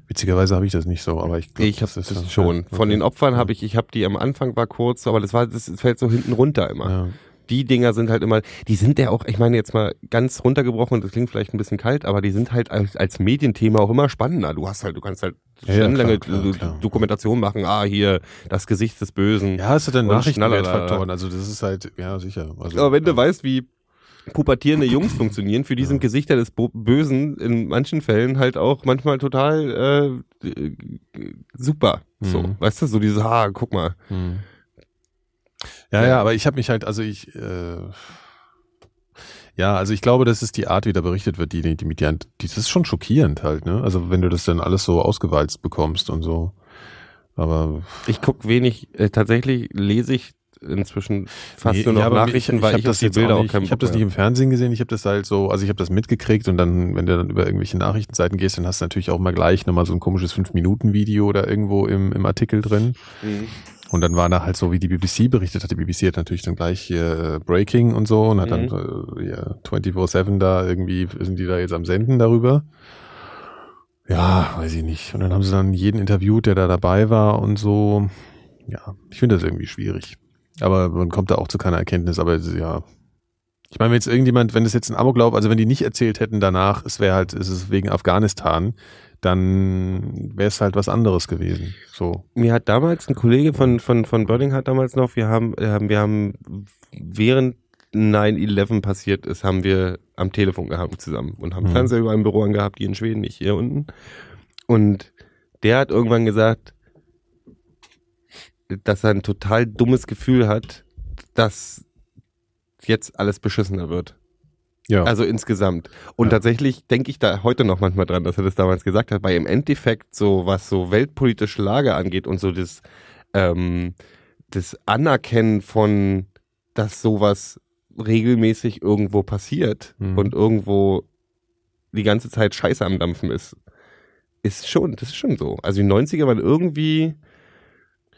Speaker 2: Witzigerweise habe ich das nicht so, aber ich
Speaker 5: ich habe das schon. Von den Opfern habe ich, ich habe die am Anfang war kurz, aber das war, das fällt so hinten runter immer.
Speaker 2: Ja.
Speaker 5: Die Dinger sind halt immer, die sind ja auch, ich meine jetzt mal ganz runtergebrochen, das klingt vielleicht ein bisschen kalt, aber die sind halt als, als Medienthema auch immer spannender. Du hast halt, du kannst halt
Speaker 2: Ja, ja,
Speaker 5: stundenlange
Speaker 2: klar, klar, klar.
Speaker 5: Dokumentation machen, ah, hier, das Gesicht des Bösen.
Speaker 2: ja, es hat dann
Speaker 5: Und
Speaker 2: Nachrichtenwertfaktoren,
Speaker 5: Schnallerlader.
Speaker 2: also das ist halt, ja sicher. Also,
Speaker 5: Aber wenn du weißt, wie pubertierende Jungs funktionieren, für die sind Gesichter des Bo Bösen in manchen Fällen halt auch manchmal total äh, äh, super. So,
Speaker 2: Mhm.
Speaker 5: weißt du, so dieses, ha, guck mal,
Speaker 2: Hm. Ja, ja, aber ich habe mich halt, also ich, äh, ja, also ich glaube, das ist die Art, wie da berichtet wird, die, die, die, die, die das ist schon schockierend halt, ne? Also wenn du das dann alles so ausgewalzt bekommst und so. Aber
Speaker 5: Ich guck wenig, äh, tatsächlich lese ich inzwischen fast
Speaker 2: Nee,
Speaker 5: nur noch
Speaker 2: ja, aber
Speaker 5: Nachrichten, weil
Speaker 2: hab
Speaker 5: ich, auf die
Speaker 2: jetzt auch
Speaker 5: Bilder auch,
Speaker 2: nicht,
Speaker 5: keinen
Speaker 2: Ich habe
Speaker 5: Bock
Speaker 2: das nicht im Fernsehen gesehen, ich habe das halt so, also ich habe das mitgekriegt und dann, wenn du dann über irgendwelche Nachrichtenseiten gehst, dann hast du natürlich auch mal gleich nochmal so ein komisches 5-Minuten-Video oder irgendwo im, im Artikel drin.
Speaker 5: mehr.
Speaker 2: Und dann war da halt so, wie die BBC berichtet hat. Die BBC hat natürlich dann gleich hier äh, Breaking und so und hat dann äh, ja, 24-7 da irgendwie, sind die da jetzt am Senden darüber. Ja, weiß ich nicht. Und dann haben sie dann jeden interviewt, der da dabei war und so. Ja, ich finde das irgendwie schwierig. Aber man kommt da auch zu keiner Erkenntnis, aber es ist ja. Ich meine, wenn jetzt irgendjemand, wenn es jetzt ein Amoklauf, also wenn die nicht erzählt hätten danach, es wäre halt, es ist wegen Afghanistan, dann wäre es halt was anderes gewesen. So.
Speaker 5: Mir hat damals ein Kollege von, von, von Burning hat damals noch, wir haben, äh, haben- wir haben, während 9-11 passiert ist, haben wir am Telefon gehabt zusammen und haben
Speaker 2: Mhm.
Speaker 5: Fernseher über ein Büro angehabt, hier in Schweden, nicht hier unten. Und der hat irgendwann gesagt, dass er ein total dummes Gefühl hat, dass jetzt alles beschissener wird.
Speaker 2: Ja.
Speaker 5: Also insgesamt. Und
Speaker 2: Ja.
Speaker 5: tatsächlich denke ich da heute noch manchmal dran, dass er das damals gesagt hat, weil im Endeffekt so, was so weltpolitische Lage angeht und so das, ähm, das Anerkennen von, dass sowas regelmäßig irgendwo passiert
Speaker 2: Mhm.
Speaker 5: und irgendwo die ganze Zeit Scheiße am Dampfen ist, ist schon, das ist schon so. Also die 90er waren irgendwie,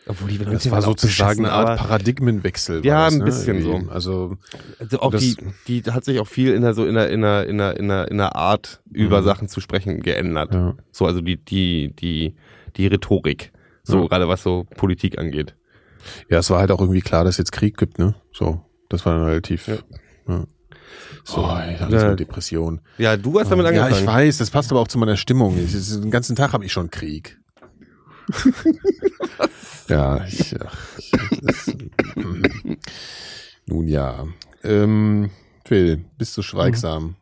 Speaker 5: obwohl die 90er
Speaker 2: Das war
Speaker 5: waren halt auch
Speaker 2: sozusagen
Speaker 5: beschissen,
Speaker 2: eine Art
Speaker 5: aber-
Speaker 2: Paradigmenwechsel. war
Speaker 5: Ja,
Speaker 2: das, ne?
Speaker 5: ein bisschen
Speaker 2: Irgendwie.
Speaker 5: so.
Speaker 2: Also
Speaker 5: Also auch
Speaker 2: Das-
Speaker 5: die, die hat sich auch viel in der so in der in der in der in der, in der Art über
Speaker 2: Mhm.
Speaker 5: Sachen zu sprechen geändert.
Speaker 2: ja.
Speaker 5: So also die die die die Rhetorik, so
Speaker 2: Ja.
Speaker 5: gerade was so Politik angeht.
Speaker 2: ja, es war halt auch irgendwie klar, dass es jetzt Krieg gibt, ne? So, das war dann relativ. Ja.
Speaker 5: Ja.
Speaker 2: So, oh, ey, alles
Speaker 5: Ja.
Speaker 2: mit Depression.
Speaker 5: Ja, du hast damit
Speaker 2: ja,
Speaker 5: angefangen.
Speaker 2: ich weiß, das passt aber auch zu meiner Stimmung. Ich, ich, den ganzen Tag habe ich schon Krieg. ja, ich, ach, ich das, hm. Nun ja. Ähm, Phil, bist du
Speaker 1: Mhm.
Speaker 2: schweigsam?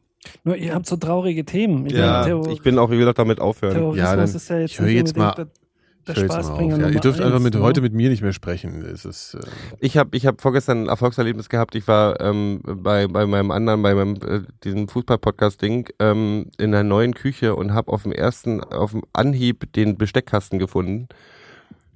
Speaker 1: Nur ihr habt so traurige Themen. Ich
Speaker 5: Ja,
Speaker 1: meine, Terror-
Speaker 5: ich bin auch, ich will auch damit aufhören.
Speaker 1: Terrorismus
Speaker 2: Ja, dann-
Speaker 1: ist ja jetzt
Speaker 2: ich höre
Speaker 1: nicht
Speaker 2: jetzt mal-
Speaker 1: unbedingt der,
Speaker 2: Ich höre
Speaker 1: der
Speaker 2: jetzt mal auf,
Speaker 1: Spaßbringer
Speaker 2: ja. Ihr
Speaker 1: Nummer
Speaker 2: dürft einfach
Speaker 1: eins,
Speaker 2: mit,
Speaker 1: ne?
Speaker 2: heute mit mir nicht mehr sprechen. Es ist, äh,
Speaker 5: Ich habe ich hab vorgestern ein Erfolgserlebnis gehabt. Ich war ähm, bei, bei meinem anderen, bei meinem äh, diesem Fußball-Podcast-Ding ähm, in der neuen Küche und habe auf dem ersten, auf dem Anhieb den Besteckkasten gefunden.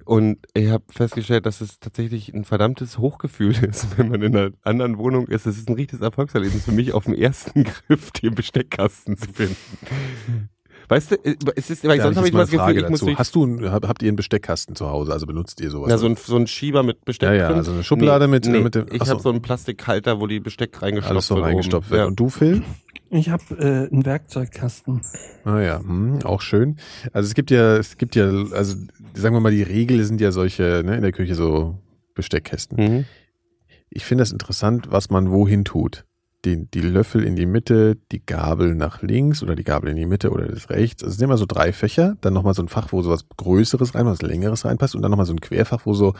Speaker 5: Und ich habe festgestellt, dass es tatsächlich ein verdammtes Hochgefühl ist, wenn man in einer anderen Wohnung ist. Es ist ein richtiges Erfolgserlebnis für mich, auf dem ersten Griff den Besteckkasten zu finden. Weißt du, äh, es ist, weil
Speaker 2: Da hab
Speaker 5: sonst habe ich immer
Speaker 2: mal
Speaker 5: das Gefühl, ich muss
Speaker 2: dazu.
Speaker 5: durch
Speaker 2: Hast du, ein- hab- habt ihr einen Besteckkasten zu Hause? Also benutzt ihr sowas?
Speaker 5: na, so, ein, so ein Schieber mit Besteck
Speaker 2: Ja, ja,
Speaker 5: drin.
Speaker 2: also eine Schublade mit-
Speaker 5: nee,
Speaker 2: mit dem-
Speaker 5: Ich
Speaker 2: achso.
Speaker 5: habe so einen Plastikhalter, wo die Besteck reingestopft
Speaker 2: alles so
Speaker 5: wird oben.
Speaker 2: reingestopft wird.
Speaker 5: Ja.
Speaker 2: Und du, Phil?
Speaker 1: Ich habe äh, einen Werkzeugkasten.
Speaker 2: Ah ja, hm, auch schön. Also es gibt ja, es gibt ja, also sagen wir mal, die Regel sind ja solche, ne, in der Küche so Besteckkästen.
Speaker 5: Mhm.
Speaker 2: Ich finde das interessant, was man wohin tut. Die, die Löffel in die Mitte, die Gabel nach links oder die Gabel in die Mitte oder das rechts. Also es sind immer so drei Fächer, dann nochmal so ein Fach, wo so was Größeres rein, was Längeres reinpasst und dann nochmal so ein Querfach, wo so,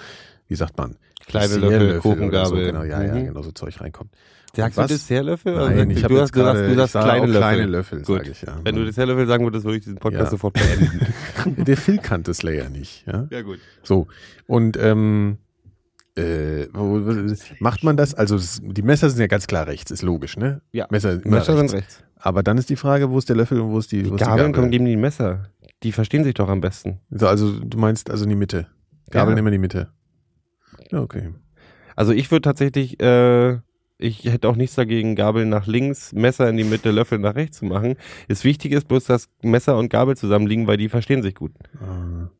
Speaker 2: wie sagt man,
Speaker 5: Kleine
Speaker 2: Dessertlöffel
Speaker 5: Löffel,
Speaker 2: oder
Speaker 5: Kuchengabel.
Speaker 2: So, genau, ja, ja,
Speaker 5: Mhm.
Speaker 2: genau, so Zeug reinkommt.
Speaker 5: Sagst
Speaker 2: Und
Speaker 5: du
Speaker 2: was?
Speaker 5: Dessertlöffel? oder
Speaker 2: Nein,
Speaker 5: sagst
Speaker 2: ich
Speaker 5: du,
Speaker 2: habe
Speaker 5: du
Speaker 2: jetzt
Speaker 5: hast, du
Speaker 2: gerade,
Speaker 5: sagst, du
Speaker 2: ich
Speaker 5: sagst
Speaker 2: sage
Speaker 5: kleine
Speaker 2: auch
Speaker 5: Löffel.
Speaker 2: kleine Löffel,
Speaker 5: Gut.
Speaker 2: sag ich, ja.
Speaker 5: Wenn du Dessertlöffel sagen würdest, würde ich diesen Podcast
Speaker 2: Ja.
Speaker 5: sofort beenden.
Speaker 2: Der Phil kannte es ja nicht, ja.
Speaker 5: ja, gut.
Speaker 2: So, und ähm, äh, wo- wo- macht man das? Also es- die Messer sind ja ganz klar rechts, ist logisch, ne?
Speaker 5: Ja.
Speaker 2: Messer, immer
Speaker 5: Messer sind
Speaker 2: rechts.
Speaker 5: rechts.
Speaker 2: Aber dann ist die Frage, wo ist der Löffel und wo ist die,
Speaker 5: Die
Speaker 2: wo ist
Speaker 5: Gabeln kommen neben die Messer. Die verstehen sich doch am besten.
Speaker 2: So, also du meinst also in die Mitte. Gabeln
Speaker 5: Ja.
Speaker 2: immer in die Mitte. Ja, Okay.
Speaker 5: Also ich würde tatsächlich, äh, ich hätte auch nichts dagegen, Gabel nach links, Messer in die Mitte, Löffel nach rechts zu machen. Das Wichtige ist bloß, dass Messer und Gabel zusammenliegen, weil die verstehen sich gut.
Speaker 2: Ah.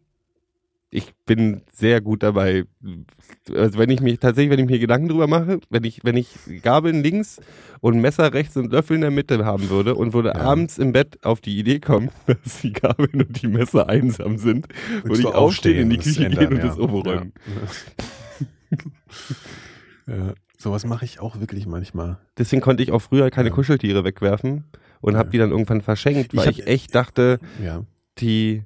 Speaker 5: Ich bin sehr gut dabei. Also wenn ich mich tatsächlich, wenn ich mir Gedanken drüber mache, wenn ich, wenn ich Gabeln links und Messer rechts und Löffel in der Mitte haben würde und würde
Speaker 2: Ja.
Speaker 5: abends im Bett auf die Idee kommen, dass die Gabeln und die Messer einsam sind, würde
Speaker 2: Würdest
Speaker 5: ich
Speaker 2: du
Speaker 5: aufstehen, in die
Speaker 2: das
Speaker 5: Küche
Speaker 2: ändern,
Speaker 5: gehen und
Speaker 2: ja.
Speaker 5: das umräumen.
Speaker 2: Ja. ja. Sowas mache ich auch wirklich manchmal.
Speaker 5: Deswegen konnte ich auch früher keine
Speaker 2: Ja.
Speaker 5: Kuscheltiere wegwerfen und habe
Speaker 2: Ja.
Speaker 5: die dann irgendwann verschenkt,
Speaker 2: Ich
Speaker 5: weil
Speaker 2: hab-
Speaker 5: ich, echt dachte,
Speaker 2: Ja.
Speaker 5: die,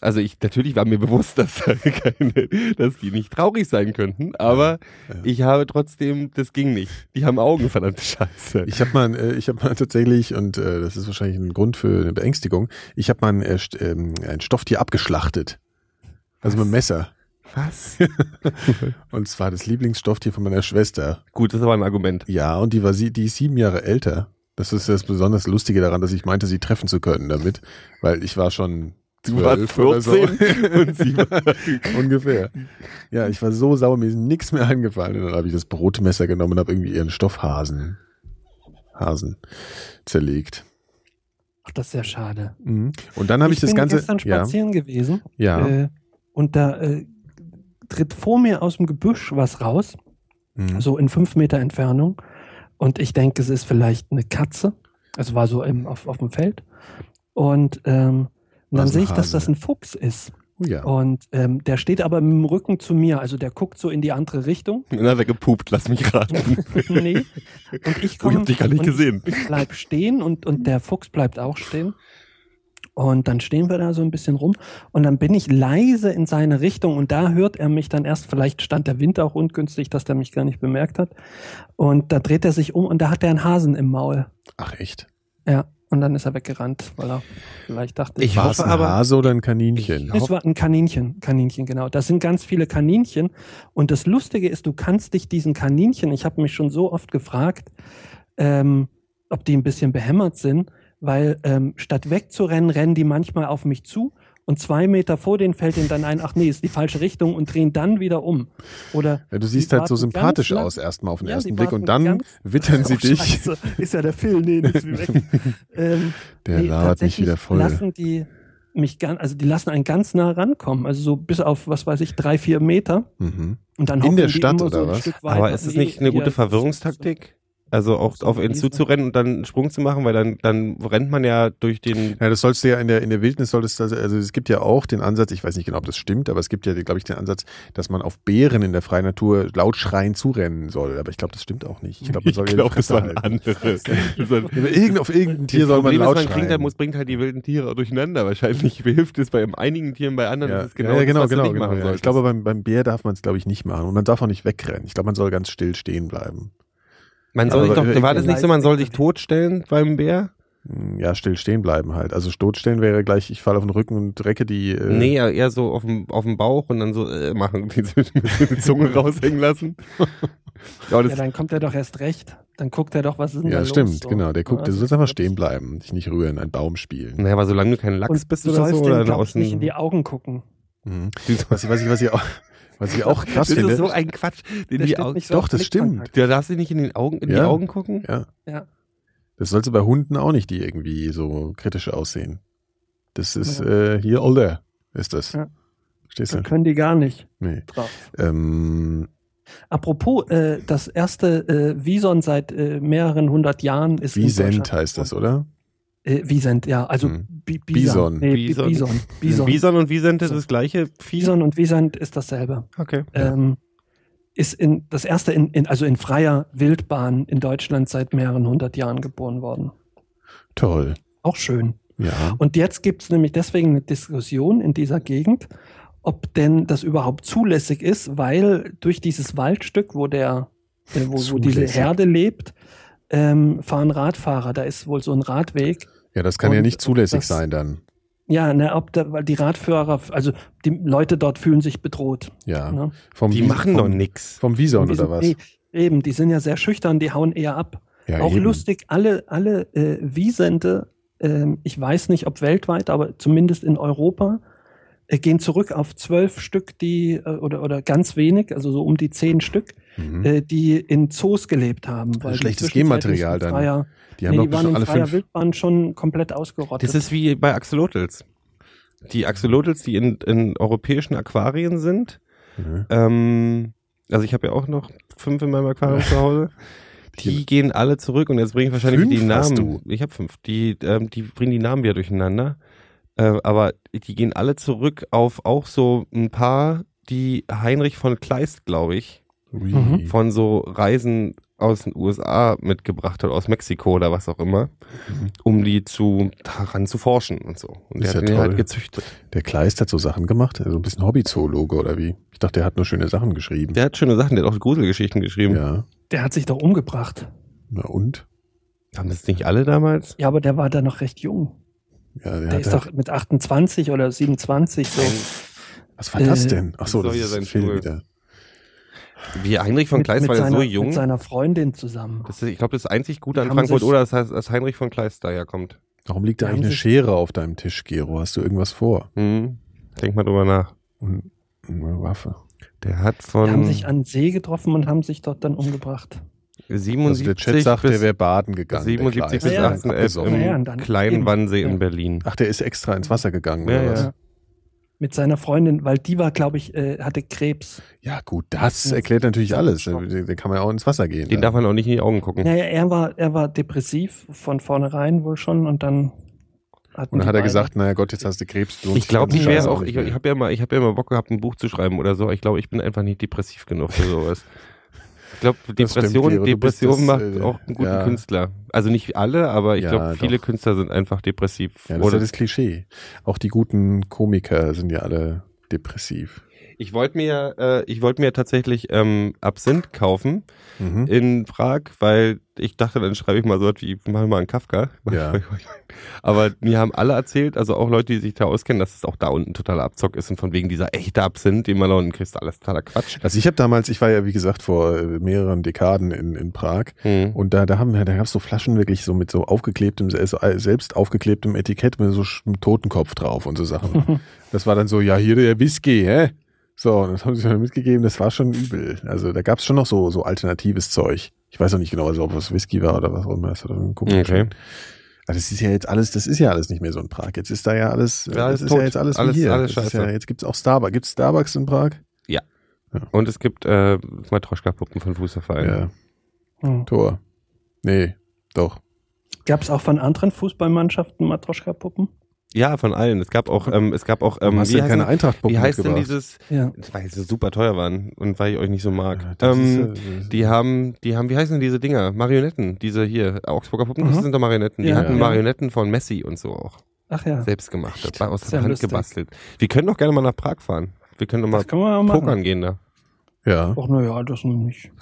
Speaker 5: also ich natürlich war mir bewusst, dass, da keine, dass die nicht traurig sein könnten, aber
Speaker 2: Ja.
Speaker 5: ich habe trotzdem, das ging nicht. Die haben Augen, verdammte Scheiße.
Speaker 2: Ich habe mal, äh, ich habe mal tatsächlich und äh, das ist wahrscheinlich ein Grund für eine Beängstigung. Ich habe mal ein, äh, St- ähm, ein Stofftier abgeschlachtet, also mit dem Messer.
Speaker 5: Was?
Speaker 2: Und zwar das Lieblingsstofftier von meiner Schwester.
Speaker 5: Gut, das ist aber ein Argument.
Speaker 2: Ja, und die war sie, die ist sieben Jahre älter. Das ist das besonders Lustige daran, dass ich meinte, sie treffen zu können damit, weil ich war schon
Speaker 5: Du warst
Speaker 2: 12 oder
Speaker 5: 14 und sie war.
Speaker 2: Ungefähr. Ja, ich war so sauer, mir ist nichts mehr eingefallen. Und dann habe ich das Brotmesser genommen und habe irgendwie ihren Stoffhasen Hasen zerlegt.
Speaker 1: Ach, das ist ja schade.
Speaker 2: Mhm. Und dann habe ich, das
Speaker 1: bin
Speaker 2: Ganze.
Speaker 1: gestern
Speaker 2: ja,
Speaker 1: spazieren gewesen
Speaker 2: ja.
Speaker 1: äh, und da äh, tritt vor mir aus dem Gebüsch was raus,
Speaker 2: mhm.
Speaker 1: so in fünf Meter Entfernung. Und ich denke, es ist vielleicht eine Katze. Also war so im, auf, auf dem Feld. Und ähm, und
Speaker 2: War
Speaker 1: dann
Speaker 2: es ein
Speaker 1: sehe ich, dass
Speaker 2: Hase?
Speaker 1: das ein Fuchs ist.
Speaker 2: Oh, ja.
Speaker 1: Und ähm, der steht aber mit dem Rücken zu mir. Also der guckt so in die andere Richtung.
Speaker 5: Dann hat er gepupt, lass mich raten.
Speaker 1: nee. Und ich
Speaker 5: Oh,
Speaker 1: komme.
Speaker 5: ich hab dich gar nicht
Speaker 1: und
Speaker 5: gesehen.
Speaker 1: Ich, ich bleib stehen und, und der Fuchs bleibt auch stehen. Und dann stehen wir da so ein bisschen rum und dann bin ich leise in seine Richtung und da hört er mich dann erst, vielleicht stand der Wind auch ungünstig, dass der mich gar nicht bemerkt hat. Und da dreht er sich um und da hat er einen Hasen im Maul.
Speaker 2: Ach echt.
Speaker 1: Ja, und dann ist er weggerannt, weil er vielleicht dachte,
Speaker 5: Ich
Speaker 2: War
Speaker 5: hoffe
Speaker 2: es ein
Speaker 5: aber-
Speaker 2: Hase oder ein Kaninchen?
Speaker 5: Ich-
Speaker 1: es war ein Kaninchen, Kaninchen, genau. Das sind ganz viele Kaninchen. Und das Lustige ist, du kannst dich diesen Kaninchen, ich habe mich schon so oft gefragt, ähm, ob die ein bisschen behämmert sind, weil ähm, statt wegzurennen, rennen die manchmal auf mich zu und zwei Meter vor denen fällt ihnen dann ein, ach nee, ist die falsche Richtung und drehen dann wieder um. Oder
Speaker 2: Ja, du siehst
Speaker 1: Die
Speaker 2: halt so
Speaker 1: warten
Speaker 2: sympathisch
Speaker 1: ganz lang-
Speaker 2: aus erstmal auf den
Speaker 1: Ja,
Speaker 2: ersten
Speaker 1: die
Speaker 2: Blick und
Speaker 1: warten
Speaker 2: dann
Speaker 1: ganz-
Speaker 2: wittern sie
Speaker 1: Oh,
Speaker 2: dich.
Speaker 1: Scheiße, ist ja der Phil, nee, nicht wie weg. ähm,
Speaker 2: Der labert mich
Speaker 1: tatsächlich
Speaker 2: wieder voll.
Speaker 1: Lassen die mich gern, also die lassen einen ganz nah rankommen, also so bis auf, was weiß ich, drei, vier Meter.
Speaker 2: Mhm.
Speaker 1: Und dann
Speaker 2: In
Speaker 1: hocken
Speaker 2: der
Speaker 1: die
Speaker 2: Stadt
Speaker 1: immer so
Speaker 2: oder
Speaker 1: ein
Speaker 2: was?
Speaker 1: Stück weiter.
Speaker 5: Aber ist es
Speaker 1: Nee,
Speaker 5: nicht eine
Speaker 1: halt hier
Speaker 5: gute
Speaker 1: ist-
Speaker 5: Verwirrungstaktik? Also auch
Speaker 1: So
Speaker 5: auf
Speaker 1: eine
Speaker 5: ihn
Speaker 1: Wiese.
Speaker 5: zuzurennen und dann einen Sprung zu machen, weil dann, dann rennt man ja durch den.
Speaker 2: Ja, das sollst du ja in der, in der Wildnis solltest du, also es gibt ja auch den Ansatz, ich weiß nicht genau, ob das stimmt, aber es gibt ja, glaube ich, den Ansatz, dass man auf Bären in der freien Natur laut schreien zurennen soll. Aber ich glaube, das stimmt auch nicht. Ich glaube, man soll den
Speaker 5: glaub,
Speaker 2: Fresse halten.
Speaker 5: anderes. Das war-
Speaker 2: Ja, aber irgend, auf irgendein Tier
Speaker 5: das
Speaker 2: soll man
Speaker 5: Problem
Speaker 2: laut
Speaker 5: ist, man
Speaker 2: schreien.
Speaker 5: bringt, halt, muss, bringt halt die wilden Tiere auch durcheinander. Wahrscheinlich hilft es bei einigen Tieren, bei anderen
Speaker 2: ja,
Speaker 5: ist es genau,
Speaker 2: ja, ja, genau,
Speaker 5: das, was
Speaker 2: genau,
Speaker 5: du nicht
Speaker 2: genau
Speaker 5: machen
Speaker 2: ja.
Speaker 5: solltest.
Speaker 2: Ich glaube, beim, beim Bär darf man es, glaube ich, nicht machen. Und man darf auch nicht wegrennen. Ich glaube, man soll ganz still stehen bleiben.
Speaker 5: man soll sich
Speaker 2: aber-
Speaker 5: doch, war das nicht so, man soll sich totstellen beim Bär?
Speaker 2: Hm, Ja, still stehen bleiben halt. Also totstellen wäre gleich, ich falle auf den Rücken und recke die. Äh,
Speaker 5: Nee, ja, eher so auf dem, auf dem Bauch und dann so äh, machen, diese die Zunge raushängen lassen. Aber
Speaker 1: Ja,
Speaker 5: das,
Speaker 1: dann kommt er doch erst recht. Dann guckt er doch, was ist denn da
Speaker 2: Ja,
Speaker 1: los?
Speaker 2: stimmt,
Speaker 1: so.
Speaker 2: genau. Der guckt, du
Speaker 1: Also,
Speaker 2: sollst einfach stehen bleiben, dich nicht rühren, einen Baum spielen.
Speaker 5: naja, aber solange du kein Lachs
Speaker 1: Und
Speaker 5: bist
Speaker 1: du
Speaker 5: oder so,
Speaker 1: sollst
Speaker 5: oder
Speaker 1: dem,
Speaker 5: ein
Speaker 1: glaub ich,
Speaker 5: außen.
Speaker 1: nicht in die Augen gucken.
Speaker 2: Mhm. Was, ich- was, ich, was, ich auch, was ich auch krass
Speaker 5: das
Speaker 2: finde.
Speaker 5: ist so ein Quatsch. In
Speaker 1: Der
Speaker 5: die
Speaker 1: steht
Speaker 5: Augen,
Speaker 1: nicht so
Speaker 2: doch,
Speaker 1: auf
Speaker 2: das
Speaker 1: Blickkontakt.
Speaker 5: da darfst du nicht in, den Augen, in die
Speaker 2: Ja.
Speaker 5: Augen gucken?
Speaker 2: ja.
Speaker 1: Ja.
Speaker 2: Das sollst du bei Hunden auch nicht, die irgendwie so kritisch aussehen. Das ist äh, hier Older, ist das.
Speaker 1: Ja.
Speaker 2: Stehst
Speaker 1: Da
Speaker 2: du?
Speaker 1: können die gar nicht
Speaker 2: Nee.
Speaker 1: drauf.
Speaker 2: Ähm,
Speaker 1: Apropos, äh, das erste äh, Wison seit äh, mehreren hundert Jahren ist. in
Speaker 2: Visent
Speaker 1: Deutschland
Speaker 2: heißt das, oder?
Speaker 1: Äh, Wiesent, ja, also
Speaker 2: Hm.
Speaker 1: Bi Bison.
Speaker 2: Bison.
Speaker 1: Nee, Bi-
Speaker 5: Bison.
Speaker 1: Bison. Bison. Bison.
Speaker 5: Bison und Wiesent ist das gleiche Vieh.
Speaker 1: und Wiesent ist dasselbe.
Speaker 5: Okay.
Speaker 1: Ähm, ist in, das erste, in, in, also in freier Wildbahn in Deutschland seit mehreren hundert Jahren geboren worden.
Speaker 2: Toll.
Speaker 1: Auch schön.
Speaker 2: Ja.
Speaker 1: Und jetzt gibt es nämlich deswegen eine Diskussion in dieser Gegend, ob denn das überhaupt zulässig ist, weil durch dieses Waldstück, wo der, äh, wo, wo diese
Speaker 2: Zulässig.
Speaker 1: Herde lebt, ähm, fahren Radfahrer. Da ist wohl so ein Radweg.
Speaker 2: Ja, das kann ja
Speaker 1: Und
Speaker 2: nicht zulässig
Speaker 1: das-
Speaker 2: sein dann.
Speaker 1: Ja, ne, ob da, weil die Radfahrer, also die Leute dort fühlen sich bedroht.
Speaker 2: Ja.
Speaker 1: Ne?
Speaker 2: Vom
Speaker 5: Die
Speaker 2: Vi- vom,
Speaker 5: machen doch nix.
Speaker 2: Vom Wison
Speaker 1: Und die
Speaker 2: oder
Speaker 1: sind-
Speaker 2: was?
Speaker 1: nee, eben, die sind ja sehr schüchtern, die hauen eher ab.
Speaker 2: ja,
Speaker 1: Auch
Speaker 2: eben.
Speaker 1: lustig, alle, alle äh, Wiesente, ähm, ich weiß nicht, ob weltweit, aber zumindest in Europa, äh, gehen zurück auf zwölf Stück, die, äh, oder, oder ganz wenig, also so um die zehn Stück,
Speaker 2: Mhm. Also
Speaker 1: äh, die in Zoos gelebt haben. die
Speaker 2: Schlechtes
Speaker 1: zwischenzeitlich
Speaker 2: Genmaterial
Speaker 1: in
Speaker 2: dann.
Speaker 1: Freier,
Speaker 2: Die
Speaker 1: die,
Speaker 2: haben
Speaker 1: nee,
Speaker 2: doch
Speaker 1: die waren
Speaker 2: bestimmt
Speaker 1: in
Speaker 2: alle
Speaker 1: freier
Speaker 2: fünf.
Speaker 1: Wildbahn schon komplett ausgerottet.
Speaker 5: Das ist wie bei Axolotls. Die Axolotls, die in, in europäischen Aquarien sind.
Speaker 2: Mhm.
Speaker 5: Ähm, also ich habe ja auch noch fünf in meinem Aquarium zu Hause. Die gehen alle zurück und jetzt bringe ich wahrscheinlich
Speaker 2: Fünf
Speaker 5: die Namen.
Speaker 2: hast du?
Speaker 5: Ich habe fünf. Die, ähm, die bringen die Namen wieder durcheinander. Äh, aber die gehen alle zurück auf auch so ein paar, die Heinrich von Kleist, glaube ich,
Speaker 2: Ui.
Speaker 1: Mhm.
Speaker 5: von so Reisen aus den USA mitgebracht hat, aus Mexiko oder was auch immer,
Speaker 2: Mhm.
Speaker 5: um die zu daran zu forschen und so. Und der
Speaker 2: Ist
Speaker 5: hat
Speaker 2: ja
Speaker 5: die
Speaker 2: toll.
Speaker 5: halt gezüchtet.
Speaker 2: Der Kleist hat so Sachen gemacht, also ein bisschen Hobbyzoologe oder wie? Ich dachte, der hat nur schöne Sachen geschrieben.
Speaker 5: Der hat schöne Sachen, der hat auch Gruselgeschichten geschrieben.
Speaker 2: Ja.
Speaker 1: der hat sich doch umgebracht.
Speaker 2: Na und?
Speaker 5: Haben das nicht alle damals?
Speaker 1: Ja, aber der war da noch recht jung.
Speaker 2: Ja,
Speaker 1: Der ist doch mit 28 oder 27 so.
Speaker 2: was war das
Speaker 1: äh,
Speaker 2: denn? Ach so,
Speaker 5: soll
Speaker 2: das
Speaker 5: ja
Speaker 2: ist
Speaker 5: sein
Speaker 2: ein Film
Speaker 5: Stuhl.
Speaker 2: wieder.
Speaker 5: Wie Heinrich von
Speaker 1: mit,
Speaker 5: Kleist
Speaker 1: mit
Speaker 5: war ja
Speaker 1: seiner,
Speaker 5: so jung.
Speaker 1: Mit seiner Freundin zusammen.
Speaker 5: Das ist, ich glaube, das einzig Gute an
Speaker 1: Haben
Speaker 5: Frankfurt
Speaker 1: sich-
Speaker 5: oder ist, dass dass Heinrich von Kleist daherkommt.
Speaker 2: Warum liegt da
Speaker 1: Wir
Speaker 2: eigentlich
Speaker 1: haben
Speaker 2: eine
Speaker 1: sich-
Speaker 2: Schere auf deinem Tisch, Gero? Hast du irgendwas vor?
Speaker 5: Hm. Denk mal drüber nach.
Speaker 2: Und eine Waffe.
Speaker 5: Der hat
Speaker 1: Die haben sich
Speaker 5: von
Speaker 1: an den See getroffen und haben sich dort dann umgebracht.
Speaker 2: Also
Speaker 5: 77
Speaker 2: der Chat sagt, der
Speaker 5: bis,
Speaker 2: wäre baden gegangen.
Speaker 5: 77
Speaker 2: der
Speaker 5: bis
Speaker 1: Ja,
Speaker 2: Kleist.
Speaker 5: 18
Speaker 2: Abgesoffen.
Speaker 1: Ja, ja,
Speaker 5: im
Speaker 1: und dann
Speaker 5: kleinen
Speaker 1: eben.
Speaker 5: Wannsee in
Speaker 1: Ja.
Speaker 5: Berlin.
Speaker 2: Ach, der ist extra ins Wasser gegangen, oder
Speaker 5: Ja,
Speaker 2: was?
Speaker 5: ja.
Speaker 1: Mit seiner Freundin, weil die war, glaube ich, äh, hatte Krebs.
Speaker 2: Ja, gut, das erklärt natürlich alles. Da da kann man ja auch ins Wasser gehen.
Speaker 5: Den darf man auch nicht in die Augen gucken.
Speaker 1: Naja, er war, er war depressiv von vornherein wohl schon und dann hatten
Speaker 2: Und dann
Speaker 1: die
Speaker 2: hat er
Speaker 1: beide-
Speaker 2: gesagt, naja Gott, jetzt hast du Krebs. lohnt
Speaker 5: Ich
Speaker 2: sich die
Speaker 5: glaube,
Speaker 2: ganze
Speaker 5: ich wäre
Speaker 2: Scheiße
Speaker 5: auch, ich,
Speaker 2: nicht
Speaker 5: ich
Speaker 2: mehr.
Speaker 5: habe ja mal, ich habe ja mal Bock gehabt, ein Buch zu schreiben oder so. Ich glaube, ich bin einfach nicht depressiv genug für sowas. Ich glaube, Depression,
Speaker 2: Gero, du
Speaker 5: Depression
Speaker 2: bist das,
Speaker 5: macht
Speaker 2: äh,
Speaker 5: auch einen guten
Speaker 2: ja.
Speaker 5: Künstler. Also nicht alle, aber ich
Speaker 2: Ja,
Speaker 5: glaube, viele
Speaker 2: doch.
Speaker 5: Künstler sind einfach depressiv.
Speaker 2: ja, das ist ja
Speaker 5: oder
Speaker 2: das Klischee. Auch die guten Komiker sind ja alle depressiv.
Speaker 5: ich wollte mir, äh, ich wollte mir tatsächlich ähm, Absinth kaufen
Speaker 2: Mhm.
Speaker 5: in Prag, weil ich dachte, dann schreibe ich mal so was wie, mach ich mal einen Kafka.
Speaker 2: Ja.
Speaker 5: Aber mir haben alle erzählt, also auch Leute, die sich da auskennen, dass es auch da unten totaler Abzock ist und von wegen dieser echte Absinth, den man da unten kriegst, alles totaler Quatsch.
Speaker 2: Also ich habe damals, ich war ja wie gesagt vor äh, mehreren Dekaden in, in Prag
Speaker 5: Hm.
Speaker 2: und da, da haben wir, da gab's so Flaschen wirklich so mit so aufgeklebtem, se- äh, selbst aufgeklebtem Etikett mit so sch- einem Totenkopf drauf und so Sachen. das war dann so, ja hier der Whisky, hä? So, und das haben sie mir mitgegeben, das war schon übel. Also da gab's schon noch so, so alternatives Zeug. Ich weiß auch nicht genau, also, ob es Whisky war oder was auch immer. Das hat ein Kumpel
Speaker 5: Okay.
Speaker 2: schon. Also das ist ja jetzt alles, das ist ja alles nicht mehr so in Prag. Jetzt ist da ja alles, äh,
Speaker 5: Ja, alles
Speaker 2: das ist
Speaker 5: tot.
Speaker 2: ja jetzt alles, wie
Speaker 5: Alles-
Speaker 2: hier.
Speaker 5: alles
Speaker 2: das ist ja,
Speaker 5: scheiße.
Speaker 2: jetzt gibt's auch Starbucks. Gibt's Starbucks in Prag?
Speaker 5: Und es gibt äh, Matroschka-Puppen von Fußballvereinen.
Speaker 2: Ja.
Speaker 1: Hm.
Speaker 2: Tor. Nee, doch.
Speaker 1: Gab es auch von anderen Fußballmannschaften Matroschka-Puppen?
Speaker 5: Ja, von allen. Es gab auch, ähm, es gab auch, ähm,
Speaker 2: hast du denn
Speaker 5: heißen-
Speaker 2: keine Eintracht-Puppen
Speaker 5: wie heißt denn
Speaker 2: mitgebracht?
Speaker 5: dieses,
Speaker 1: Ja.
Speaker 5: weil sie super teuer waren und weil ich euch nicht so mag.
Speaker 2: Ja, das
Speaker 5: ähm,
Speaker 2: ist, äh,
Speaker 5: die haben, die haben, wie heißen denn diese Dinger? Marionetten, diese hier, Augsburger Puppen, das
Speaker 1: Mhm.
Speaker 5: sind doch Marionetten. Die
Speaker 1: Ja,
Speaker 5: hatten
Speaker 1: ja.
Speaker 5: Marionetten von Messi und so auch.
Speaker 1: Ach ja.
Speaker 5: Selbst gemacht,
Speaker 1: Echt?
Speaker 5: aus der
Speaker 1: Sehr
Speaker 5: Hand
Speaker 1: lustig.
Speaker 5: gebastelt. Wir können doch gerne mal nach Prag fahren. Wir können doch mal
Speaker 1: Das können wir ja machen.
Speaker 5: pokern gehen da.
Speaker 2: ja.
Speaker 1: Ach naja, das noch nicht.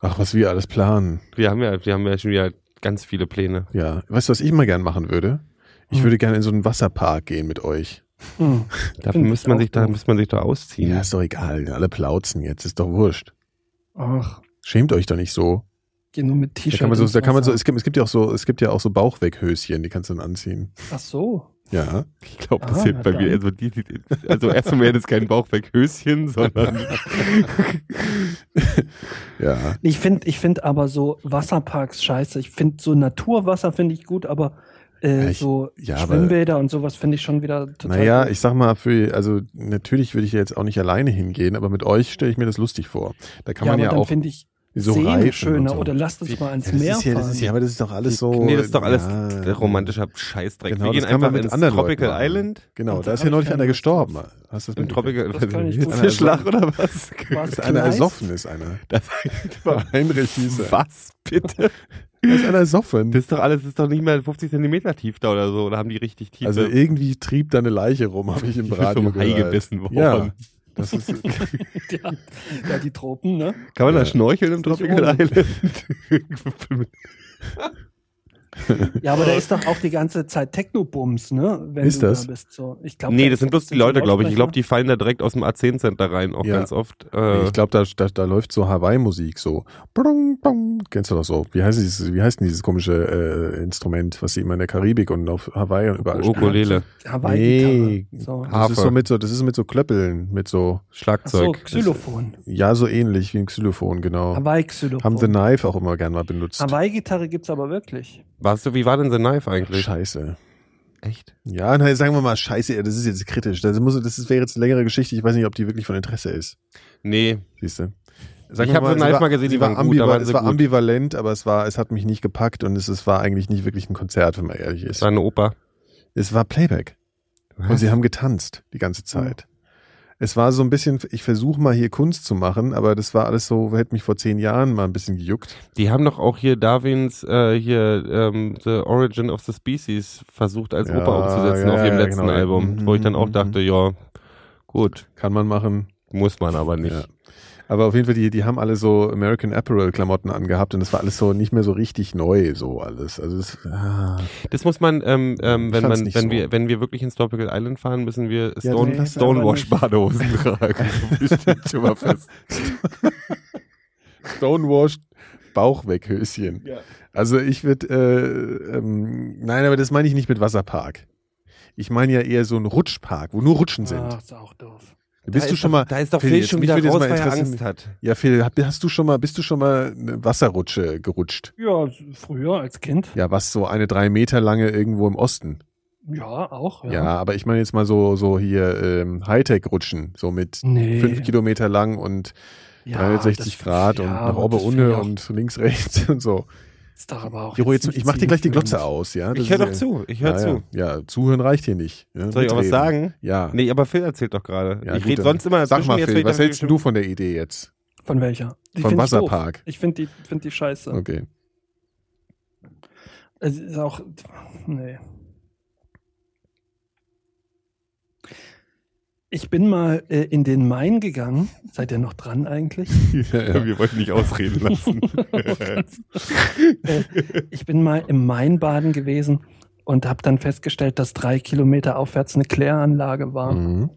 Speaker 2: Ach, was wir alles planen.
Speaker 5: Wir haben ja, wir haben ja schon wieder ganz viele Pläne.
Speaker 2: Ja. Weißt du, was ich mal gern machen würde? Ich
Speaker 1: Hm.
Speaker 2: würde gerne in so einen Wasserpark gehen mit euch.
Speaker 1: Hm.
Speaker 5: Dafür
Speaker 1: Find
Speaker 5: müsste
Speaker 1: ich
Speaker 5: man
Speaker 1: auch
Speaker 5: sich da,
Speaker 1: doof.
Speaker 5: müsste man sich da ausziehen.
Speaker 2: Ja, ist doch egal. Alle plauzen jetzt. Ist doch wurscht.
Speaker 1: Ach,
Speaker 2: Schämt euch doch nicht so.
Speaker 1: geh nur mit
Speaker 2: Da
Speaker 1: T-Shirt.
Speaker 2: kann man so,
Speaker 1: ins
Speaker 2: da kann man so,
Speaker 1: Wasser.
Speaker 2: es gibt, es gibt ja auch so, es gibt ja auch so Bauchweghöschen, die kannst du dann anziehen.
Speaker 1: Ach so.
Speaker 2: Ja.
Speaker 5: Ich glaube, das
Speaker 1: Ah,
Speaker 5: hilft bei
Speaker 1: na
Speaker 5: mir.
Speaker 1: dann.
Speaker 5: Also, die, die, also erst einmal jetzt kein Bauchweghöschen, sondern
Speaker 2: Ja.
Speaker 1: Ich finde ich find aber so Wasserparks scheiße. Ich finde so Naturwasser finde ich gut, aber Äh,
Speaker 2: Ja, ich-
Speaker 1: so
Speaker 2: ja, aber-
Speaker 1: Schwimmbäder und sowas finde ich schon wieder total.
Speaker 2: Naja,
Speaker 1: cool.
Speaker 2: ich sag mal, für, also natürlich würde ich ja jetzt auch nicht alleine hingehen, aber mit euch stelle ich mir das lustig vor. Da kann
Speaker 1: ja,
Speaker 2: man
Speaker 1: aber
Speaker 2: ja
Speaker 1: dann
Speaker 2: auch
Speaker 1: finde ich
Speaker 2: so
Speaker 1: Seen
Speaker 2: Reifen
Speaker 1: schöner
Speaker 2: und so.
Speaker 1: oder lasst uns
Speaker 5: Wie-
Speaker 1: mal ans
Speaker 2: das
Speaker 1: Meer
Speaker 2: ist ja,
Speaker 1: fahren.
Speaker 2: das ist ja, aber das ist doch alles so.
Speaker 5: nee, das ist doch alles
Speaker 2: Ja.
Speaker 5: romantischer Scheißdreck.
Speaker 2: Genau,
Speaker 5: wir
Speaker 2: das
Speaker 5: gehen
Speaker 2: kann man
Speaker 5: einfach
Speaker 2: mit
Speaker 5: ins
Speaker 2: anderen
Speaker 5: Tropical
Speaker 2: Leuten machen.
Speaker 5: Island.
Speaker 2: Genau,
Speaker 1: Und
Speaker 2: da
Speaker 1: da
Speaker 2: ist
Speaker 1: hab
Speaker 2: ja
Speaker 1: ich
Speaker 2: neulich
Speaker 1: keine
Speaker 2: einer
Speaker 1: Lust
Speaker 2: gestorben.
Speaker 1: drauf.
Speaker 2: Hast du das
Speaker 5: Im
Speaker 2: mitgekriegt?
Speaker 5: Tropical
Speaker 1: Das kann ich gut.
Speaker 5: Fischlach oder was?
Speaker 1: War's
Speaker 2: Ist einer
Speaker 1: nice?
Speaker 2: ersoffen, ist einer.
Speaker 5: Das,
Speaker 2: Heinrich hieß er.
Speaker 5: was bitte?
Speaker 2: Da Ist einer ersoffen.
Speaker 5: Das ist doch alles, das ist doch nicht mal 50 Zentimeter tief da oder so. Oder haben die richtig tiefe.
Speaker 2: Also irgendwie trieb da eine Leiche rum, habe ich im
Speaker 5: Die ist
Speaker 2: Radio
Speaker 5: vom Hai
Speaker 2: gehört.
Speaker 5: gebissen worden.
Speaker 2: Ja, das ist,
Speaker 1: ja, ja, die Tropen, ne?
Speaker 5: Kann man
Speaker 2: Ja.
Speaker 5: da schnorcheln im
Speaker 1: Ist nicht
Speaker 5: Tropical
Speaker 1: ohne.
Speaker 5: Island?
Speaker 1: Ja, aber da ist doch auch die ganze Zeit Technobums, ne? Wenn
Speaker 2: Ist
Speaker 1: du
Speaker 2: das?
Speaker 1: Da bist. So, ich glaub,
Speaker 5: nee,
Speaker 1: da
Speaker 5: das sind bloß die
Speaker 1: so
Speaker 5: Leute, glaube ich. Ich glaube,
Speaker 1: Lautsprecher.
Speaker 5: die fallen da direkt aus dem A10-Center rein, auch
Speaker 2: Ja.
Speaker 5: ganz oft. Äh,
Speaker 2: ich glaube, da, da, da läuft so Hawaii-Musik, so. Brung, brung. Kennst du doch so. Wie heißt dieses, wie heißt denn dieses komische äh, Instrument, was sie immer in der Karibik und auf Hawaii und überall spielen?
Speaker 5: Ukulele,
Speaker 1: Hawaii-Gitarre.
Speaker 2: Nee.
Speaker 1: So.
Speaker 2: Das ist
Speaker 5: Harfe.
Speaker 2: so mit so, das ist mit so Klöppeln, mit so,
Speaker 1: Ach so,
Speaker 5: Schlagzeug.
Speaker 1: Xylophon.
Speaker 2: ja, so ähnlich wie ein Xylophon, genau. Haben The
Speaker 1: Hawaii-Xylophon.
Speaker 2: Knife auch immer gern mal benutzt.
Speaker 1: Hawaii-Gitarre gibt's aber wirklich.
Speaker 5: Warst du, wie war denn The Knife eigentlich?
Speaker 2: Scheiße.
Speaker 5: Echt?
Speaker 2: Ja, na, sagen wir mal, scheiße, das ist jetzt kritisch. Das, muss, das ist- wäre jetzt eine längere Geschichte. Ich weiß nicht, ob die wirklich von Interesse ist.
Speaker 5: Nee.
Speaker 2: Siehst du?
Speaker 5: Ich hab so Knife mal gesehen, die
Speaker 2: war,
Speaker 5: waren gut, da
Speaker 2: ambivalent,
Speaker 5: waren
Speaker 2: es
Speaker 5: sie
Speaker 2: war
Speaker 5: gut.
Speaker 2: ambivalent, aber es war, es hat mich nicht gepackt und es, es war eigentlich nicht wirklich ein Konzert, wenn man ehrlich ist.
Speaker 5: Seine Oper.
Speaker 2: Es war Playback. Und sie haben getanzt die
Speaker 5: Oh.
Speaker 2: ganze Zeit. Es war so ein bisschen, ich versuche mal hier Kunst zu machen, aber das war alles so, hätte mich vor zehn Jahren mal ein bisschen gejuckt.
Speaker 5: Die haben doch auch hier Darwins äh, hier ähm, The Origin of the Species versucht als
Speaker 2: Ja,
Speaker 5: Oper umzusetzen
Speaker 2: ja,
Speaker 5: auf ihrem
Speaker 2: ja,
Speaker 5: letzten
Speaker 2: genau.
Speaker 5: Album, wo ich dann auch
Speaker 2: Mhm.
Speaker 5: dachte, ja, gut,
Speaker 2: Kann man machen.
Speaker 5: muss man aber nicht.
Speaker 2: Ja. Aber auf jeden Fall, die, die haben alle so American Apparel Klamotten angehabt und es war alles so nicht mehr so richtig neu, so alles. Also es, ah.
Speaker 5: Das muss man, ähm, ähm,
Speaker 2: Ich
Speaker 5: wenn
Speaker 2: fand's
Speaker 5: man,
Speaker 2: nicht
Speaker 5: wenn
Speaker 2: so.
Speaker 5: wir, wenn wir wirklich ins Tropical Island fahren, müssen wir
Speaker 2: Ja,
Speaker 5: Stone,
Speaker 2: nee,
Speaker 5: Stonewash Badehosen tragen. Das steht schon mal fest.
Speaker 2: Stonewashed Bauch weg, Höschen.
Speaker 5: Ja.
Speaker 2: Also ich würde, äh, ähm, nein, aber das meine ich nicht mit Wasserpark. Ich meine ja eher so einen Rutschpark, wo nur Rutschen sind.
Speaker 1: Ah, ist auch doof.
Speaker 5: Da
Speaker 2: Bist du
Speaker 5: ist
Speaker 2: schon
Speaker 5: doch,
Speaker 2: mal?
Speaker 5: Da ist doch
Speaker 2: Phil,
Speaker 5: Phil
Speaker 2: jetzt-
Speaker 5: schon
Speaker 2: mich
Speaker 5: wieder
Speaker 2: würde jetzt
Speaker 5: raus,
Speaker 2: mal
Speaker 5: weil er
Speaker 2: interessieren-
Speaker 5: Angst hat.
Speaker 2: Ja, Phil, hab- hast du schon mal, bist du schon mal eine Wasserrutsche gerutscht?
Speaker 1: Ja, früher als Kind.
Speaker 2: Ja, was so eine drei Meter lange irgendwo im Osten.
Speaker 1: Ja, auch.
Speaker 2: Ja, aber ich meine jetzt mal so so hier ähm, Hightech-Rutschen, so mit
Speaker 1: Nee.
Speaker 2: fünf Kilometer lang und
Speaker 1: ja,
Speaker 2: 360
Speaker 1: das-
Speaker 2: Grad
Speaker 1: ja,
Speaker 2: und nach
Speaker 1: aber
Speaker 2: oben
Speaker 1: das finde
Speaker 2: unten
Speaker 1: ich auch-
Speaker 2: und links rechts und so.
Speaker 1: ist doch aber auch
Speaker 2: Jero, jetzt,
Speaker 1: nicht
Speaker 2: ich mach dir gleich die Glotze
Speaker 1: zielführend.
Speaker 2: aus, ja? Das
Speaker 5: Ich höre
Speaker 2: ist,
Speaker 5: doch
Speaker 2: äh,
Speaker 5: zu, ich höre
Speaker 2: ja,
Speaker 5: zu.
Speaker 2: Ja. ja, zuhören reicht hier nicht. Ja,
Speaker 5: Soll ich auch was
Speaker 2: mitreden.
Speaker 5: sagen?
Speaker 2: Ja.
Speaker 5: Nee, aber Phil erzählt doch gerade.
Speaker 2: Ja,
Speaker 5: ich
Speaker 2: gut,
Speaker 5: rede
Speaker 2: dann
Speaker 5: sonst immer
Speaker 2: Sag
Speaker 5: dazwischen,
Speaker 2: mal,
Speaker 5: jetzt
Speaker 2: Phil,
Speaker 5: red
Speaker 2: was
Speaker 5: dann
Speaker 2: hältst du von der Idee jetzt?
Speaker 1: Von welcher? Die
Speaker 2: Von
Speaker 1: find ich doof.
Speaker 2: Wasserpark.
Speaker 1: Ich finde die, find die scheiße.
Speaker 2: Okay.
Speaker 1: Es ist auch. Nee. Ich bin mal äh, in den Main gegangen. Seid ihr noch dran eigentlich?
Speaker 2: ja, ja.
Speaker 5: Wir wollten nicht ausreden lassen.
Speaker 1: Äh, ich bin mal im Main baden gewesen und habe dann festgestellt, dass drei Kilometer aufwärts eine Kläranlage war.
Speaker 2: Mhm.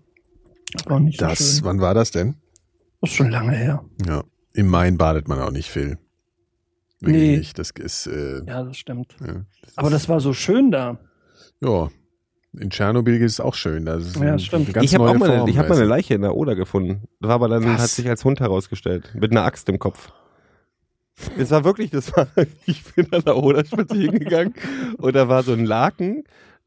Speaker 1: Das war nicht so
Speaker 2: Das,
Speaker 1: schön.
Speaker 2: wann war das denn?
Speaker 1: Das ist schon lange her.
Speaker 2: Ja. Im Main badet man auch nicht, Phil. Wirklich
Speaker 1: Nee.
Speaker 2: nicht. Das ist, äh,
Speaker 1: Ja, das stimmt.
Speaker 2: ja.
Speaker 1: Aber das war so schön da.
Speaker 2: Ja. In Tschernobyl ist es auch schön. Das ist
Speaker 1: Ja,
Speaker 2: eine
Speaker 1: stimmt.
Speaker 2: Ganz
Speaker 5: ich habe
Speaker 2: neue
Speaker 5: auch mal,
Speaker 2: Form,
Speaker 5: eine, ich hab mal
Speaker 2: weißt
Speaker 5: eine
Speaker 2: du.
Speaker 5: Leiche in der Oder gefunden. War aber dann
Speaker 2: Was?
Speaker 5: hat sich als Hund herausgestellt mit einer Axt im Kopf. Es war wirklich, das war, ich bin an der Oder spazieren gegangen und da war so ein Laken,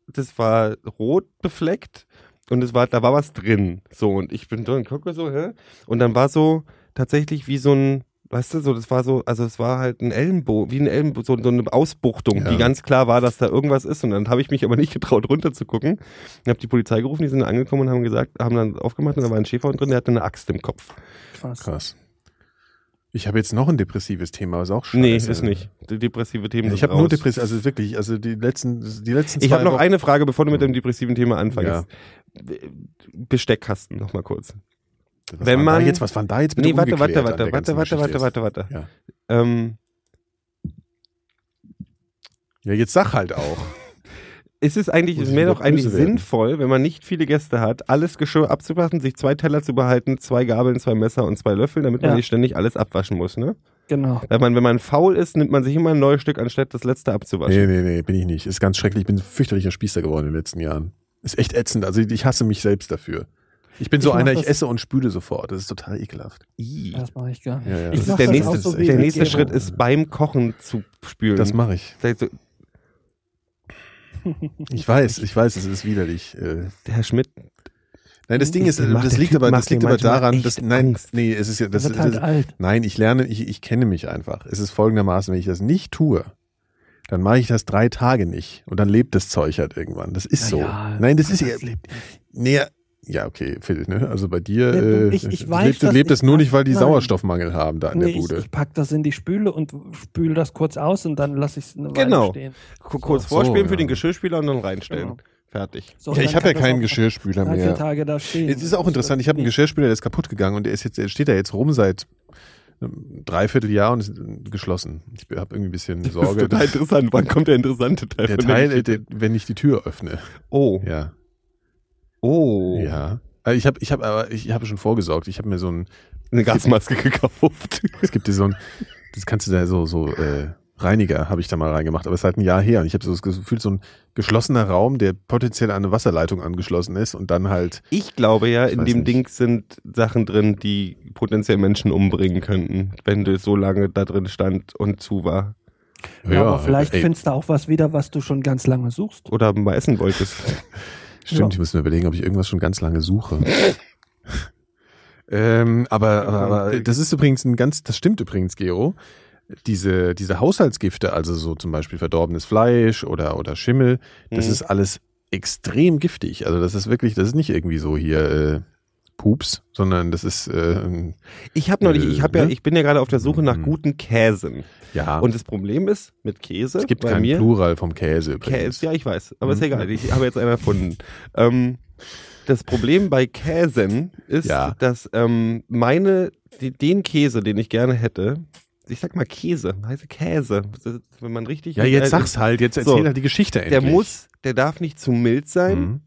Speaker 5: das war rot befleckt und es war, da war was drin. So und ich bin drin, gucke so, hä? Und dann war so tatsächlich wie so ein, weißt du, so das war so, also es war halt ein Ellenbogen, wie ein Ellenbogen, so, so eine Ausbuchtung,
Speaker 2: Ja.
Speaker 5: die ganz klar war, dass da irgendwas ist. Und dann habe ich mich aber nicht getraut, runter zu gucken. Ich habe die Polizei gerufen, die sind dann angekommen und haben gesagt, haben dann aufgemacht und da war ein Schäferhund drin, der hatte eine Axt im Kopf.
Speaker 1: Krass.
Speaker 2: Krass. Ich habe jetzt noch ein depressives Thema, ist auch scheiße.
Speaker 5: Nee, ist nicht. Die depressive Themen
Speaker 2: Ich
Speaker 5: sind
Speaker 2: habe nur
Speaker 5: raus.
Speaker 2: depressiv, also wirklich, also die letzten, die letzten
Speaker 5: Ich habe
Speaker 2: zwei
Speaker 5: noch
Speaker 2: Wochen- Mhm.
Speaker 5: eine Frage, bevor du mit dem depressiven Thema anfängst.
Speaker 2: Ja.
Speaker 5: Besteckkasten noch mal kurz.
Speaker 2: Was
Speaker 5: Wenn
Speaker 2: waren da
Speaker 5: man-
Speaker 2: jetzt, was waren da jetzt bitte
Speaker 5: nee, warte, warte,
Speaker 2: ungeklärt an
Speaker 5: warte,
Speaker 2: der
Speaker 5: warte,
Speaker 2: ganzen
Speaker 5: warte,
Speaker 2: Geschichte
Speaker 5: warte,
Speaker 2: jetzt?
Speaker 5: warte, warte.
Speaker 2: Ja.
Speaker 5: Ähm,
Speaker 2: Ja, jetzt sag halt auch.
Speaker 5: ist es eigentlich,
Speaker 2: Muss
Speaker 5: ist
Speaker 2: ich
Speaker 5: mir
Speaker 2: wieder
Speaker 5: doch eigentlich
Speaker 2: böse werden.
Speaker 5: sinnvoll, wenn man nicht viele Gäste hat, alles Geschirr abzuwaschen, sich zwei Teller zu behalten, zwei Gabeln, zwei Messer und zwei Löffel, damit
Speaker 1: Ja.
Speaker 5: man nicht ständig alles abwaschen muss, ne?
Speaker 1: Genau.
Speaker 5: Weil man, wenn man faul ist, nimmt man sich immer ein neues Stück, anstatt das letzte
Speaker 2: Nee,
Speaker 5: abzuwaschen.
Speaker 2: nee, nee, bin ich nicht. Ist ganz schrecklich. Ich bin ein fürchterlicher Spießer geworden in den letzten Jahren. Ist echt ätzend. Also ich hasse mich selbst dafür. Ich bin so
Speaker 1: Ich mach
Speaker 2: einer, ich
Speaker 1: das-
Speaker 2: esse und spüle sofort. Das ist total ekelhaft.
Speaker 5: Ii.
Speaker 1: Das mache ich gar nicht.
Speaker 2: Ja, ja,
Speaker 1: Ich
Speaker 5: Das
Speaker 1: mach
Speaker 5: ist der
Speaker 1: das
Speaker 5: nächste,
Speaker 1: auch so wie
Speaker 5: der
Speaker 1: mit
Speaker 5: nächste
Speaker 1: Gero.
Speaker 5: Schritt ist beim Kochen zu spülen.
Speaker 2: Das mache ich.
Speaker 5: Das heißt so-
Speaker 2: Ich weiß, ich weiß, es ist widerlich. Äh,
Speaker 5: Der Herr Schmidt.
Speaker 2: Nein,
Speaker 1: Hm,
Speaker 2: das Ding
Speaker 5: Ich-
Speaker 2: ist,
Speaker 5: der
Speaker 2: äh,
Speaker 5: macht-
Speaker 2: das
Speaker 5: der
Speaker 2: liegt
Speaker 5: Typ
Speaker 2: aber, das
Speaker 5: macht mir
Speaker 2: liegt aber
Speaker 5: manchmal
Speaker 2: daran,
Speaker 5: echt
Speaker 2: dass, nein,
Speaker 5: Angst.
Speaker 2: nee, es ist ja, das,
Speaker 1: wird
Speaker 2: das,
Speaker 1: halt alt.
Speaker 2: nein, ich lerne, ich, ich kenne mich einfach. Es ist folgendermaßen, wenn ich das nicht tue, dann mache ich das drei Tage nicht und dann lebt das Zeug halt irgendwann. Das ist so.
Speaker 1: Naja,
Speaker 2: nein, das ist ja,
Speaker 1: lebt.
Speaker 2: nee, ja, okay, Phil, ne? Also bei dir,
Speaker 1: Ja, du,
Speaker 2: äh,
Speaker 1: ich- ich
Speaker 2: das
Speaker 1: weiß,
Speaker 2: lebt,
Speaker 1: dass
Speaker 2: lebt
Speaker 1: ich-
Speaker 2: es nur nicht, weil die
Speaker 1: nein.
Speaker 2: Sauerstoffmangel haben da in
Speaker 1: Nee,
Speaker 2: der
Speaker 1: ich,
Speaker 2: Bude.
Speaker 1: ich pack das in die Spüle und spüle das kurz aus und dann lasse ich es eine
Speaker 5: Genau.
Speaker 1: Weile stehen.
Speaker 5: Ku- Kurz
Speaker 2: Ach so,
Speaker 5: vorspielen für
Speaker 2: ja.
Speaker 5: den Geschirrspüler und dann reinstellen.
Speaker 1: Genau.
Speaker 5: Fertig.
Speaker 1: So,
Speaker 2: ja, ich
Speaker 1: dann
Speaker 2: habe ja
Speaker 1: kann das
Speaker 2: keinen
Speaker 1: auch
Speaker 2: Geschirrspüler
Speaker 1: Drei, vier
Speaker 2: mehr.
Speaker 1: Tage da stehen.
Speaker 2: Es ist auch interessant, ich habe einen Geschirrspüler, der ist kaputt gegangen und der ist jetzt, der steht da jetzt rum seit einem Dreivierteljahr und ist äh, geschlossen. Ich habe irgendwie ein bisschen Sorge.
Speaker 5: Das ist total interessant. Wann kommt der interessante Teil?
Speaker 2: Der
Speaker 5: von der
Speaker 2: Teil, äh,
Speaker 5: Geschichte?
Speaker 2: der, wenn ich die Tür öffne.
Speaker 5: oh.
Speaker 2: Ja.
Speaker 5: Oh.
Speaker 2: Ja. Also ich habe ich hab, aber ich habe schon vorgesorgt. Ich habe mir so ein,
Speaker 5: Eine Gasmaske gekauft.
Speaker 2: es gibt dir so ein, das kannst du da so, so äh, Reiniger habe ich da mal reingemacht, aber es ist halt ein Jahr her und ich habe so das Gefühl, so ein geschlossener Raum, der potenziell an eine Wasserleitung angeschlossen ist und dann halt,
Speaker 5: Ich glaube ja,
Speaker 2: Ich
Speaker 5: in
Speaker 2: weiß
Speaker 5: dem
Speaker 2: nicht.
Speaker 5: Ding sind Sachen drin, die potenziell Menschen umbringen könnten, wenn du so lange da drin stand und zu war
Speaker 1: Ja, aber vielleicht
Speaker 2: ey,
Speaker 1: findest du auch was wieder, was du schon ganz lange suchst.
Speaker 5: oder mal essen wolltest.
Speaker 2: Stimmt,
Speaker 1: Ja.
Speaker 2: ich muss mir überlegen, ob ich irgendwas schon ganz lange suche. ähm, aber, aber, aber das ist übrigens ein ganz, das stimmt übrigens, Gero. Diese, diese Haushaltsgifte, also so zum Beispiel verdorbenes Fleisch oder, oder Schimmel, das
Speaker 5: Mhm.
Speaker 2: ist alles extrem giftig. Also das ist wirklich, das ist nicht irgendwie so hier äh, Pups, sondern das ist äh,
Speaker 5: Ich habe neulich, ich habe ja,
Speaker 2: Ne?
Speaker 5: ich bin ja gerade auf der Suche nach
Speaker 2: Mhm.
Speaker 5: guten Käsen.
Speaker 2: ja.
Speaker 5: Und das Problem ist mit Käse
Speaker 2: Ah. es gibt
Speaker 5: bei
Speaker 2: kein
Speaker 5: mir
Speaker 2: Plural vom Käse übrigens.
Speaker 5: Käse, ja, ich weiß, aber ist
Speaker 2: Mhm.
Speaker 5: egal, ich habe jetzt einen erfunden. Ähm, das Problem bei Käsen ist,
Speaker 2: Ja.
Speaker 5: dass ähm, meine, die, den Käse, den ich gerne hätte, ich sag mal Käse, heiße Käse, das ist, wenn man richtig.
Speaker 2: Ja,
Speaker 5: äh,
Speaker 2: jetzt sag's halt, jetzt erzähl
Speaker 5: So.
Speaker 2: halt die Geschichte
Speaker 5: Der
Speaker 2: endlich.
Speaker 5: muss, der darf nicht zu mild sein,
Speaker 2: Mhm.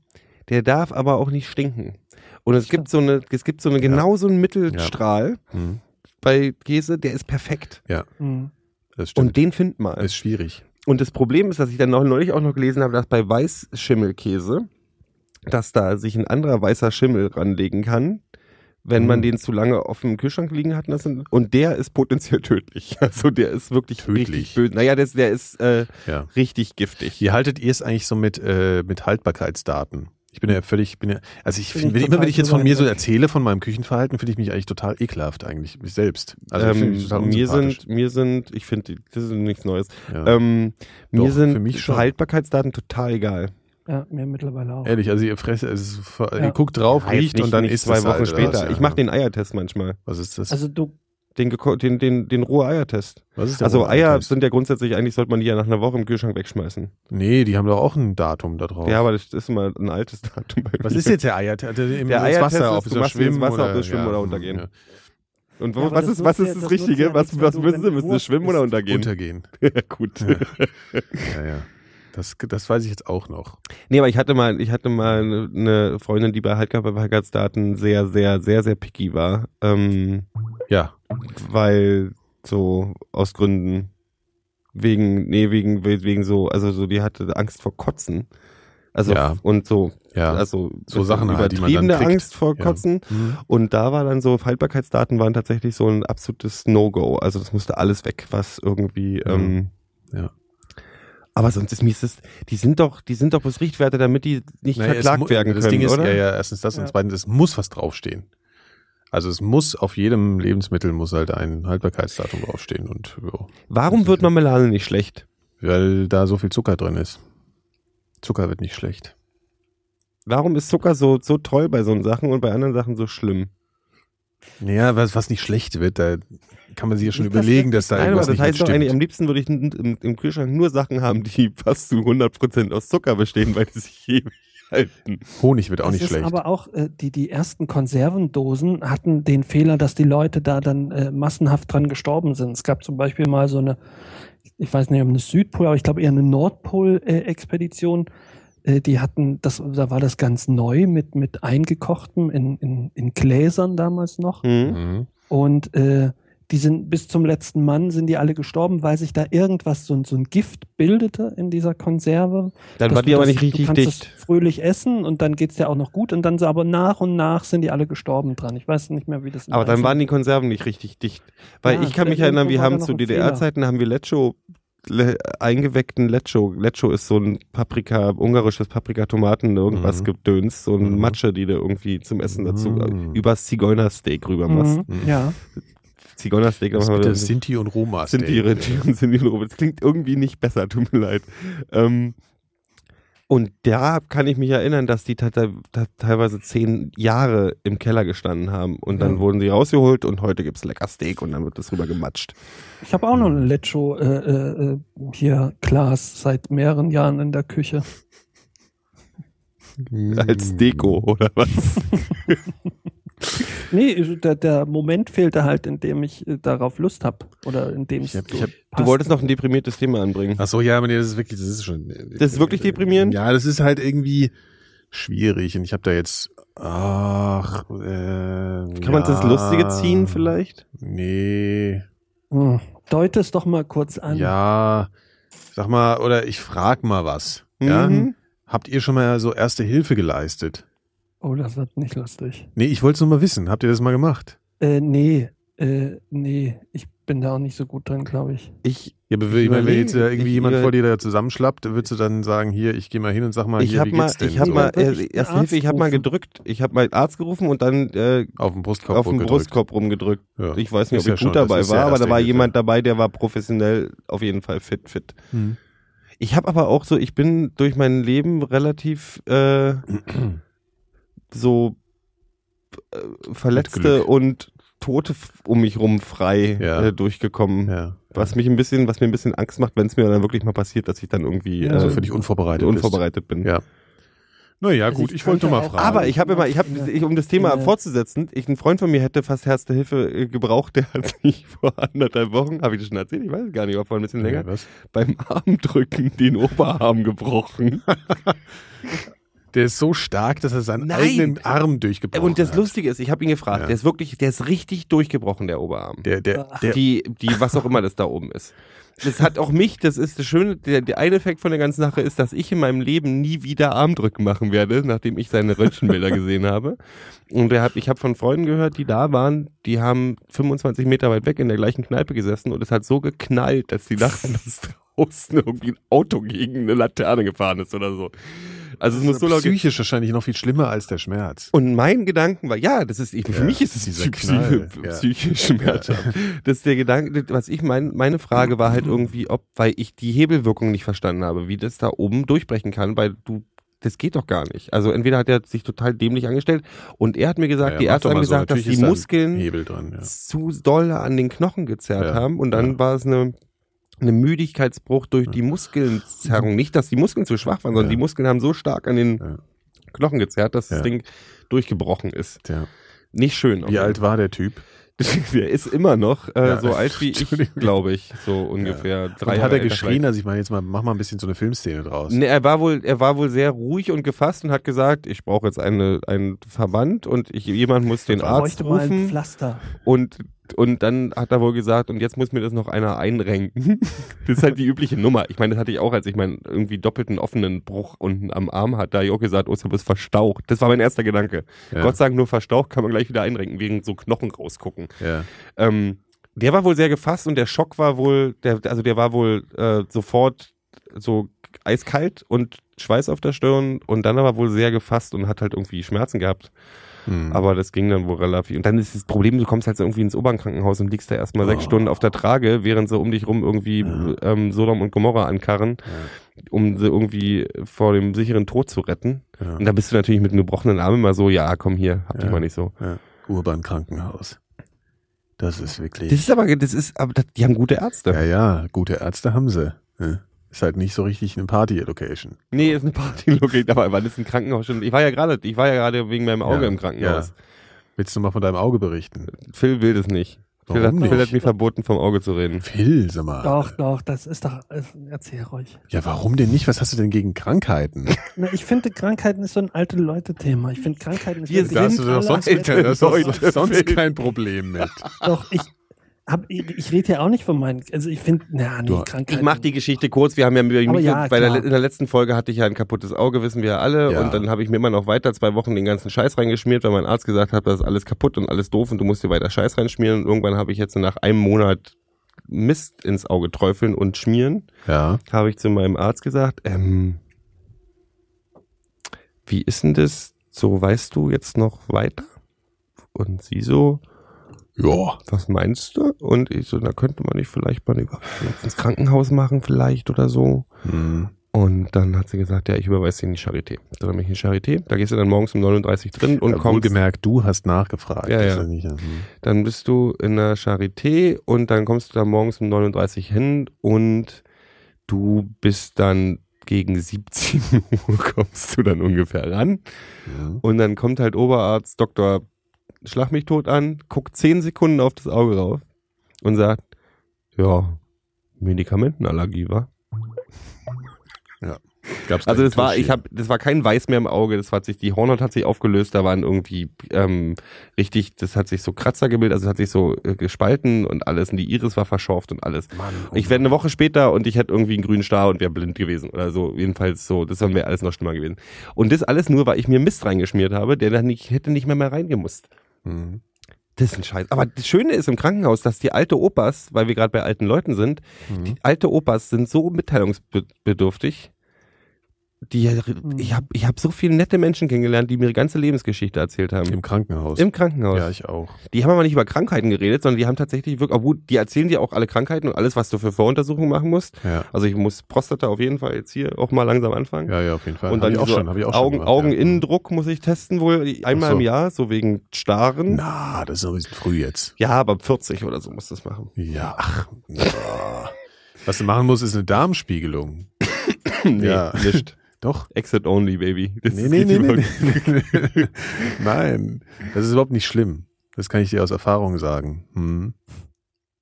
Speaker 5: der darf aber auch nicht stinken. Und es gibt
Speaker 1: Stimmt.
Speaker 5: so eine, es gibt so eine, genau so einen Mittelstrahl
Speaker 2: Mhm.
Speaker 5: bei Käse, der ist perfekt.
Speaker 1: Hm.
Speaker 2: Das stimmt.
Speaker 5: Und den findet man.
Speaker 2: ist schwierig.
Speaker 5: Und das Problem ist, dass ich dann noch neulich auch noch gelesen habe, dass bei Weißschimmelkäse, dass da sich ein anderer weißer Schimmel ranlegen kann, wenn man
Speaker 2: Mhm.
Speaker 5: den zu lange offen im Kühlschrank liegen hat lassen. Und der ist potenziell tödlich. Also der ist wirklich
Speaker 2: Tödlich?
Speaker 5: richtig böse. Naja, der, ist- der ist äh,
Speaker 2: Ja.
Speaker 5: richtig giftig.
Speaker 2: Wie haltet ihr es eigentlich so mit, äh, mit Haltbarkeitsdaten? Ich bin ja völlig, bin ja, also ich
Speaker 1: Bin
Speaker 2: finde,
Speaker 1: ich
Speaker 2: immer wenn
Speaker 1: total
Speaker 2: ich jetzt von
Speaker 1: drüber
Speaker 2: mir so
Speaker 1: hinweg.
Speaker 2: erzähle, von meinem Küchenverhalten, finde ich mich eigentlich total ekelhaft eigentlich, mich selbst. Also ich
Speaker 5: ähm,
Speaker 2: finde mich total
Speaker 5: mir
Speaker 2: unsympathisch.
Speaker 5: sind, mir sind, ich finde, das ist nichts Neues.
Speaker 2: ja.
Speaker 5: Ähm, mir
Speaker 2: Doch,
Speaker 5: sind
Speaker 2: für mich schon.
Speaker 5: Haltbarkeitsdaten total egal.
Speaker 1: Ja, mir mittlerweile auch.
Speaker 2: Ehrlich, also ihr fresst, also
Speaker 1: Ja.
Speaker 2: ihr guckt drauf,
Speaker 5: Ja, jetzt
Speaker 2: riecht
Speaker 5: nicht-
Speaker 2: und dann
Speaker 5: nicht
Speaker 2: isst
Speaker 5: zwei
Speaker 2: es
Speaker 5: Wochen
Speaker 2: halt, oder
Speaker 5: später.
Speaker 2: was, ja.
Speaker 5: Ich mache den Eiertest manchmal,
Speaker 2: Was ist das?
Speaker 1: Also du,
Speaker 5: den, geko- den, den, den rohe Eiertest.
Speaker 2: was ist der
Speaker 5: Also
Speaker 2: rote
Speaker 5: Eier
Speaker 2: Eiertest?
Speaker 5: sind ja grundsätzlich, eigentlich sollte man die ja nach einer Woche im Kühlschrank wegschmeißen.
Speaker 2: Nee, die haben doch auch ein Datum da drauf.
Speaker 5: Ja, aber das ist immer ein altes Datum. bei
Speaker 2: was
Speaker 5: mir.
Speaker 2: ist jetzt der Eiertest? Im
Speaker 5: Der
Speaker 2: ins
Speaker 5: Eiertest
Speaker 2: Wasser,
Speaker 5: ist,
Speaker 2: ob
Speaker 5: du
Speaker 2: es da
Speaker 5: machst ihn ins
Speaker 2: schwimmen
Speaker 5: Wasser,
Speaker 2: oder,
Speaker 5: ob es schwimmen oder untergehen.
Speaker 2: ja.
Speaker 5: Und
Speaker 1: Ja,
Speaker 5: wo-
Speaker 1: aber
Speaker 5: was,
Speaker 1: das
Speaker 5: ist,
Speaker 1: nutzt
Speaker 5: was ist
Speaker 1: ja-
Speaker 5: das
Speaker 1: das nutzt
Speaker 5: Richtige?
Speaker 1: ja
Speaker 5: was
Speaker 1: nichts,
Speaker 5: was
Speaker 1: wenn du-
Speaker 5: müssen Sie?
Speaker 1: wenn du
Speaker 5: Müssen Sie
Speaker 1: Wurst
Speaker 5: schwimmen oder
Speaker 1: isst.
Speaker 5: untergehen?
Speaker 2: Untergehen.
Speaker 5: ja, gut.
Speaker 2: Ja, ja. Das, das weiß ich jetzt auch noch.
Speaker 5: nee, aber ich hatte mal, ich hatte mal eine Freundin, die bei Haltbarkeitsdaten sehr, sehr, sehr, sehr picky war. Ähm,
Speaker 2: Ja,
Speaker 5: weil so aus Gründen wegen, nee, wegen, wegen so, also so, die hatte Angst vor Kotzen. Also
Speaker 2: Ja.
Speaker 5: und so,
Speaker 2: ja.
Speaker 5: also
Speaker 2: So Sachen halt, die man dann
Speaker 5: übertriebene
Speaker 2: kriegt.
Speaker 5: Angst vor
Speaker 2: Ja.
Speaker 5: Kotzen.
Speaker 2: Mhm.
Speaker 5: Und da war dann so, Haltbarkeitsdaten waren tatsächlich so ein absolutes No-Go. Also das musste alles weg, was irgendwie. Ähm,
Speaker 2: Mhm. Ja.
Speaker 5: Aber sonst ist mir ist es, die sind doch, die sind doch bloß Richtwerte, damit die nicht
Speaker 2: Naja, es mu-
Speaker 5: verklagt werden
Speaker 2: das
Speaker 5: können,
Speaker 2: Ding ist,
Speaker 5: oder?
Speaker 2: Ja, ja, erstens das und
Speaker 1: Ja.
Speaker 2: zweitens, es muss was draufstehen. Also es muss auf jedem Lebensmittel muss halt ein Haltbarkeitsdatum draufstehen und ja,
Speaker 5: Warum wird Marmelade nicht schlecht?
Speaker 2: weil da so viel Zucker drin ist. Zucker wird nicht schlecht.
Speaker 5: Warum ist Zucker so, so toll bei so Sachen und bei anderen Sachen so schlimm?
Speaker 2: Naja, was, was nicht schlecht wird, da kann man sich ja schon
Speaker 1: Ist das
Speaker 2: überlegen, dass da
Speaker 5: Nein, aber
Speaker 2: irgendwas
Speaker 5: das
Speaker 2: nicht
Speaker 5: heißt doch
Speaker 2: stimmt.
Speaker 5: eigentlich, am liebsten würde ich n- im, im Kühlschrank nur Sachen haben, die fast zu 100% aus Zucker bestehen, weil die sich ewig halten.
Speaker 2: Honig wird auch
Speaker 1: es
Speaker 2: nicht
Speaker 1: ist
Speaker 2: schlecht.
Speaker 1: aber auch, äh, die, die ersten Konservendosen hatten den Fehler, dass die Leute da dann äh, massenhaft dran gestorben sind. Es gab zum Beispiel mal so eine, ich weiß nicht, ob eine Südpol, aber ich glaube eher eine Nordpol-Expedition. Äh, die hatten, das, da war das ganz neu mit, mit eingekochtem in, in, in Gläsern damals noch.
Speaker 5: Hm?
Speaker 2: Mhm.
Speaker 1: Und äh, die sind bis zum letzten Mann sind die alle gestorben, weil sich da irgendwas, so, ein- so ein Gift bildete in dieser Konserve.
Speaker 5: Dann
Speaker 1: dass
Speaker 5: war die
Speaker 1: du
Speaker 5: aber
Speaker 1: das-
Speaker 5: nicht richtig
Speaker 1: Du kannst
Speaker 5: dicht.
Speaker 1: es fröhlich essen und dann geht's dir auch noch gut und dann so, aber nach und nach sind die alle gestorben dran. Ich weiß nicht mehr, wie das
Speaker 5: Aber dann
Speaker 1: heißt.
Speaker 5: waren die Konserven nicht richtig dicht. Weil
Speaker 1: Ja,
Speaker 5: ich kann mich
Speaker 1: vielleicht
Speaker 5: erinnern,
Speaker 1: irgendwo
Speaker 5: wir
Speaker 1: war da
Speaker 5: haben
Speaker 1: noch
Speaker 5: zu
Speaker 1: ein
Speaker 5: DDR-Zeiten haben wir Lecho le eingeweckten Lecho. Lecho ist so ein Paprika, ungarisches Paprikatomaten, irgendwas
Speaker 2: Mhm.
Speaker 5: gedöns, so ein
Speaker 2: Mhm.
Speaker 5: Matsche, die du irgendwie zum Essen dazu
Speaker 2: Mhm.
Speaker 5: äh, übers Zigeunersteak rüber machst.
Speaker 1: Mhm. Ja.
Speaker 5: Zigeunersteak, da
Speaker 2: Das ist
Speaker 5: machen wir
Speaker 2: bitte Sinti und Roma.
Speaker 5: sind ihre Tiere, sind ihre Lobe. Das klingt irgendwie nicht besser, tut mir leid. Ähm, und da kann ich mich erinnern, dass die te- te- teilweise zehn Jahre im Keller gestanden haben und dann
Speaker 2: Ja.
Speaker 5: wurden sie rausgeholt und heute gibt es lecker Steak und dann wird das rüber gematscht.
Speaker 1: Ich habe auch noch ein Lecho äh, äh, äh, hier Glas seit mehreren Jahren in der Küche.
Speaker 2: Mhm. Mm.
Speaker 5: Als Deko oder was?
Speaker 1: Nee, also der, der Moment fehlte halt, in dem ich äh, darauf Lust habe. Oder in dem
Speaker 2: Ich hab- ich hab-
Speaker 5: Du wolltest noch ein deprimiertes Thema anbringen.
Speaker 2: Ach so, ja, aber nee, das ist wirklich, das ist schon. Das
Speaker 5: ist wirklich deprimierend?
Speaker 2: Ja, das ist halt irgendwie schwierig und ich habe da jetzt. Ach, äh, Kann
Speaker 5: Kann man das Lustige ziehen vielleicht?
Speaker 2: Nee.
Speaker 1: Hm. Deute es doch mal kurz an.
Speaker 2: Ja, sag mal, oder ich frag mal was. Ja?
Speaker 5: Mhm.
Speaker 2: Habt ihr schon mal so erste Hilfe geleistet?
Speaker 1: Oh, das wird nicht lustig.
Speaker 2: Nee, ich wollte es nur mal wissen. Habt ihr das mal gemacht?
Speaker 1: Äh, nee, äh, nee, ich bin da auch nicht so gut drin, glaube ich.
Speaker 5: Ich,
Speaker 2: Ja, aber wenn
Speaker 5: überlege,
Speaker 2: jetzt äh, irgendwie
Speaker 5: ich
Speaker 2: jemand
Speaker 5: über-
Speaker 2: vor dir da zusammenschlappt, würdest du dann sagen, hier, ich gehe mal hin und sag mal,
Speaker 5: ich
Speaker 2: hier,
Speaker 5: habe
Speaker 2: wie
Speaker 5: mal,
Speaker 2: geht's denn?
Speaker 5: ich hab
Speaker 2: so,
Speaker 5: mal, äh,
Speaker 1: wirklich einen
Speaker 5: erste Hilfe, ich habe
Speaker 1: Arzt
Speaker 5: mal
Speaker 1: rufen.
Speaker 5: gedrückt. Ich habe mal Arzt gerufen und dann äh,
Speaker 2: auf den Brustkorb
Speaker 5: auf den
Speaker 2: gedrückt.
Speaker 5: Brustkorb rumgedrückt.
Speaker 2: Ja.
Speaker 5: Ich weiß nicht,
Speaker 2: Ist
Speaker 5: ob
Speaker 2: ja
Speaker 5: ich
Speaker 2: schon,
Speaker 5: gut
Speaker 2: das
Speaker 5: dabei
Speaker 2: ist ja
Speaker 5: war, aber da
Speaker 2: erste
Speaker 5: war
Speaker 2: Hilfe.
Speaker 5: jemand dabei, der war professionell auf jeden Fall fit, fit.
Speaker 2: Hm.
Speaker 5: Ich habe aber auch so, ich bin durch mein Leben relativ äh, so äh, verletzte
Speaker 2: Glück.
Speaker 5: und Tote f- um mich rum frei
Speaker 2: Ja.
Speaker 5: äh, durchgekommen.
Speaker 2: Ja.
Speaker 5: Was mich ein bisschen, was mir ein bisschen Angst macht, wenn es mir dann wirklich mal passiert, dass ich dann irgendwie
Speaker 1: Ja,
Speaker 5: äh,
Speaker 2: Also völlig unvorbereitet. bist.
Speaker 5: unvorbereitet bin.
Speaker 2: Ja. Naja,
Speaker 1: Also
Speaker 2: gut,
Speaker 1: ich
Speaker 2: ich wollte nur mal
Speaker 1: könnte
Speaker 2: fragen.
Speaker 1: auch-
Speaker 5: Aber ich habe immer, ich habe, ich, um das Thema
Speaker 1: Ja.
Speaker 5: fortzusetzen, ich, ein Freund von mir hätte fast Erste Hilfe äh, gebraucht, der hat sich vor anderthalb Wochen, habe ich das schon erzählt, ich weiß es gar nicht, war vor ein bisschen länger,
Speaker 2: Ja, was?
Speaker 5: beim Armdrücken den Oberarm gebrochen.
Speaker 2: Der ist so stark, dass er seinen
Speaker 5: Nein.
Speaker 2: eigenen Arm durchgebrochen
Speaker 5: Und das
Speaker 2: hat.
Speaker 5: Lustige ist, ich habe ihn gefragt,
Speaker 2: Ja.
Speaker 5: der ist wirklich, der ist richtig durchgebrochen, der Oberarm.
Speaker 2: Der, der,
Speaker 1: Ah.
Speaker 2: der,
Speaker 5: die, die, was auch immer das da oben ist. Das hat auch mich, das ist das Schöne, der, der eine Effekt von der ganzen Sache ist, dass ich in meinem Leben nie wieder Armdrücken machen werde, nachdem ich seine Röntgenbilder gesehen habe. Und der hat, ich habe von Freunden gehört, die da waren, die haben 25 Meter weit weg in der gleichen Kneipe gesessen und es hat so geknallt, dass sie dachten, dass draußen irgendwie ein Auto gegen eine Laterne gefahren ist oder so. Also es muss so laut
Speaker 2: psychisch wahrscheinlich noch viel schlimmer als der Schmerz.
Speaker 5: und mein Gedanken war, ja, das ist, für
Speaker 2: Ja,
Speaker 5: mich ist es
Speaker 2: dieser
Speaker 5: psy
Speaker 2: Knall,
Speaker 5: psy
Speaker 2: ja.
Speaker 5: psychisch schmerzhaft. Das ist der Gedanke, was ich mein, meine Frage war halt irgendwie, ob, weil ich die Hebelwirkung nicht verstanden habe, wie das da oben durchbrechen kann, weil du, das geht doch gar nicht. Also entweder hat er sich total dämlich angestellt und er hat mir gesagt,
Speaker 2: Ja,
Speaker 5: die
Speaker 2: mach
Speaker 5: Ärzte
Speaker 2: doch
Speaker 5: haben
Speaker 2: mal so.
Speaker 5: gesagt, dass
Speaker 2: Natürlich ist
Speaker 5: die
Speaker 2: da ein
Speaker 5: Muskeln
Speaker 2: Hebel dran, ja.
Speaker 5: zu doll an den Knochen
Speaker 2: Ja,
Speaker 5: gezerrt haben und dann
Speaker 2: ja.
Speaker 5: war es eine, eine Müdigkeitsbruch durch die Muskelzerrung. Nicht, dass die Muskeln zu schwach waren, sondern
Speaker 2: Ja.
Speaker 5: die Muskeln haben so stark an den
Speaker 2: Ja.
Speaker 5: Knochen gezerrt, dass das
Speaker 2: Ja.
Speaker 5: Ding durchgebrochen ist.
Speaker 2: Tja.
Speaker 5: Nicht schön. auf
Speaker 2: Wie
Speaker 5: jeden
Speaker 2: alt war der Typ?
Speaker 5: Fall. Der ist immer noch äh,
Speaker 2: Ja,
Speaker 5: so alt wie ich,
Speaker 2: Entschuldigung.
Speaker 5: glaube ich, so ungefähr. Drei
Speaker 2: Und
Speaker 5: Jahre
Speaker 2: hat er
Speaker 5: älter
Speaker 2: geschrien? Also ich meine, jetzt mal, mach mal ein bisschen so eine Filmszene draus.
Speaker 5: Nee, er war wohl, er war wohl sehr ruhig und gefasst und hat gesagt, ich brauche jetzt eine, einen Verband und ich, jemand muss den
Speaker 1: Ich
Speaker 5: Arzt
Speaker 1: bräuchte mal ein
Speaker 5: rufen.
Speaker 1: Pflaster.
Speaker 5: Und, und dann hat er wohl gesagt, und jetzt muss mir das noch einer einrenken. Das ist halt die übliche Nummer. Ich meine, das hatte ich auch, als ich meinen irgendwie doppelten offenen Bruch unten am Arm hatte. Da habe ich auch gesagt, oh, ist ja bloß verstaucht. Das war mein erster Gedanke.
Speaker 2: Ja.
Speaker 5: Gott sei Dank nur verstaucht, kann man gleich wieder einrenken, wegen so Knochen rausgucken.
Speaker 2: Ja.
Speaker 5: Ähm, der war wohl sehr gefasst und der Schock war wohl, der, also der war wohl äh, sofort so eiskalt und Schweiß auf der Stirn und dann aber wohl sehr gefasst und hat halt irgendwie Schmerzen gehabt.
Speaker 2: Hm.
Speaker 5: Aber das ging dann wohl relativ. Und dann ist das Problem, du kommst halt irgendwie ins Oberkrankenhaus und liegst da erstmal
Speaker 2: Oh.
Speaker 5: sechs Stunden auf der Trage, während sie um dich rum irgendwie
Speaker 2: Ja.
Speaker 5: ähm, Sodom und Gomorra ankarren, um sie irgendwie vor dem sicheren Tod zu retten.
Speaker 2: ja.
Speaker 5: Und da bist du natürlich mit einem gebrochenen Arm immer so, ja, komm hier, hab dich
Speaker 2: Ja.
Speaker 5: mal nicht so.
Speaker 2: Urban Krankenhaus. Das ist wirklich.
Speaker 5: Das ist aber, das ist, aber das, die haben gute Ärzte.
Speaker 2: ja, ja, gute Ärzte haben sie. Ja. Ist halt nicht so richtig eine Party-Location.
Speaker 5: Nee, ist eine Party-Logik, aber wann ist ein Krankenhaus schon? Ich war ja gerade, ich war ja gerade wegen meinem Auge
Speaker 2: Ja,
Speaker 5: im Krankenhaus.
Speaker 2: Willst du mal von deinem Auge berichten?
Speaker 5: Phil will das nicht. Phil hat,
Speaker 2: Warum
Speaker 5: Phil hat
Speaker 2: nicht?
Speaker 5: mir verboten, vom Auge zu reden.
Speaker 2: Phil, sag mal.
Speaker 1: Doch, doch, das ist doch. äh, Erzähl ruhig.
Speaker 2: Ja, warum denn nicht? Was hast du denn gegen Krankheiten?
Speaker 1: Na, ich finde, Krankheiten ist so ein alte Leute-Thema. Ich finde, Krankheiten ist
Speaker 5: Wir
Speaker 1: wirklich-
Speaker 5: Da hast du
Speaker 1: alle alte
Speaker 5: keine- da hast du doch
Speaker 1: Leute.
Speaker 5: sonst
Speaker 2: kein Problem mit.
Speaker 1: Doch, ich, hab, ich, ich rede ja auch nicht von meinen. Also, ich finde, na, nee,
Speaker 2: Du-
Speaker 1: Krankheiten.
Speaker 5: Ich mach die Geschichte kurz. Wir haben ja, mit-
Speaker 1: Aber ja,
Speaker 5: bei der,
Speaker 1: klar.
Speaker 5: in der letzten Folge hatte ich ja ein kaputtes Auge, wissen wir ja alle.
Speaker 2: Ja.
Speaker 5: Und dann habe ich mir immer noch weiter zwei Wochen den ganzen Scheiß reingeschmiert, weil mein Arzt gesagt hat, das ist alles kaputt und alles doof und du musst dir weiter Scheiß reinschmieren. Und irgendwann habe ich jetzt nach einem Monat Mist ins Auge träufeln und schmieren,
Speaker 2: Ja.
Speaker 5: habe ich zu meinem Arzt gesagt, ähm, wie ist denn das? So weißt du jetzt noch weiter? Und sie so,
Speaker 2: Ja.
Speaker 5: was meinst du? Und ich so, da könnte man nicht vielleicht mal eine Überweisung ins Krankenhaus machen, vielleicht oder so.
Speaker 2: Hm.
Speaker 5: Und dann hat sie gesagt, ja, ich überweise dir in die Charité. Dann habe ich in die Charité, da gehst du dann morgens um 39 drin und
Speaker 2: Und
Speaker 5: kommst,
Speaker 2: Wohlgemerkt, du hast nachgefragt.
Speaker 5: Ja,
Speaker 2: Das
Speaker 5: ja.
Speaker 2: ist Nicht, hm.
Speaker 5: dann bist du in der Charité und dann kommst du da morgens um 39 hin und du bist dann gegen 17 Uhr kommst du dann ungefähr ran.
Speaker 2: ja.
Speaker 5: Und dann kommt halt Oberarzt Dr. Schlag mich tot an, guckt 10 Sekunden auf das Auge rauf und sagt, ja, Medikamentenallergie war.
Speaker 2: Gab's
Speaker 5: Also
Speaker 2: keinen
Speaker 5: das war,
Speaker 2: Tusch
Speaker 5: ich
Speaker 2: hier.
Speaker 5: hab, das war kein Weiß mehr im Auge, das hat sich, die Hornhaut hat sich aufgelöst, da waren irgendwie ähm, richtig, das hat sich so Kratzer gebildet, also es hat sich so äh, gespalten und alles und die Iris war verschorft und alles.
Speaker 2: Mann, oh
Speaker 5: Ich wäre eine Woche später und ich hätte irgendwie einen grünen Star und wäre blind gewesen oder so, jedenfalls so, das wäre alles noch schlimmer gewesen. Und das alles nur, weil ich mir Mist reingeschmiert habe, der dann nicht, hätte nicht mehr mal reingemusst.
Speaker 2: Hm.
Speaker 5: Das ist ein Scheiß. Aber das Schöne ist im Krankenhaus, dass die alte Opas, weil wir gerade bei alten Leuten sind, die alte Opas sind so mitteilungsbedürftig. Die,
Speaker 2: Hm.
Speaker 5: ich habe ich hab so viele nette Menschen kennengelernt, die mir ihre ganze Lebensgeschichte erzählt haben.
Speaker 2: Im Krankenhaus.
Speaker 5: Im Krankenhaus.
Speaker 2: ja, ich auch.
Speaker 5: Die haben aber nicht über Krankheiten geredet, sondern die haben tatsächlich wirklich, obwohl die erzählen dir auch alle Krankheiten und alles, was du für Voruntersuchungen machen musst.
Speaker 2: Ja.
Speaker 5: Also ich muss Prostata auf jeden Fall jetzt hier auch mal langsam anfangen.
Speaker 2: Ja, ja, auf jeden Fall.
Speaker 5: Und dann
Speaker 2: hab ich auch
Speaker 5: diese
Speaker 2: schon, hab ich auch
Speaker 5: Augen,
Speaker 2: schon gemacht,
Speaker 5: Augeninnendruck muss ich testen wohl einmal
Speaker 2: Ach so.
Speaker 5: im Jahr, so wegen Starren.
Speaker 2: Ja. Hm. Na, das ist noch ein bisschen früh jetzt.
Speaker 5: Ja, aber 40 oder so muss das machen.
Speaker 2: Ja, ach. Ja. Was du machen musst, ist eine Darmspiegelung.
Speaker 5: nee,
Speaker 2: Ja.
Speaker 5: nicht.
Speaker 2: Doch.
Speaker 5: Exit only, baby. Das
Speaker 2: Nee, nee,
Speaker 5: geht
Speaker 2: nee, nee,
Speaker 5: überhaupt-
Speaker 2: nee, nee. Nein, das ist überhaupt nicht schlimm. Das kann ich dir aus Erfahrung sagen. Hm.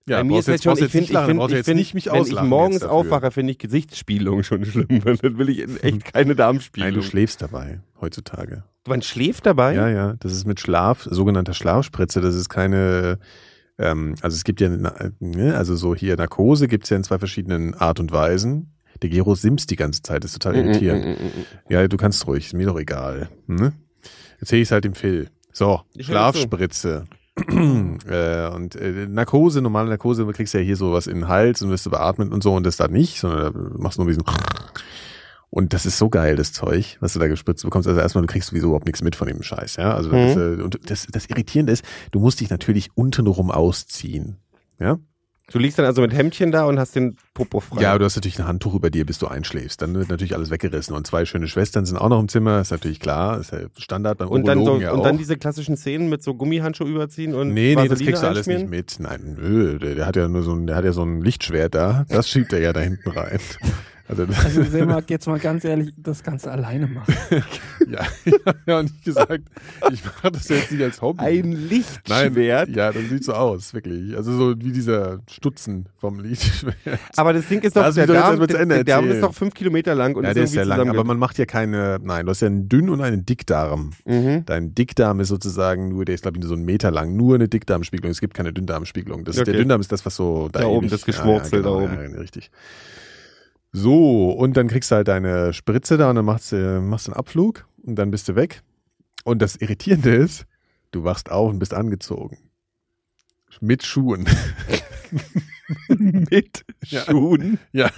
Speaker 2: Ja,
Speaker 5: Bei mir ist
Speaker 2: brauchst
Speaker 5: jetzt
Speaker 2: brauchst
Speaker 5: schon,
Speaker 2: jetzt
Speaker 5: ich
Speaker 2: nicht
Speaker 5: finde, ich
Speaker 2: lachen,
Speaker 5: finde,
Speaker 2: brauchst
Speaker 5: ich
Speaker 2: jetzt
Speaker 5: find,
Speaker 2: nicht mich
Speaker 5: wenn ich
Speaker 2: auslachen
Speaker 5: morgens
Speaker 2: jetzt dafür.
Speaker 5: aufwache, finde ich Gesichtsspielung schon schlimm, weil dann will ich in echt keine Darmspielung.
Speaker 2: Hm. Nein, du schläfst dabei heutzutage.
Speaker 5: Man schläft dabei?
Speaker 2: Ja, ja, das ist mit Schlaf, sogenannter Schlafspritze, das ist keine, ähm, also es gibt ja, na- ne, also so hier Narkose gibt's ja in zwei verschiedenen Art und Weisen. Der Gero simst die ganze Zeit, das ist total
Speaker 5: Mm, mm,
Speaker 2: irritierend.
Speaker 5: mm, mm, mm.
Speaker 2: Ja, du kannst ruhig, ist mir doch egal. Ne? Erzähl ich's halt dem Phil. So,
Speaker 5: Ich hör dir zu.
Speaker 2: Schlafspritze. äh, und äh, Narkose, normale Narkose, du kriegst ja hier sowas in den Hals und wirst du beatmet und so und das da nicht, sondern da machst du nur diesen und das ist so geil, das Zeug, was du da gespritzt bekommst. Also erstmal, du kriegst sowieso überhaupt nichts mit von dem Scheiß, ja. Also das,
Speaker 5: Mhm.
Speaker 2: äh, und das, das Irritierende ist, du musst dich natürlich untenrum ausziehen. Ja?
Speaker 5: Du liegst dann also mit Hemdchen da und hast den Popo frei.
Speaker 2: Ja, du hast natürlich ein Handtuch über dir, bis du einschläfst. Dann wird natürlich alles weggerissen. Und zwei schöne Schwestern sind auch noch im Zimmer, ist natürlich klar. Ist ja Standard beim
Speaker 5: und dann, so,
Speaker 2: Urologen ja
Speaker 5: und
Speaker 2: auch.
Speaker 5: dann diese klassischen Szenen mit so Gummihandschuh überziehen und
Speaker 2: nee, nee, das
Speaker 5: Vaseline
Speaker 2: kriegst du alles nicht
Speaker 5: einschmieren.
Speaker 2: mit. Nein, nö, der, der hat ja nur so ein, der hat ja so ein Lichtschwert da. Das schiebt er ja da hinten rein. Also, das-
Speaker 1: Also sehen wir jetzt mal ganz ehrlich, das kannst du alleine machen.
Speaker 2: ja, ich habe ja auch nicht gesagt, ich mache das jetzt nicht als Hobby.
Speaker 5: Ein Lichtschwert.
Speaker 2: Ja, das sieht so aus, wirklich. Also so wie dieser Stutzen vom Lichtschwert.
Speaker 5: Aber das Ding ist doch,
Speaker 2: Lass
Speaker 5: der
Speaker 2: mich doch jetzt
Speaker 5: Darm,
Speaker 2: erst mal zu
Speaker 5: der,
Speaker 2: Ende
Speaker 5: der Darm ist
Speaker 2: erzählen.
Speaker 5: doch fünf Kilometer lang und
Speaker 2: ja,
Speaker 5: ist
Speaker 2: der ist
Speaker 5: irgendwie
Speaker 2: ja lang, aber
Speaker 5: zusammengebaut.
Speaker 2: man macht ja keine, nein, du hast ja einen Dünn- und einen Dickdarm.
Speaker 5: Mhm.
Speaker 2: Dein Dickdarm ist sozusagen nur, der ist glaube ich nur so einen Meter lang, nur eine Dickdarmspiegelung. Es gibt keine Dünndarmspiegelung. Das ist, der
Speaker 5: Okay.
Speaker 2: Dünndarm ist das, was so da,
Speaker 5: Da oben,
Speaker 2: ewig-
Speaker 5: das Geschwurzel
Speaker 2: ja, ja,
Speaker 5: da
Speaker 2: Ja,
Speaker 5: oben.
Speaker 2: ja, richtig. So, und dann kriegst du halt deine Spritze da und dann machst du machst einen Abflug und dann bist du weg. Und das Irritierende ist, du wachst auf und bist angezogen. Mit Schuhen.
Speaker 5: mit
Speaker 2: Ja.
Speaker 5: Schuhen.
Speaker 2: ja.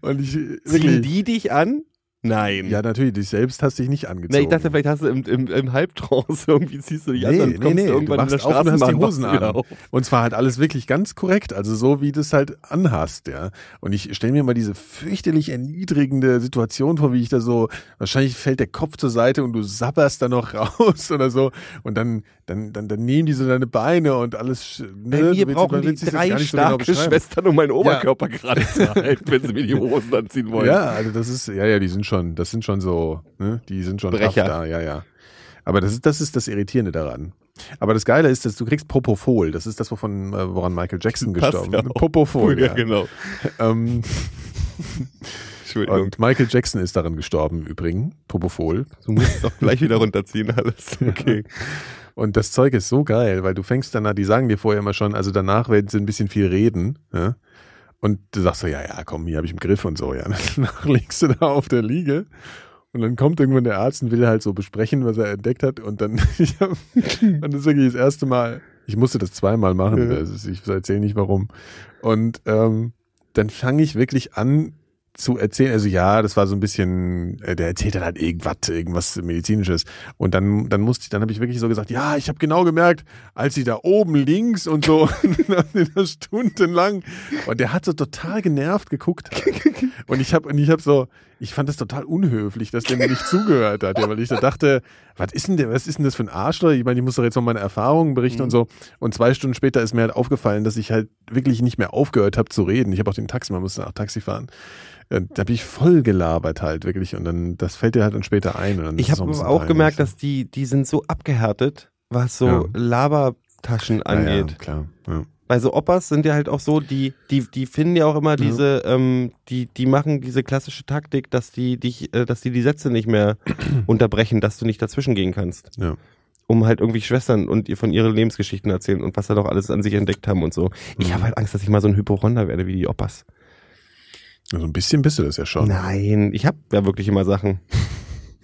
Speaker 2: Und ich äh,
Speaker 5: Ziehen
Speaker 2: wirklich.
Speaker 5: die dich an? Nein.
Speaker 2: Ja, natürlich, dich selbst hast dich nicht angezogen.
Speaker 5: Na, ich dachte, vielleicht hast du im, im, im Halbtrance irgendwie ziehst du dich an,
Speaker 2: Nee,
Speaker 5: dann
Speaker 2: nee,
Speaker 5: kommst
Speaker 2: nee,
Speaker 5: du
Speaker 2: du
Speaker 5: irgendwann in der
Speaker 2: wachst auf und hast die
Speaker 5: Straßenbahn
Speaker 2: Hosen
Speaker 5: wachst du
Speaker 2: an.
Speaker 5: wieder auf.
Speaker 2: Und zwar halt alles wirklich ganz korrekt, also so wie du es halt anhast, ja. Und ich stelle mir mal diese fürchterlich erniedrigende Situation vor, wie ich da so, wahrscheinlich fällt der Kopf zur Seite und du sabberst da noch raus oder so. Und dann, dann, dann, dann nehmen die so deine Beine und alles. sch- Ne,
Speaker 5: Bei mir
Speaker 2: du willst-
Speaker 5: brauchen
Speaker 2: man
Speaker 5: die
Speaker 2: willst es jetzt
Speaker 5: drei
Speaker 2: gar nicht so genau
Speaker 5: starke
Speaker 2: beschreiben.
Speaker 5: Schwestern, um meinen Oberkörper gerade zu halten, wenn sie mir die Hosen anziehen wollen.
Speaker 2: Ja, also das ist, ja, ja, die sind schon, das sind schon so, ne, die sind schon
Speaker 5: Brecher.
Speaker 2: tough da, ja, ja. Aber das ist, das ist das Irritierende daran. Aber das Geile ist, dass du kriegst Popofol. Das ist das, wovon, äh, woran Michael Jackson
Speaker 5: Passt
Speaker 2: gestorben
Speaker 5: ja
Speaker 2: ist.
Speaker 5: auch.
Speaker 2: Popofol,
Speaker 5: ja,
Speaker 2: ja.
Speaker 5: genau.
Speaker 2: Ähm,
Speaker 5: Entschuldigung.
Speaker 2: und Michael Jackson ist daran gestorben, im Übrigen. Popofol.
Speaker 5: du musst doch gleich wieder runterziehen alles. Okay.
Speaker 2: Und das Zeug ist so geil, weil du fängst danach, die sagen dir vorher immer schon, also danach werden sie ein bisschen viel reden, ja? Und du sagst so, ja, ja, komm, hier habe ich im Griff und so, ja. Danach liegst du da auf der Liege und dann kommt irgendwann der Arzt und will halt so besprechen, was er entdeckt hat und dann, ich hab, und das ist wirklich das erste Mal, Ich musste das zweimal machen.
Speaker 5: Ja.
Speaker 2: Also ich erzähle nicht warum. Und ähm, dann fange ich wirklich an zu erzählen. Also ja, das war so ein bisschen, äh, der erzählt dann halt irgendwas, irgendwas medizinisches. Und dann, dann musste ich, dann habe ich wirklich so gesagt, ja, ich habe genau gemerkt, als sie da oben links und so und dann haben die da stundenlang. Und der hat so total genervt geguckt. Halt. Und ich habe, und ich habe so, ich fand das total unhöflich, dass der mir nicht zugehört hat, ja, weil ich da dachte, was ist denn der, was ist denn das für ein Arschloch? Ich meine, ich muss doch jetzt noch meine Erfahrungen berichten
Speaker 5: Mhm.
Speaker 2: und so. Und zwei Stunden später ist mir halt aufgefallen, dass ich halt wirklich nicht mehr aufgehört habe zu reden. Ich habe auch den Taxi, man musste nach Taxi fahren. Äh, Da bin ich voll gelabert halt wirklich und dann das fällt dir halt dann später ein. Und dann
Speaker 5: Ich
Speaker 2: ist es
Speaker 5: habe
Speaker 2: ein bisschen
Speaker 5: auch gemerkt,
Speaker 2: peinlich.
Speaker 5: dass die, die sind so abgehärtet, was so
Speaker 2: Ja.
Speaker 5: Labertaschen angeht.
Speaker 2: Ja, ja, klar. Ja.
Speaker 5: Weil so Oppas sind ja halt auch so, die, die, die finden ja auch immer diese, ähm, die, die machen diese klassische Taktik, dass die dich, äh, dass die die Sätze nicht mehr unterbrechen, dass du nicht dazwischen gehen kannst.
Speaker 2: Ja.
Speaker 5: Um halt irgendwie Schwestern und ihr von ihren Lebensgeschichten erzählen und was sie doch alles an sich entdeckt haben und so. Ich
Speaker 2: Mhm.
Speaker 5: habe halt Angst, dass ich mal so ein Hypochonder werde wie die Oppas.
Speaker 2: Also ein bisschen bist du das ja schon.
Speaker 5: Nein, ich habe ja wirklich immer Sachen.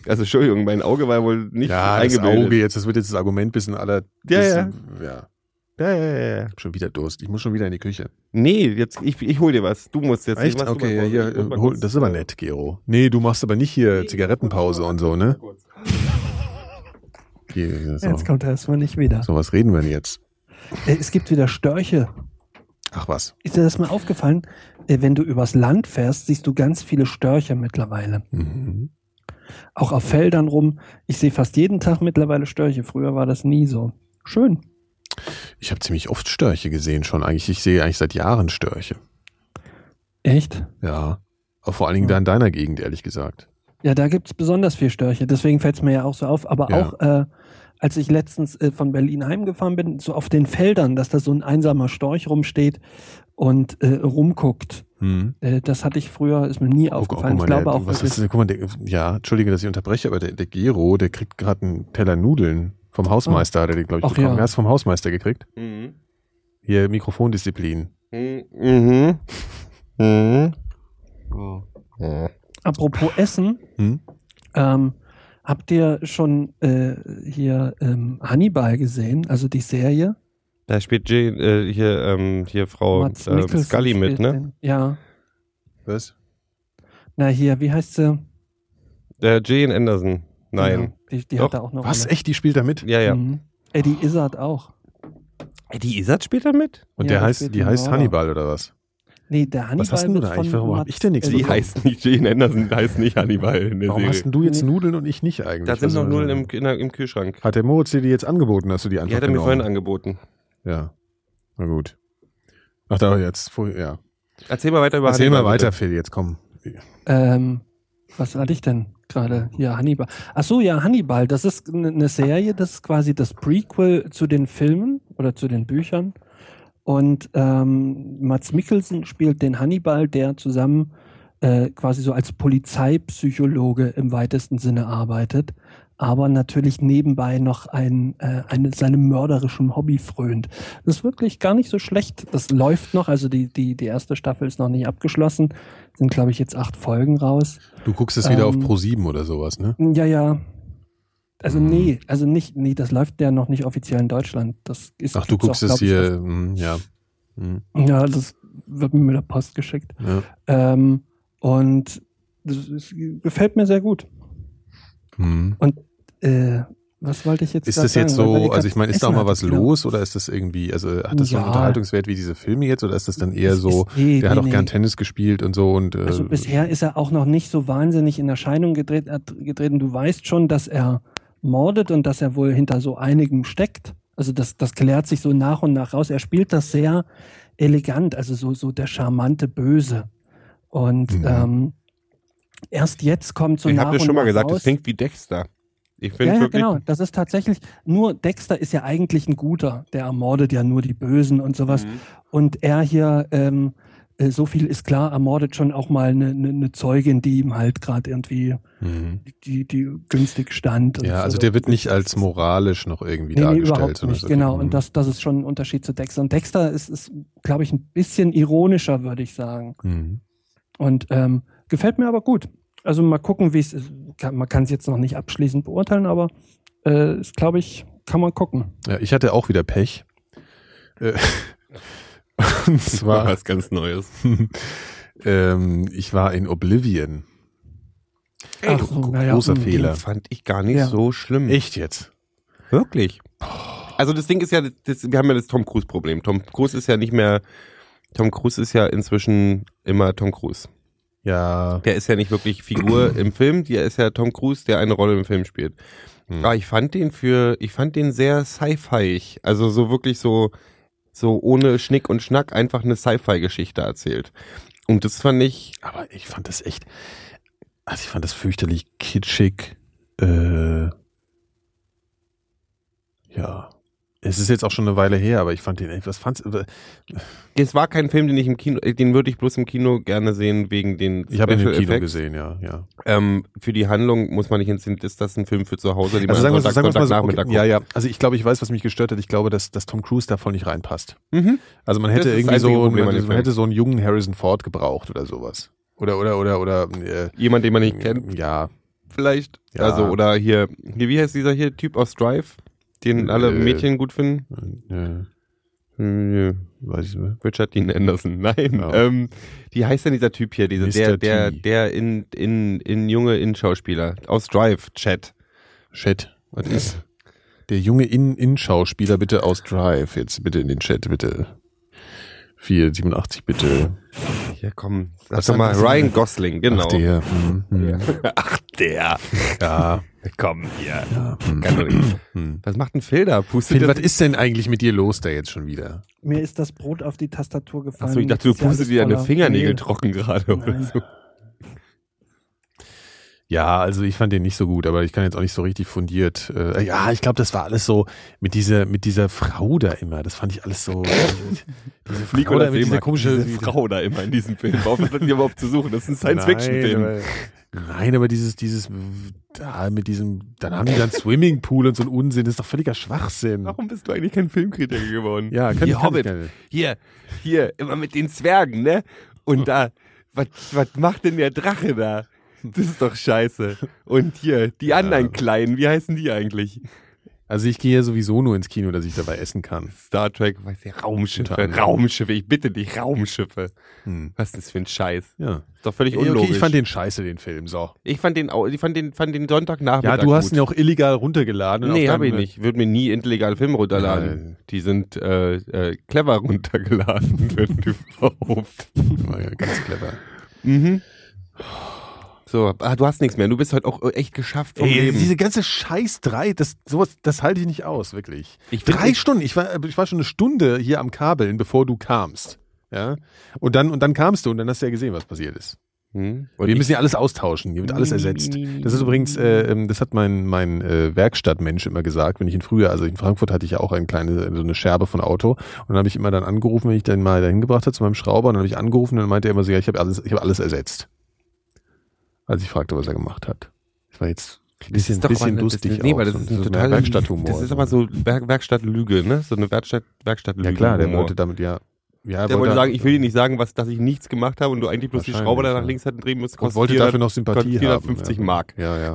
Speaker 5: Also Entschuldigung, mein Auge war wohl nicht
Speaker 2: ja, das
Speaker 5: eingebildet.
Speaker 2: Auge jetzt, das wird jetzt das Argument bisschen aller.
Speaker 5: Ja,
Speaker 2: bisschen, ja.
Speaker 5: Ja, ja, ja, ja.
Speaker 2: Schon wieder Durst. Ich muss schon wieder in die Küche.
Speaker 5: Nee, jetzt, ich, ich hol dir was. Du musst jetzt. ich mach's
Speaker 2: Okay,
Speaker 5: mal
Speaker 2: ja, hier,
Speaker 5: kurz. Ich muss mal
Speaker 2: äh, hol,
Speaker 5: kurz-
Speaker 2: das ist aber nett, Gero. Nee, du machst aber nicht hier Zigarettenpause und so, ne? Hier, so.
Speaker 1: Jetzt kommt er erstmal nicht wieder.
Speaker 2: so, was reden wir denn jetzt?
Speaker 1: Äh, Es gibt wieder Störche.
Speaker 2: Ach was.
Speaker 1: Ist dir das mal aufgefallen? Äh, Wenn du übers Land fährst, siehst du ganz viele Störche mittlerweile.
Speaker 2: Mhm.
Speaker 1: Auch auf Feldern rum. Ich sehe fast jeden Tag mittlerweile Störche. Früher war das nie so. Schön.
Speaker 2: Ich habe ziemlich oft Störche gesehen schon eigentlich. Ich sehe eigentlich seit Jahren Störche.
Speaker 1: Echt?
Speaker 2: Ja. Auch vor allen Dingen da in deiner Gegend, ehrlich gesagt.
Speaker 1: Ja, da gibt's besonders viel Störche. Deswegen fällt's mir ja auch so auf. Aber
Speaker 2: Ja.
Speaker 1: auch, äh, als ich letztens äh, von Berlin heimgefahren bin, so auf den Feldern, dass da so ein einsamer Storch rumsteht und äh, rumguckt.
Speaker 2: Mhm.
Speaker 1: Äh, das hatte ich früher, ist mir nie
Speaker 2: Oh,
Speaker 1: aufgefallen.
Speaker 2: guck
Speaker 1: ich
Speaker 2: mal,
Speaker 1: glaube
Speaker 2: der,
Speaker 1: auch,
Speaker 2: was
Speaker 1: wirklich-
Speaker 2: ist denn, guck mal, der, ja, entschuldige, dass ich unterbreche, aber der, der Gero, der kriegt gerade einen Teller Nudeln vom Hausmeister, hat er den, glaube ich,
Speaker 1: Ach
Speaker 2: bekommen.
Speaker 1: ja.
Speaker 2: Er hat's vom Hausmeister gekriegt.
Speaker 5: Mhm.
Speaker 2: Hier, Mikrofondisziplin.
Speaker 5: Mhm. Mhm. Mhm.
Speaker 1: apropos Essen,
Speaker 2: Hm?
Speaker 1: ähm, habt ihr schon äh, hier ähm, Hannibal gesehen, also die Serie?
Speaker 5: Da spielt Jane, äh, hier, ähm, hier Frau äh,
Speaker 1: Mikkelsen
Speaker 5: Scully mit,
Speaker 1: spielt
Speaker 5: ne?
Speaker 1: den- Ja.
Speaker 2: Was?
Speaker 1: Na hier, wie heißt sie?
Speaker 5: Äh, Jane Anderson. Nein.
Speaker 1: Genau, Die, die
Speaker 5: Doch.
Speaker 1: hat da auch noch.
Speaker 2: Was?
Speaker 1: eine.
Speaker 2: Echt? Die spielt da mit?
Speaker 5: Ja, ja.
Speaker 1: Mhm. Eddie Izzard auch.
Speaker 5: Die Isat spielt da mit?
Speaker 2: Und
Speaker 1: Ja,
Speaker 2: der
Speaker 1: das
Speaker 2: heißt,
Speaker 1: wird
Speaker 2: die
Speaker 1: ein
Speaker 2: heißt
Speaker 1: Mörder.
Speaker 2: Hannibal oder was?
Speaker 1: Nee, der Hannibal.
Speaker 2: hast denn du
Speaker 1: wird
Speaker 2: da eigentlich?
Speaker 1: von
Speaker 2: Warum hab
Speaker 1: Mats
Speaker 2: ich denn nichts
Speaker 1: Mikkelsen-
Speaker 5: Die heißt nicht Jane Anderson, da heißt nicht Hannibal in der
Speaker 2: Warum
Speaker 5: Serie.
Speaker 2: hast denn du jetzt Nudeln und ich nicht genau. eigentlich?
Speaker 5: da sind
Speaker 2: Was-
Speaker 5: noch
Speaker 2: was-
Speaker 5: Nudeln im, in der, im Kühlschrank.
Speaker 2: Hat der Moritz dir die jetzt angeboten, dass du die einfach
Speaker 5: Die hat er mir
Speaker 2: genommen?
Speaker 5: vorhin angeboten.
Speaker 2: Ja. Na gut. Ach, da jetzt. Vor, ja.
Speaker 5: Erzähl mal weiter über
Speaker 2: Erzähl mal
Speaker 5: Hannibal,
Speaker 2: weiter,
Speaker 5: bitte.
Speaker 2: Phil, jetzt komm.
Speaker 1: Ähm, was hatte ich denn gerade? Ja, Hannibal. Ach so, ja, Hannibal. Das ist eine ne Serie, das ist quasi das Prequel zu den Filmen oder zu den Büchern. Und ähm, Mats Mikkelsen spielt den Hannibal, der zusammen äh, quasi so als Polizeipsychologe im weitesten Sinne arbeitet, aber natürlich nebenbei noch ein, äh, eine, seinem mörderischen Hobby frönt. Das ist wirklich gar nicht so schlecht. Das läuft noch, also die, die, die erste Staffel ist noch nicht abgeschlossen. Sind, glaube ich, jetzt acht Folgen raus.
Speaker 2: Du guckst es wieder auf
Speaker 1: Ähm,
Speaker 2: Pro7 oder sowas, ne?
Speaker 1: Ja, ja. Also
Speaker 2: Hm.
Speaker 1: nee, also nicht, nee, das läuft ja noch nicht offiziell in Deutschland. Das ist
Speaker 2: Ach, du
Speaker 1: gibt's
Speaker 2: guckst
Speaker 1: auch,
Speaker 2: es
Speaker 1: glaub ich,
Speaker 2: hier, hm, ja. Hm,
Speaker 1: erst- Ja, das wird mir mit der Post geschickt.
Speaker 2: ja.
Speaker 1: Ähm, und das ist, gefällt mir sehr gut.
Speaker 2: Hm.
Speaker 1: Äh, was wollte ich jetzt
Speaker 2: Ist
Speaker 1: grad
Speaker 2: das jetzt
Speaker 1: sagen? Weil- weil
Speaker 2: so,
Speaker 1: ihr
Speaker 2: also ich
Speaker 1: grad
Speaker 2: meine, ist da auch
Speaker 1: Essen
Speaker 2: mal was
Speaker 1: hattet, genau.
Speaker 2: los oder ist das irgendwie, also hat das so einen
Speaker 1: Ja.
Speaker 2: Unterhaltungswert wie diese Filme jetzt oder ist das dann eher
Speaker 1: Es
Speaker 2: so,
Speaker 1: ist- nee,
Speaker 2: der hat
Speaker 1: nee,
Speaker 2: auch
Speaker 1: nee.
Speaker 2: gern Tennis gespielt und so und äh,
Speaker 1: Also
Speaker 5: Ähm.
Speaker 1: bisher ist er auch noch nicht so wahnsinnig in Erscheinung gedreht, äh, getreten. Du weißt schon, dass er mordet und dass er wohl hinter so einigem steckt. Also das, das klärt sich so nach und nach raus. Er spielt das sehr elegant, also so, so der charmante Böse. Und
Speaker 2: Mhm.
Speaker 1: ähm, erst jetzt kommt so
Speaker 5: Ich
Speaker 1: nach
Speaker 5: hab dir
Speaker 1: und
Speaker 5: schon mal
Speaker 1: nach
Speaker 5: gesagt, das
Speaker 1: raus-
Speaker 5: klingt wie Dexter. Ich finde
Speaker 1: ja, ja,
Speaker 5: wirklich.
Speaker 1: genau. Das ist tatsächlich, nur Dexter ist ja eigentlich ein Guter. Der ermordet ja nur die Bösen und sowas.
Speaker 5: Mhm.
Speaker 1: Und er hier, ähm, äh, so viel ist klar, ermordet schon auch mal eine ne, ne Zeugin, die ihm halt gerade irgendwie,
Speaker 2: Mhm.
Speaker 1: die, die günstig stand. und
Speaker 2: ja,
Speaker 1: so.
Speaker 2: also der wird nicht als moralisch noch irgendwie
Speaker 1: Nee, nee,
Speaker 2: dargestellt.
Speaker 1: überhaupt
Speaker 2: sondern
Speaker 1: nicht,
Speaker 2: so-
Speaker 1: genau.
Speaker 2: mhm.
Speaker 1: Und das, das ist schon ein Unterschied zu Dexter. Und Dexter ist, ist glaube ich, ein bisschen ironischer, würde ich sagen.
Speaker 2: Mhm.
Speaker 1: Und ähm, gefällt mir aber gut. Also mal gucken, wie es ist. Kann- Man kann es jetzt noch nicht abschließend beurteilen, aber äh, ist, glaube ich, kann man gucken.
Speaker 2: Ja, ich hatte auch wieder Pech. Äh, und
Speaker 4: war
Speaker 2: zwar,
Speaker 4: was ganz Neues.
Speaker 2: ähm, ich war in Oblivion.
Speaker 1: Ach
Speaker 2: du
Speaker 1: so, naja,
Speaker 2: großer
Speaker 1: mm.
Speaker 2: Fehler.
Speaker 5: Den fand ich gar nicht
Speaker 1: Ja.
Speaker 5: so schlimm.
Speaker 2: Echt jetzt?
Speaker 5: Wirklich. Also das Ding ist ja, das, wir haben ja das Tom Cruise Problem. Tom Cruise ist ja nicht mehr, Tom Cruise ist ja inzwischen immer Tom Cruise.
Speaker 2: Ja.
Speaker 5: Der ist ja nicht wirklich Figur im Film, der ist ja Tom Cruise, der eine Rolle im Film spielt.
Speaker 2: Hm.
Speaker 5: Aber ich fand den für, ich fand den sehr sci-fi, also so wirklich so, so ohne Schnick und Schnack einfach eine Sci-fi-Geschichte erzählt. Und das fand ich,
Speaker 2: Aber ich fand das echt, also ich fand das fürchterlich kitschig. Äh, ja. Es ist jetzt auch schon eine Weile her, aber ich fand den, was fand's,
Speaker 5: das war kein Film, den ich im Kino, den würde ich bloß im Kino gerne sehen wegen den
Speaker 2: ich habe ihn im
Speaker 5: Special
Speaker 2: Kino
Speaker 5: Effects.
Speaker 2: gesehen, ja, ja.
Speaker 5: Ähm, für die Handlung muss man nicht ins ist das ein Film für zu Hause, den
Speaker 2: Also sagen
Speaker 5: man
Speaker 2: wir, sagen wir mal so, okay,
Speaker 5: Sonntagnachmittag
Speaker 2: ja, ja. Also ich glaube, ich weiß, was mich gestört hat. Ich glaube, dass, dass Tom Cruise da voll nicht reinpasst.
Speaker 5: guckt. Mhm.
Speaker 2: Also man
Speaker 5: Das
Speaker 2: hätte
Speaker 5: ist
Speaker 2: irgendwie
Speaker 5: das einzige
Speaker 2: so,
Speaker 5: Problem an
Speaker 2: man,
Speaker 5: dem
Speaker 2: man hätte
Speaker 5: Film.
Speaker 2: so einen jungen Harrison Ford gebraucht oder sowas. Oder, oder, oder, oder, äh,
Speaker 5: Jemand, den man nicht kennt,
Speaker 2: Ja.
Speaker 5: vielleicht.
Speaker 2: Ja.
Speaker 5: Also, oder hier, hier, wie heißt dieser hier Typ aus Drive, den alle
Speaker 2: Äh.
Speaker 5: Mädchen gut finden?
Speaker 2: Äh,
Speaker 5: Äh,
Speaker 2: weiß ich nicht.
Speaker 5: Richard Dean Anderson, nein.
Speaker 2: Ja.
Speaker 5: Ähm, wie heißt denn dieser Typ hier, dieser, der,
Speaker 2: Mr. T.
Speaker 5: der, der in, in, in junge In-Schauspieler aus Drive, Chat.
Speaker 2: Chat. Was ist? Der junge In-In-Schauspieler bitte aus Drive. Jetzt bitte in den Chat, bitte. 487 bitte.
Speaker 5: Hier, komm,
Speaker 2: Was
Speaker 5: sag doch
Speaker 2: hat
Speaker 5: mal,
Speaker 2: das denn?
Speaker 5: Ryan Gosling, genau.
Speaker 2: Ach, der. hm, hm,
Speaker 5: Ach, der.
Speaker 2: Ja.
Speaker 5: Komm hier.
Speaker 2: ja hm,
Speaker 5: Kann doch nicht.
Speaker 2: hm.
Speaker 5: Was macht ein Filder? Pustet
Speaker 2: Phil,
Speaker 5: der
Speaker 2: was ist denn eigentlich mit dir los da jetzt schon wieder?
Speaker 1: Mir ist das Brot auf die Tastatur gefallen.
Speaker 5: Achso, ich dachte, du
Speaker 1: Das ist ja alles
Speaker 5: pustest dir deine
Speaker 1: voller
Speaker 5: Fingernägel
Speaker 1: Mehl.
Speaker 5: trocken gerade oder
Speaker 1: Nein.
Speaker 5: so.
Speaker 2: Ja, also ich fand den nicht so gut, aber ich kann jetzt auch nicht so richtig fundiert. Äh, ja, ich glaube, das war alles so mit dieser mit dieser Frau da immer. Das fand ich alles so. diese Frau
Speaker 5: Nicolas
Speaker 2: da mit dieser
Speaker 5: Seemark,
Speaker 2: komische
Speaker 5: diese Frau da immer in diesem Film. Warum sind die überhaupt zu suchen? Das ist ein Science-Fiction-Film.
Speaker 2: Nein, aber- Nein, aber dieses, dieses, da mit diesem, dann haben die dann Swimmingpool und so ein Unsinn, das ist doch völliger Schwachsinn.
Speaker 5: Warum bist du eigentlich kein Filmkritiker geworden?
Speaker 2: Ja, kann
Speaker 5: hier,
Speaker 2: ich- kann ich
Speaker 5: Hobbit.
Speaker 2: gerne.
Speaker 5: hier, hier, immer mit den Zwergen, ne? Und da, was, was macht denn der Drache da? Das ist doch scheiße. Und hier, die anderen Kleinen, wie heißen die eigentlich?
Speaker 2: Also ich gehe ja sowieso nur ins Kino, dass ich dabei essen kann.
Speaker 5: Star Trek, weiß ich, Raumschiffe,
Speaker 2: Unter anderem.
Speaker 5: Raumschiffe, ich bitte dich, Raumschiffe.
Speaker 2: Hm.
Speaker 5: Was ist das für ein Scheiß?
Speaker 2: Ja.
Speaker 5: Ist doch völlig
Speaker 2: Okay,
Speaker 5: unlogisch.
Speaker 2: ich fand den scheiße, den Film. So.
Speaker 5: Ich fand den, au- ich fand den, fand den Sonntagnachmittag
Speaker 2: Ja, du hast
Speaker 5: gut.
Speaker 2: ihn ja auch illegal runtergeladen. und
Speaker 5: Nee,
Speaker 2: auf
Speaker 5: habe ich
Speaker 2: deinem- äh,
Speaker 5: nicht. Würde mir nie illegale Filme runterladen.
Speaker 2: Nein.
Speaker 5: Die sind äh, äh, clever runtergeladen, wenn überhaupt.
Speaker 2: War Oh ja ganz clever.
Speaker 5: Mhm. So, ah, du hast nichts mehr. Du bist heute auch äh, echt geschafft vom
Speaker 2: Ey,
Speaker 5: Leben.
Speaker 2: um diese ganze Scheiß drei, das sowas, das halte ich nicht aus, wirklich.
Speaker 5: ich find-
Speaker 2: Drei
Speaker 5: ich-
Speaker 2: Stunden, ich war, ich war schon eine Stunde hier am Kabeln, bevor du kamst. Ja. Und dann, und dann kamst du und dann hast du ja gesehen, was passiert ist.
Speaker 5: Hm?
Speaker 2: Und wir müssen ja alles austauschen, hier wird alles ersetzt. Das ist übrigens, äh, ähm, das hat mein, mein äh, Werkstattmensch immer gesagt, wenn ich ihn früher, also in Frankfurt hatte ich ja auch eine kleine, so eine Scherbe von Auto und dann habe ich immer dann angerufen, wenn ich den mal dahin gebracht habe zu meinem Schrauber und dann habe ich angerufen und dann meinte er immer so, ja, ich habe alles, ich habe alles ersetzt. Als ich fragte, was er gemacht hat. Das war jetzt ein bisschen,
Speaker 5: doch
Speaker 2: bisschen
Speaker 5: aber- das-
Speaker 2: lustig
Speaker 5: Nee,
Speaker 2: auch,
Speaker 5: weil das
Speaker 2: so
Speaker 5: ist
Speaker 2: ein-
Speaker 5: ein
Speaker 2: so
Speaker 5: totaler
Speaker 2: Werkstatthumor.
Speaker 5: Das ist aber so Werk Werkstattlüge, ne? So eine Werkstatt Werkstattlüge.
Speaker 2: Ja klar, der
Speaker 5: Humor.
Speaker 2: wollte damit ja. ja er
Speaker 5: Der wollte sagen, ich will dir nicht sagen, was, dass ich nichts gemacht habe und du eigentlich bloß die
Speaker 2: Wahrscheinlich,
Speaker 5: Schraube da nach
Speaker 2: ja.
Speaker 5: links hätten drehen musst.
Speaker 2: und
Speaker 5: kostet
Speaker 2: wollte
Speaker 5: 400
Speaker 2: dafür noch Sympathie
Speaker 5: kostet 450
Speaker 2: haben.
Speaker 5: Mark.
Speaker 2: Ja, ja. ja.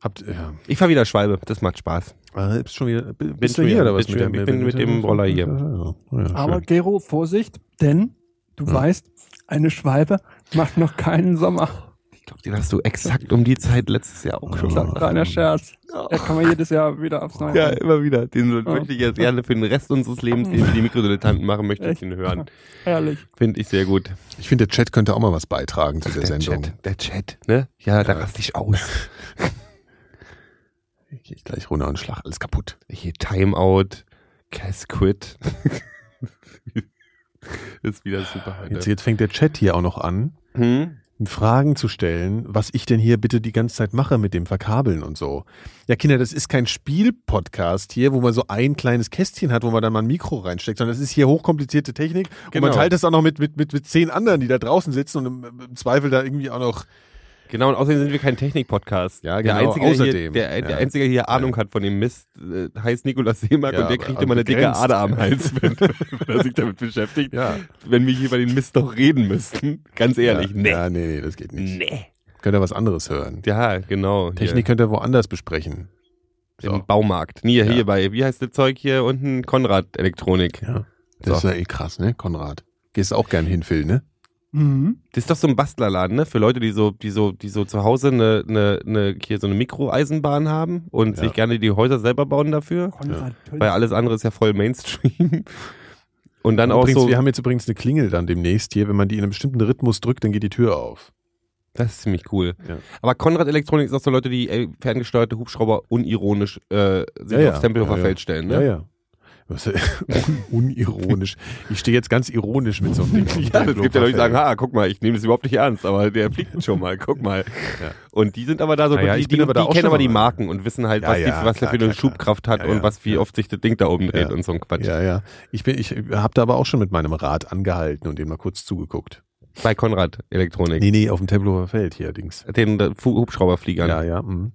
Speaker 2: Habt, ja.
Speaker 5: Ich fahr wieder Schwalbe, das macht Spaß.
Speaker 2: Ah, bist schon wieder, bin
Speaker 5: schon wieder- bin schon- ich bin mit dem Roller hier.
Speaker 2: Ah, Ja, ja,
Speaker 1: Aber
Speaker 2: schön.
Speaker 1: Gero, Vorsicht, denn du
Speaker 2: Ja.
Speaker 1: weißt, eine Schwalbe macht noch keinen Sommer.
Speaker 5: Ich glaube, den hast du exakt um die Zeit letztes Jahr auch
Speaker 2: Oh.
Speaker 5: schon.
Speaker 1: Das ist ein kleiner Scherz. Da kann man jedes Jahr wieder aufs Neue.
Speaker 5: Oh. Ja, immer wieder. Den
Speaker 1: Ja.
Speaker 5: möchte ich jetzt gerne für den Rest unseres Lebens, den wir die Mikrodilettanten machen, möchte ich
Speaker 1: Echt?
Speaker 5: ihn hören.
Speaker 1: Herrlich.
Speaker 5: Finde ich sehr gut.
Speaker 2: ich finde, der Chat könnte auch mal was beitragen zu der, Sendung.
Speaker 5: Chat, der Chat, ne? Ja, da raste ich aus.
Speaker 2: Ich geh gleich runter und schlag alles kaputt.
Speaker 5: Hier Timeout, Cass Quit. ist wieder super. Alter.
Speaker 2: Jetzt, jetzt fängt der Chat hier auch noch an,
Speaker 5: Hm?
Speaker 2: Fragen zu stellen, was ich denn hier bitte die ganze Zeit mache mit dem Verkabeln und so. Ja, Kinder, das ist kein Spielpodcast hier, wo man so ein kleines Kästchen hat, wo man dann mal ein Mikro reinsteckt, sondern das ist hier hochkomplizierte Technik und
Speaker 5: Genau.
Speaker 2: man teilt das auch noch mit, mit, mit, mit zehn anderen, die da draußen sitzen und im, im Zweifel da irgendwie auch noch
Speaker 5: Genau, und außerdem sind wir kein Technik-Podcast.
Speaker 2: Ja,
Speaker 5: Der
Speaker 2: genau,
Speaker 5: Einzige, Hier,
Speaker 2: außerdem.
Speaker 5: der, der
Speaker 2: Ja.
Speaker 5: Einzige der hier Ahnung hat von dem Mist, äh, heißt Nikolaus Seemark
Speaker 2: Ja,
Speaker 5: und der
Speaker 2: aber-
Speaker 5: kriegt
Speaker 2: aber
Speaker 5: immer eine dicke
Speaker 2: begrenzt.
Speaker 5: Ader am Hals, wenn, wenn er sich damit beschäftigt.
Speaker 2: Ja.
Speaker 5: Wenn wir hier über den Mist doch reden müssten. Ganz ehrlich,
Speaker 2: ja, Ja, nee, nee, das geht
Speaker 5: nee.
Speaker 2: nicht.
Speaker 5: Nee.
Speaker 2: Könnt ihr was anderes hören.
Speaker 5: Ja, genau.
Speaker 2: Technik könnt ihr woanders besprechen.
Speaker 5: Im
Speaker 2: So.
Speaker 5: Baumarkt. Nee,
Speaker 2: Ja.
Speaker 5: hier bei, wie heißt das Zeug hier unten? Konrad Elektronik.
Speaker 2: Ja. Das
Speaker 5: So.
Speaker 2: ist ja eh krass, ne, Konrad? Gehst auch gern hin, Phil, ne?
Speaker 1: Mhm.
Speaker 5: Das ist doch so ein Bastlerladen, ne? Für Leute, die so, die so, die so zu Hause eine, eine, eine hier so eine Mikroeisenbahn haben und
Speaker 2: Ja.
Speaker 5: sich gerne die Häuser selber bauen dafür.
Speaker 1: Konrad
Speaker 5: Weil
Speaker 1: Tönnies.
Speaker 5: alles andere ist ja voll Mainstream. Und dann auch
Speaker 2: übrigens,
Speaker 5: so.
Speaker 2: Wir haben jetzt übrigens eine Klingel dann demnächst hier. Wenn man die in einem bestimmten Rhythmus drückt, dann geht die Tür auf.
Speaker 5: Das ist ziemlich cool.
Speaker 2: Ja.
Speaker 5: Aber Konrad Elektronik ist auch so Leute, die ey, ferngesteuerte Hubschrauber unironisch äh, sich
Speaker 2: Ja, ja.
Speaker 5: aufs Tempelhofer
Speaker 2: Ja, ja.
Speaker 5: Feld stellen. Ne?
Speaker 2: Ja, ja. Was, unironisch. Ich stehe jetzt ganz ironisch mit so einem Ding. auf dem
Speaker 5: Ja, Also, es gibt ja Leute, die sagen,
Speaker 2: Tempelhofer
Speaker 5: ha, guck mal, ich nehme das überhaupt nicht ernst, aber der fliegt schon mal, guck mal.
Speaker 2: Ja.
Speaker 5: Und die sind aber da so,
Speaker 2: Naja,
Speaker 5: die,
Speaker 2: ich bin
Speaker 5: die,
Speaker 2: aber da
Speaker 5: die
Speaker 2: auch
Speaker 5: kennen
Speaker 2: schon
Speaker 5: aber die
Speaker 2: mal.
Speaker 5: Marken und wissen halt,
Speaker 2: Ja,
Speaker 5: was,
Speaker 2: ja,
Speaker 5: die, was der
Speaker 2: klar,
Speaker 5: für eine
Speaker 2: klar, klar.
Speaker 5: Schubkraft hat
Speaker 2: Ja,
Speaker 5: und
Speaker 2: ja,
Speaker 5: was, wie
Speaker 2: ja.
Speaker 5: oft sich das Ding da oben dreht
Speaker 2: Ja.
Speaker 5: und so ein Quatsch.
Speaker 2: Feld. Ja, ja. Ich, bin- ich habe da aber auch schon mit meinem Rad angehalten und dem mal kurz zugeguckt.
Speaker 5: Bei Konrad Elektronik.
Speaker 2: Nee, nee, auf dem Tempelhofer Feld hier, Dings.
Speaker 5: Den äh, Fu- Hubschrauberfliegern.
Speaker 2: Ja, ja. mhm.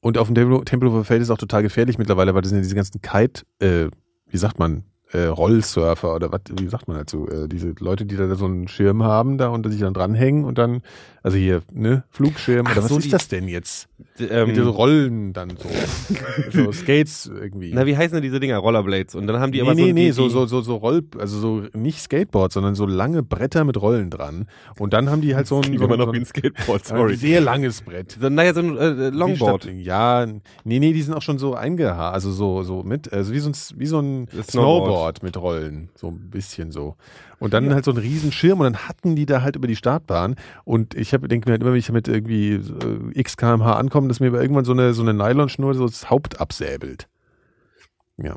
Speaker 2: Und auf dem Tempel- Tempelhofer Feld ist auch total gefährlich mittlerweile, weil das sind ja diese ganzen Kite, äh, wie sagt man, äh, Rollsurfer oder was, wie sagt man dazu? Äh, diese Leute, die da so einen Schirm haben da und sich dann dranhängen und dann, also hier, ne, Flugschirm
Speaker 5: Ach
Speaker 2: oder was
Speaker 5: so, die-
Speaker 2: ist das denn jetzt?
Speaker 5: D- Ähm,
Speaker 2: Mit diesen Rollen dann so. so Skates irgendwie.
Speaker 5: na, wie heißen denn diese Dinger? Rollerblades. Und dann haben die
Speaker 2: nee,
Speaker 5: aber
Speaker 2: nee,
Speaker 5: so,
Speaker 2: nee,
Speaker 5: die,
Speaker 2: so,
Speaker 5: die-
Speaker 2: so, so, so Roll, also so nicht Skateboard, sondern so lange Bretter mit Rollen dran. Und dann haben die halt so ein,
Speaker 5: Klingt
Speaker 2: so
Speaker 5: immer
Speaker 2: ein,
Speaker 5: noch
Speaker 2: so
Speaker 5: wie ein
Speaker 2: ein,
Speaker 5: Skateboard,
Speaker 2: ein
Speaker 5: sorry.
Speaker 2: sehr langes Brett.
Speaker 5: So, naja, so ein äh, Longboard.
Speaker 2: Wie statt- Ja, nee, nee, die sind auch schon so eingehaar, also so, so mit, also wie so ein, wie so ein
Speaker 5: Das
Speaker 2: Snowboard.
Speaker 5: Snowboard
Speaker 2: mit Rollen, so ein bisschen so. Und dann halt so ein Riesenschirm und dann hatten die da halt über die Startbahn und ich habe denke mir halt immer, wenn ich damit irgendwie äh, x kmh ankomme, dass mir aber irgendwann so eine, so eine Nylonschnur so das Haupt absäbelt. Ja.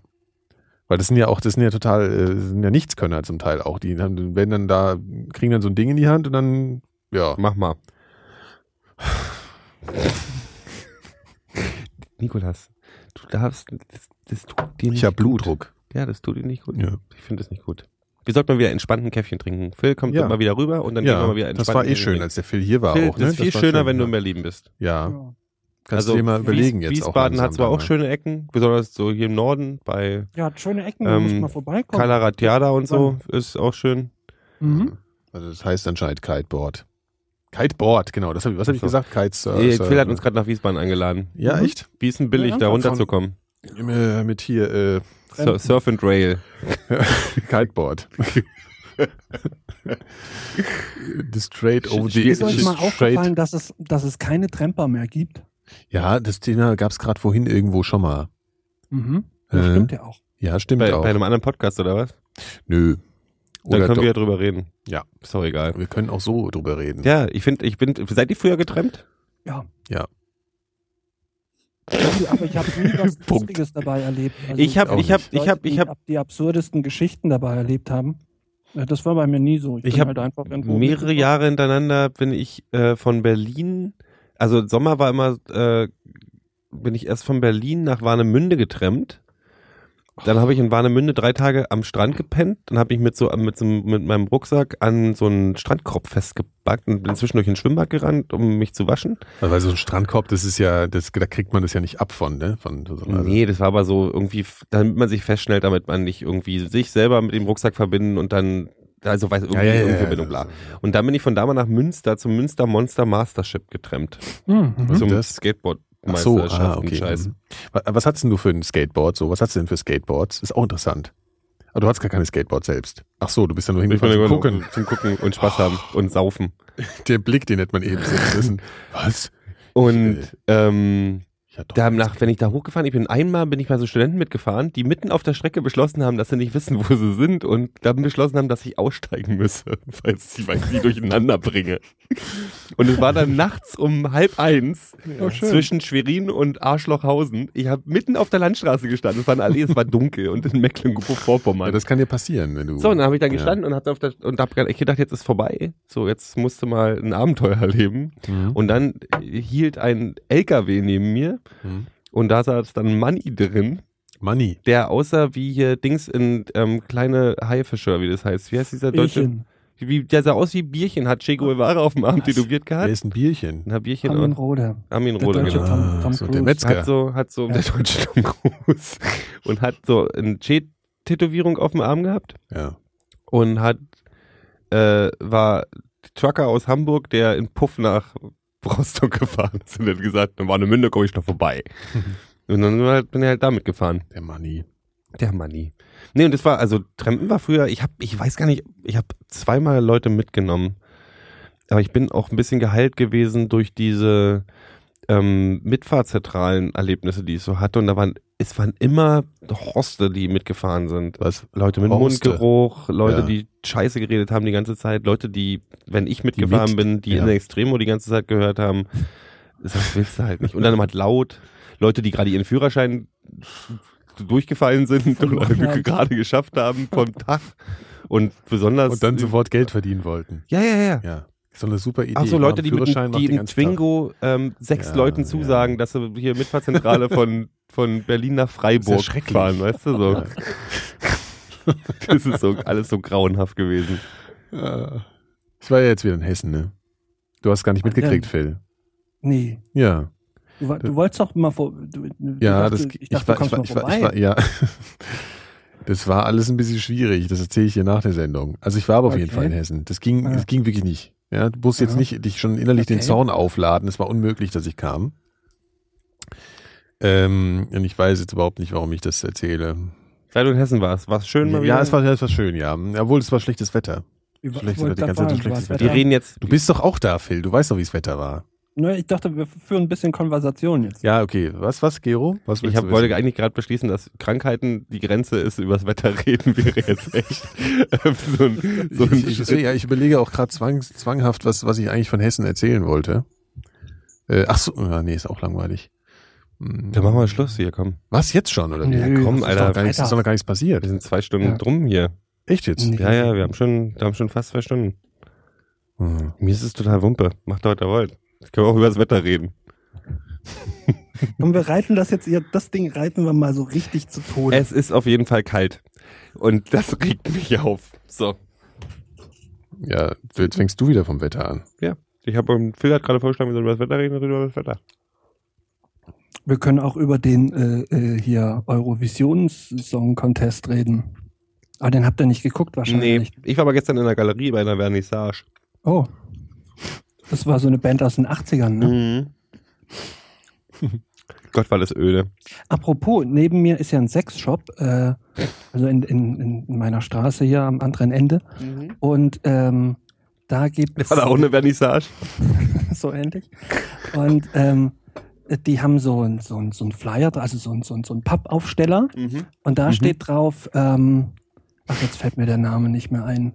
Speaker 2: Weil das sind ja auch, das sind ja total, äh, sind ja Nichtskönner zum Teil auch. Die haben, werden dann da, kriegen dann so ein Ding in die Hand und dann, ja.
Speaker 5: Mach mal. Nikolas, du darfst. Das, das tut dir nicht
Speaker 2: Ich habe
Speaker 5: gut.
Speaker 2: Blutdruck.
Speaker 5: Ja, das tut dir nicht gut.
Speaker 2: Ja.
Speaker 5: Ich finde das nicht gut. Wir sollten mal wieder entspannt ein Käffchen trinken. Phil kommt
Speaker 2: Ja.
Speaker 5: mal wieder rüber und dann gehen wir mal wieder entspannt.
Speaker 2: das war
Speaker 5: ein
Speaker 2: eh
Speaker 5: Käffchen
Speaker 2: schön,
Speaker 5: trinken.
Speaker 2: als der Phil hier war
Speaker 5: Phil,
Speaker 2: auch. Ne?
Speaker 5: das ist viel
Speaker 2: war
Speaker 5: schöner,
Speaker 2: schön,
Speaker 5: wenn du
Speaker 2: ja.
Speaker 5: in Berlin bist. Also
Speaker 2: Ja,
Speaker 1: Ja.
Speaker 2: kannst du dir mal
Speaker 5: Wies-
Speaker 2: überlegen jetzt
Speaker 5: Wiesbaden
Speaker 2: auch.
Speaker 5: hat
Speaker 2: langsam
Speaker 5: zwar auch
Speaker 2: dann, ne?
Speaker 5: schöne Ecken, besonders so hier im Norden bei
Speaker 1: ja, hat schöne Ecken,
Speaker 5: Ähm,
Speaker 1: da muss mal vorbeikommen.
Speaker 5: Kala Ratiada und so ist auch schön.
Speaker 1: Mhm.
Speaker 2: Also das heißt anscheinend Kiteboard. Kiteboard, genau. Das hab ich, was habe ich
Speaker 5: So.
Speaker 2: gesagt? Kitesurf.
Speaker 5: Äh, Phil hat uns gerade nach Wiesbaden eingeladen.
Speaker 2: Ja,
Speaker 1: Mhm.
Speaker 2: echt?
Speaker 5: Wie ist denn billig,
Speaker 1: Ja,
Speaker 5: da
Speaker 2: von-
Speaker 5: runterzukommen?
Speaker 2: Äh, Mit hier äh,
Speaker 5: Sur Surf and Rail.
Speaker 2: Kiteboard. das Trade over the
Speaker 1: Ist euch
Speaker 2: das
Speaker 1: mal
Speaker 2: Oh, Straight-
Speaker 1: aufgefallen, dass es, dass es keine Tramper mehr gibt?
Speaker 2: Ja, das Thema gab es gerade vorhin irgendwo schon mal.
Speaker 1: Mhm. Das
Speaker 2: Äh.
Speaker 1: stimmt ja auch.
Speaker 2: Ja, stimmt
Speaker 5: Bei,
Speaker 2: auch.
Speaker 5: bei einem anderen Podcast oder was?
Speaker 2: Nö.
Speaker 5: Dann
Speaker 2: Oder
Speaker 5: können
Speaker 2: doch-
Speaker 5: wir ja drüber reden.
Speaker 2: Ja.
Speaker 5: Ist doch egal.
Speaker 2: wir können auch so drüber reden.
Speaker 5: Ja, ich finde, ich bin. Seid ihr früher getrennt?
Speaker 1: Ja.
Speaker 2: Ja.
Speaker 1: Aber ich habe nie was
Speaker 2: Punkt.
Speaker 1: Lustiges dabei erlebt.
Speaker 5: Also Ich hab-
Speaker 2: ich
Speaker 1: Leute,
Speaker 5: hab- ich hab- ich
Speaker 1: die
Speaker 5: hab-
Speaker 1: die absurdesten Geschichten dabei erlebt haben. äh, Das war bei mir nie so.
Speaker 5: Ich
Speaker 1: bin halt
Speaker 5: hab
Speaker 1: einfach irgendwo
Speaker 5: Mehrere Jahre hintereinander bin ich äh, von Berlin. Also Sommer war immer. Äh, bin ich erst von Berlin nach Warnemünde getrennt. Dann habe ich in Warnemünde drei Tage am Strand gepennt. Dann habe ich mit so mit, so, mit meinem Rucksack an so einen Strandkorb festgebackt und bin zwischendurch ins Schwimmbad gerannt, um mich zu waschen.
Speaker 2: Weil so ein Strandkorb, das ist ja, das, da kriegt man das ja nicht ab von, ne? Von, so einer-
Speaker 5: Nee, das war aber so irgendwie, f- damit man sich feststellt, damit man nicht irgendwie sich selber mit dem Rucksack verbinden und dann, also weiß irgendwie Verbindung, bla. Und dann bin ich von da mal nach Münster zum Münster Monster Mastership getrennt.
Speaker 1: Mhm.
Speaker 5: Zum
Speaker 2: Hm, Das-
Speaker 5: Skateboard
Speaker 2: Ach so,
Speaker 5: Meisterschaften-
Speaker 2: ah, okay.
Speaker 5: Scheiß.
Speaker 2: Mhm. Wa- Was hattest denn du für ein Skateboard? So, was hattest du denn für Skateboards? Ist auch interessant. Aber du hattest gar keine Skateboard selbst. Ach so, du bist ja nur
Speaker 5: Ich bin
Speaker 2: hingefahren zum Gucken. Oh.
Speaker 5: gucken. zum Gucken und Spaß haben und saufen.
Speaker 2: Der Blick, den hätte man eben sehen müssen. Was?
Speaker 5: Und ähm,
Speaker 2: Ich hatte doch
Speaker 5: danach, wenn ich da hochgefahren, ich bin einmal bin ich bei so Studenten mitgefahren, die mitten auf der Strecke beschlossen haben, dass sie nicht wissen, wo sie sind und dann beschlossen haben, dass ich aussteigen müsse, weil sie- weil ich sie durcheinander bringe. Und es war dann nachts um halb eins
Speaker 1: Oh, schön.
Speaker 5: zwischen Schwerin und Arschlochhausen. Ich habe mitten auf der Landstraße gestanden. Es war eine Allee, es war dunkel und in
Speaker 2: ja,
Speaker 5: Mecklenburg-Vorpommern.
Speaker 2: das kann dir passieren, wenn du.
Speaker 5: So, und dann habe ich dann
Speaker 2: Ja.
Speaker 5: gestanden und habe auf der, und hab echt gedacht, jetzt ist vorbei. So, jetzt musste mal ein Abenteuer erleben.
Speaker 2: Mhm.
Speaker 5: Und dann hielt ein LKW neben mir
Speaker 2: Mhm.
Speaker 5: und da saß dann ein Manni drin,
Speaker 2: Money.
Speaker 5: der aussah wie hier Dings in ähm, kleine Haifische, oder wie das heißt. Wie heißt dieser deutsche?
Speaker 1: Bierchen,
Speaker 5: Wie, der sah aus wie Bierchen, hat Che Guevara auf dem Arm
Speaker 1: Was?
Speaker 5: tätowiert
Speaker 2: Wer
Speaker 5: gehabt.
Speaker 2: ist ein Bierchen?
Speaker 5: Na, Bierchen
Speaker 1: Armin
Speaker 5: und
Speaker 1: Rode.
Speaker 5: Armin
Speaker 1: Der
Speaker 5: Rohde,
Speaker 1: deutsche
Speaker 5: genau.
Speaker 1: Tom- Tom
Speaker 2: so der
Speaker 1: Cruise.
Speaker 2: Metzger.
Speaker 5: Hat so, hat so der deutsche Tom Cruise und hat so eine Che-Tätowierung auf dem Arm gehabt
Speaker 2: Ja.
Speaker 5: und hat äh, war Trucker aus Hamburg, der in Puff nach Rostock gefahren ist und hat gesagt, in Warnemünde komme ich noch vorbei. und dann sind wir halt- bin ich halt damit gefahren.
Speaker 2: Der Money.
Speaker 5: Der Manni. Nee, und das war, also Trampen war früher, ich hab, ich weiß gar nicht, ich habe zweimal Leute mitgenommen. Aber ich bin auch ein bisschen geheilt gewesen durch diese ähm, mitfahrzentralen Erlebnisse, die ich so hatte. Und da waren, es waren immer Horste, die mitgefahren sind.
Speaker 2: Was?
Speaker 5: Leute mit
Speaker 2: Horste.
Speaker 5: Mundgeruch, Leute,
Speaker 2: Ja.
Speaker 5: die Scheiße geredet haben die ganze Zeit, Leute, die, wenn ich
Speaker 2: mit-
Speaker 5: mitgefahren bin, die
Speaker 2: ja.
Speaker 5: in der Extremo die ganze Zeit gehört haben. Das willst du halt nicht. Und dann halt laut, Leute, die gerade ihren Führerschein durchgefallen sind
Speaker 1: Verloren
Speaker 5: und
Speaker 1: haben.
Speaker 5: gerade geschafft haben vom Tag. Und besonders.
Speaker 2: Und dann sofort Geld verdienen wollten.
Speaker 5: Ja, ja, ja.
Speaker 2: Ja. So eine super Idee.
Speaker 5: Ach so, Leute, die, mit,
Speaker 2: Führerschein
Speaker 5: die
Speaker 2: macht den
Speaker 5: in
Speaker 2: ganzen Tag.
Speaker 5: Twingo ähm, sechs
Speaker 2: Ja,
Speaker 5: Leuten
Speaker 2: ja.
Speaker 5: zusagen, dass sie hier Mitfahrzentrale von, von Berlin nach Freiburg
Speaker 2: Das ist ja schrecklich.
Speaker 5: fahren, weißt du so.
Speaker 2: Ja.
Speaker 5: Das ist so alles so grauenhaft gewesen.
Speaker 2: Ja. Ich war ja jetzt wieder in Hessen, ne? Du hast gar
Speaker 5: Ah,
Speaker 2: nicht mitgekriegt, Phil.
Speaker 1: Nee.
Speaker 2: Ja.
Speaker 1: Du, wa- du wolltest doch mal vor. Du, du
Speaker 2: Ja,
Speaker 1: dachtest-
Speaker 2: das
Speaker 1: ich dachte, du kommst mal vorbei.
Speaker 2: ich war, ja. Das war alles ein bisschen schwierig, das erzähle ich dir nach der Sendung. Also ich war aber auf jeden
Speaker 1: Okay.
Speaker 2: Fall in Hessen. Das ging,
Speaker 1: Ah.
Speaker 2: das ging wirklich nicht. Ja, du musst jetzt
Speaker 1: Aha.
Speaker 2: nicht dich schon innerlich den
Speaker 1: Okay.
Speaker 2: Zorn aufladen. Es war unmöglich, dass ich kam. Ähm, und ich weiß jetzt überhaupt nicht, warum ich das erzähle.
Speaker 5: Seit du in Hessen warst, war es schön mal wieder.
Speaker 2: Ja, es war, es war schön, ja. Obwohl, es war schlechtes Wetter.
Speaker 1: Ich war-
Speaker 2: Schlechtes
Speaker 1: wollte
Speaker 2: Wetter, die
Speaker 1: grad
Speaker 2: ganze Zeit
Speaker 1: sagen,
Speaker 2: so schlechtes
Speaker 1: du warst
Speaker 5: Wir
Speaker 2: Wetter.
Speaker 1: Wetter.
Speaker 5: reden jetzt.
Speaker 2: Du bist doch auch da, Phil. Du weißt doch, wie das Wetter war.
Speaker 1: Ne, ich dachte, wir führen ein bisschen Konversation jetzt.
Speaker 2: Ja, okay. Was, was, Gero? Was
Speaker 5: Ich
Speaker 2: willst
Speaker 5: hab,
Speaker 2: du
Speaker 5: wollte
Speaker 2: wissen?
Speaker 5: eigentlich gerade beschließen, dass Krankheiten die Grenze ist, übers Wetter reden wäre jetzt echt ähm, so ein, so ein
Speaker 2: ich, ich, deswegen, ja, ich überlege auch gerade zwang, zwanghaft, was, was ich eigentlich von Hessen erzählen wollte. Äh, ach so, ah, nee, ist auch langweilig. Hm.
Speaker 5: Dann machen wir Schluss hier, komm.
Speaker 2: Was jetzt schon, oder? wie?
Speaker 1: Nö,
Speaker 5: komm,
Speaker 1: das ist doch
Speaker 2: Ist
Speaker 5: Alter,
Speaker 2: doch gar nichts- ist doch noch gar nichts
Speaker 5: Wir
Speaker 2: passiert.
Speaker 5: sind zwei Stunden
Speaker 1: Ja.
Speaker 5: drum hier.
Speaker 2: Echt jetzt?
Speaker 1: Nee.
Speaker 5: Ja, ja, wir haben schon, wir haben schon fast zwei Stunden.
Speaker 2: Hm.
Speaker 5: Mir ist es total Wumpe. Macht doch, was ihr wollt. Jetzt können wir auch übers Wetter reden.
Speaker 1: Und wir reiten das jetzt, hier- das Ding reiten wir mal so richtig zu Tode.
Speaker 5: Es ist auf jeden Fall kalt. Und das regt mich auf. So.
Speaker 2: Ja, jetzt fängst du wieder vom Wetter an.
Speaker 5: Ich habe Phil hat gerade vorgeschlagen, wir sollen über das Wetter reden und über das Wetter.
Speaker 1: wir können auch über den äh, äh, hier Eurovisions Song Contest reden. Aber den habt ihr nicht geguckt
Speaker 5: Nee,
Speaker 1: wahrscheinlich.
Speaker 5: ich war aber gestern in der Galerie bei einer Vernissage.
Speaker 1: Oh. Das war so eine Band aus den 80ern, ne?
Speaker 5: Mhm. Gott, war das öde.
Speaker 1: Apropos, neben mir ist ja ein Sexshop, äh, also in, in, in meiner Straße hier am anderen Ende. Und ähm, da gibt es
Speaker 5: War da auch eine Vernissage?
Speaker 1: so ähnlich. Und ähm, die haben so ein so ein so ein Flyer, also so ein so ein so ein Pappaufsteller. Und da
Speaker 2: Mhm.
Speaker 1: steht drauf, ähm, ach, jetzt fällt mir der Name nicht mehr ein.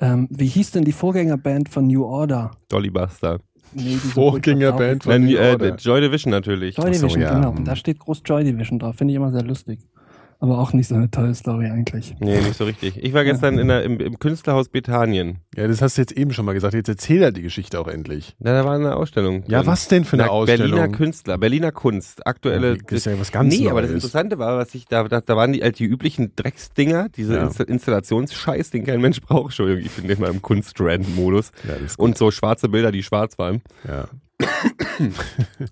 Speaker 1: Ähm, wie hieß denn die Vorgängerband von New Order?
Speaker 5: Dolly Buster.
Speaker 1: Nee, die so
Speaker 2: Vorgängerband
Speaker 1: gut
Speaker 5: Nein,
Speaker 2: von
Speaker 5: die, äh,
Speaker 2: Order.
Speaker 5: Joy Division natürlich.
Speaker 1: verkauft- Joy
Speaker 2: Ach so,
Speaker 1: Division,
Speaker 2: ja,
Speaker 1: genau.
Speaker 2: hm.
Speaker 1: Und da steht groß Joy Division drauf. Finde ich immer sehr lustig. Aber auch nicht so eine tolle Story eigentlich.
Speaker 5: Nee, nicht so richtig. Ich war gestern in der, im, im Künstlerhaus Bethanien.
Speaker 2: Ja, das hast du jetzt eben schon mal gesagt. Jetzt erzähl er die Geschichte auch endlich.
Speaker 5: Na, da war eine Ausstellung.
Speaker 2: Ja,
Speaker 5: drin.
Speaker 2: was denn für eine Ausstellung?
Speaker 5: Berliner Künstler, Berliner Kunst, aktuelle.
Speaker 2: Das ist ja was ganz
Speaker 5: nee, aber das
Speaker 2: Neues.
Speaker 5: Interessante war, was ich da, da, da waren die, halt die üblichen Drecksdinger, diese
Speaker 2: Ja.
Speaker 5: Insta- Installationsscheiß, den kein Mensch braucht. Entschuldigung, ich bin immer im Kunstrand-Modus.
Speaker 2: Ja, das ist gut.
Speaker 5: Und so schwarze Bilder, die schwarz waren.
Speaker 2: Ja.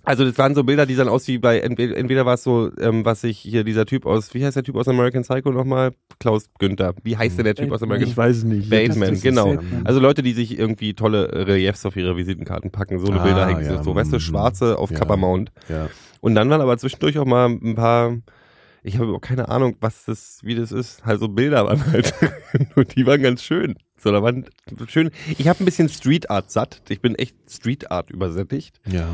Speaker 5: Also das waren so Bilder, die sahen aus wie bei, entweder, entweder war es so, ähm, was ich hier, dieser Typ aus, wie heißt der Typ aus American Psycho nochmal? Klaus Günther. Wie heißt denn der Typ aus American
Speaker 2: Äh, Ich weiß es nicht.
Speaker 5: Bateman,
Speaker 2: Das ist-
Speaker 5: genau.
Speaker 1: Bateman.
Speaker 5: Also Leute, die sich irgendwie tolle äh, Reliefs auf ihre Visitenkarten packen, so eine
Speaker 2: Ah,
Speaker 5: Bilder hängen,
Speaker 2: ja,
Speaker 5: so, weißt du,
Speaker 2: mm,
Speaker 5: schwarze auf
Speaker 2: ja.
Speaker 5: Kappa Mount.
Speaker 2: Ja.
Speaker 5: Und dann waren aber zwischendurch auch mal ein paar, ich habe auch keine Ahnung, was das, wie das ist, halt so Bilder waren halt. Und die waren ganz schön. So, da waren schön. Ich habe ein bisschen Street Art satt. Ich bin echt Street Art übersättigt.
Speaker 2: Ja.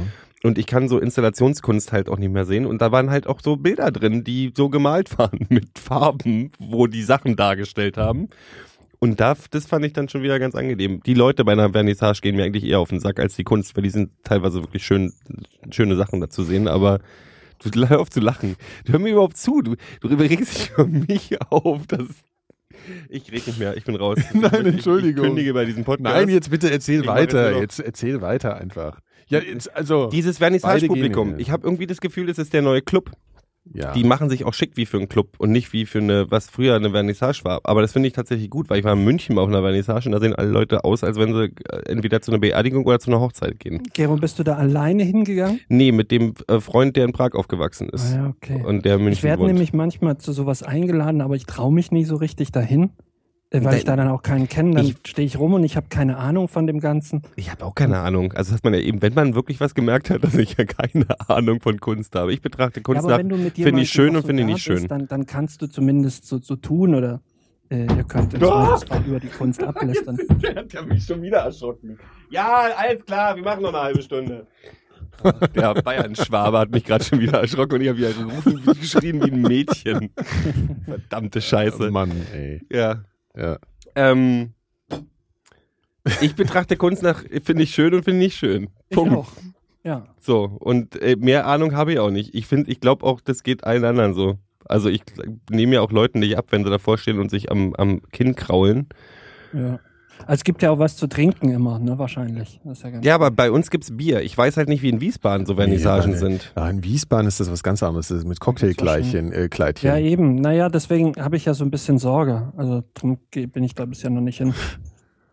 Speaker 5: Und ich kann so Installationskunst halt auch nicht mehr sehen. Und da waren halt auch so Bilder drin, die so gemalt waren mit Farben, wo die Sachen dargestellt haben. Und da, das fand ich dann schon wieder ganz angenehm. Die Leute bei einer Vernissage gehen mir eigentlich eher auf den Sack als die Kunst, weil die sind teilweise wirklich schön, schöne Sachen dazu sehen, aber du hör auf zu lachen. Du hör mir überhaupt zu. Du, du regst dich über mich auf. Das, ich reg nicht mehr, ich bin raus.
Speaker 2: Nein,
Speaker 5: ich,
Speaker 2: Entschuldigung.
Speaker 5: Ich kündige bei diesem Podcast.
Speaker 2: Nein, jetzt bitte erzähl
Speaker 5: Ich mach jetzt nur
Speaker 2: weiter.
Speaker 5: noch-
Speaker 2: Jetzt erzähl weiter einfach. Ja, jetzt, also.
Speaker 5: Dieses
Speaker 2: Beide
Speaker 5: Vernissage-Publikum.
Speaker 2: gehen.
Speaker 5: Ich habe irgendwie das Gefühl, es ist der neue Club.
Speaker 2: ja.
Speaker 5: Die machen sich auch schick wie für einen Club und nicht wie für eine, was früher eine Vernissage war. Aber das finde ich tatsächlich gut, weil ich war in München mal auf einer Vernissage und da sehen alle Leute aus, als wenn sie äh, entweder zu einer Beerdigung oder zu einer Hochzeit gehen.
Speaker 1: Gero, bist du da alleine hingegangen?
Speaker 5: Nee, mit dem äh, Freund, der in Prag aufgewachsen ist.
Speaker 1: Ah, ja, okay.
Speaker 5: Und der in München
Speaker 1: Ich werde
Speaker 5: wohnt.
Speaker 1: nämlich manchmal zu sowas eingeladen, aber ich traue mich nie so richtig dahin. Äh, Äh, weil
Speaker 5: Da-
Speaker 1: ich da dann auch keinen kenne, dann
Speaker 5: Ich-
Speaker 1: stehe ich rum und ich habe keine Ahnung von dem Ganzen.
Speaker 5: Ich habe auch keine Ahnung. Also dass man ja eben, wenn man wirklich was gemerkt hat, dass ich ja keine Ahnung von Kunst habe. Ich betrachte
Speaker 1: Ja,
Speaker 5: Kunst
Speaker 1: aber
Speaker 5: nach.
Speaker 1: wenn du mit
Speaker 5: finde
Speaker 1: jemandem
Speaker 5: ich
Speaker 1: auch
Speaker 5: schön und finde ich
Speaker 1: da
Speaker 5: nicht schön.
Speaker 1: bist, Dann, dann kannst du zumindest so, so tun oder äh, ihr könnt im Zweifelsfall über die Kunst ablästern.
Speaker 5: Der hat ja mich schon wieder erschrocken. Ja, alles klar, wir machen noch eine halbe Stunde. Der Bayern-Schwabe hat mich gerade schon wieder erschrocken und ich habe wieder gerufen, wie geschrien wie ein Mädchen. Verdammte Scheiße.
Speaker 2: Mann, ey.
Speaker 5: Oh Ja.
Speaker 2: Ja.
Speaker 5: Ähm, ich betrachte Kunst nach, finde ich schön und finde ich nicht schön.
Speaker 1: Ich auch. Ja.
Speaker 5: So, und äh, mehr Ahnung habe ich auch nicht. Ich finde, ich glaube auch, das geht allen anderen so. Also ich nehme ja auch Leuten nicht ab, wenn sie davor stehen und sich am, am Kinn kraulen.
Speaker 1: ja. Also es gibt ja auch was zu trinken immer, ne? Wahrscheinlich. Das ist ja, ganz
Speaker 5: Ja, aber bei uns gibt's Bier. Ich weiß halt nicht, wie in Wiesbaden so Vernissagen
Speaker 2: Nee,
Speaker 5: sind.
Speaker 2: Ah, in Wiesbaden ist das was ganz anderes. Das ist mit Cocktailkleidchen. Äh, Kleidchen.
Speaker 1: ja, eben. Naja, deswegen habe ich ja so ein bisschen Sorge. Also drum geh- bin ich da bisher noch nicht hin.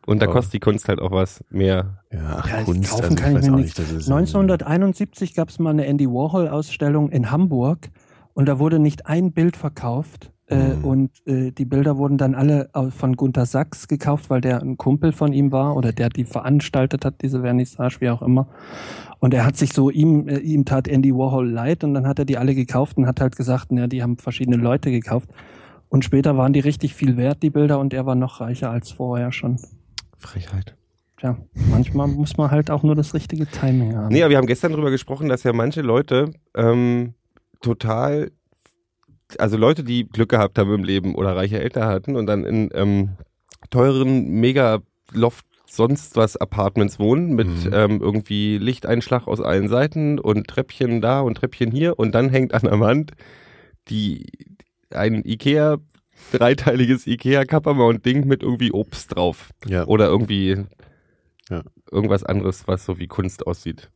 Speaker 5: Und da
Speaker 2: Oh.
Speaker 5: kostet die Kunst halt auch was mehr.
Speaker 2: Ja, ach,
Speaker 1: Ja, das
Speaker 2: Kunst,
Speaker 1: kaufen
Speaker 2: also ich
Speaker 1: kann ich
Speaker 2: weiß
Speaker 1: mir
Speaker 2: auch
Speaker 1: nichts.
Speaker 2: nicht. Das ist
Speaker 1: 1971 gab es mal eine Andy Warhol-Ausstellung in Hamburg und da wurde nicht ein Bild verkauft. Äh,
Speaker 2: Mhm.
Speaker 1: Und äh, die Bilder wurden dann alle au- von Gunter Sachs gekauft, weil der ein Kumpel von ihm war oder der die veranstaltet hat, diese Vernissage, wie auch immer. Und er hat sich so, ihm, äh, ihm tat Andy Warhol leid und dann hat er die alle gekauft und hat halt gesagt, naja, die haben verschiedene Leute gekauft. Und später waren die richtig viel wert, die Bilder, und er war noch reicher als vorher schon.
Speaker 5: Frechheit.
Speaker 1: Tja, manchmal muss man halt auch nur das richtige Timing haben.
Speaker 5: Nee, aber wir haben gestern drüber gesprochen, dass ja manche Leute ähm, total, also Leute, die Glück gehabt haben im Leben oder reiche Eltern hatten und dann in ähm, teuren Mega-Loft sonst was Apartments wohnen mit
Speaker 2: Mhm.
Speaker 5: ähm, irgendwie Lichteinschlag aus allen Seiten und Treppchen da und Treppchen hier und dann hängt an der Wand die ein Ikea dreiteiliges Ikea Kappermount Ding mit irgendwie Obst drauf
Speaker 2: Ja,
Speaker 5: oder irgendwie
Speaker 2: Ja.
Speaker 5: irgendwas anderes, was so wie Kunst aussieht.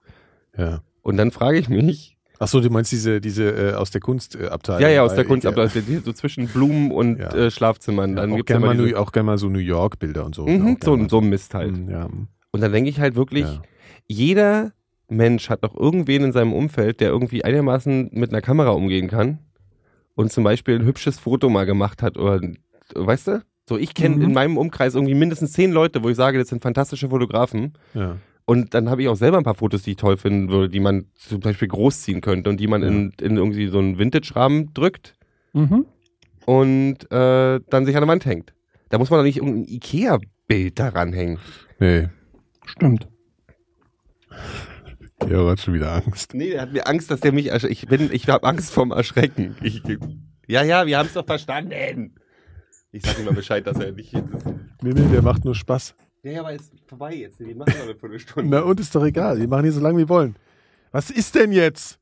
Speaker 2: ja.
Speaker 5: Und dann frage ich mich,
Speaker 2: Ach so, du meinst diese, diese äh, aus der Kunstabteilung?
Speaker 5: ja, ja, aus der
Speaker 2: Bei-
Speaker 5: Kunst, aber das sind hier so zwischen Blumen und
Speaker 2: Ja.
Speaker 5: äh, Schlafzimmern, dann
Speaker 2: ja, auch
Speaker 5: gibt's ja
Speaker 2: gerne
Speaker 5: immer
Speaker 2: mal,
Speaker 5: diese,
Speaker 2: New- auch gerne mal so New York-Bilder und so.
Speaker 5: mhm,
Speaker 2: Auch
Speaker 5: so,
Speaker 2: gerne
Speaker 5: ein-
Speaker 2: mal.
Speaker 5: so ein Mist halt.
Speaker 2: Mhm, Ja, mhm,
Speaker 5: Und dann denke ich halt wirklich,
Speaker 2: ja.
Speaker 5: jeder Mensch hat doch irgendwen in seinem Umfeld, der irgendwie einigermaßen mit einer Kamera umgehen kann und zum Beispiel ein hübsches Foto mal gemacht hat oder, weißt du? So, ich kenne
Speaker 1: Mhm.
Speaker 5: in meinem Umkreis irgendwie mindestens zehn Leute, wo ich sage, das sind fantastische Fotografen.
Speaker 2: ja.
Speaker 5: Und dann habe ich auch selber ein paar Fotos, die ich toll finden würde, die man zum Beispiel großziehen könnte und die man in, in irgendwie so einen Vintage-Rahmen drückt
Speaker 1: Mhm.
Speaker 5: und äh, dann sich an der Wand hängt. Da muss man doch nicht irgendein Ikea-Bild daran hängen.
Speaker 2: Nee,
Speaker 1: Stimmt.
Speaker 2: Gero hat schon wieder Angst.
Speaker 5: Nee, der hat mir Angst, dass der mich erschreckt. Ich, bin- ich habe Angst vorm Erschrecken. Ich, ja, ja, wir haben es doch verstanden. Ich sag ihm mal Bescheid, dass er nicht hier sitzt.
Speaker 2: Nee, nee, der macht nur Spaß.
Speaker 5: Ja, ja, aber ist vorbei jetzt. Wir machen noch eine Viertelstunde.
Speaker 2: Na und ist doch egal, wir machen hier so lange wir wollen. Was ist denn jetzt?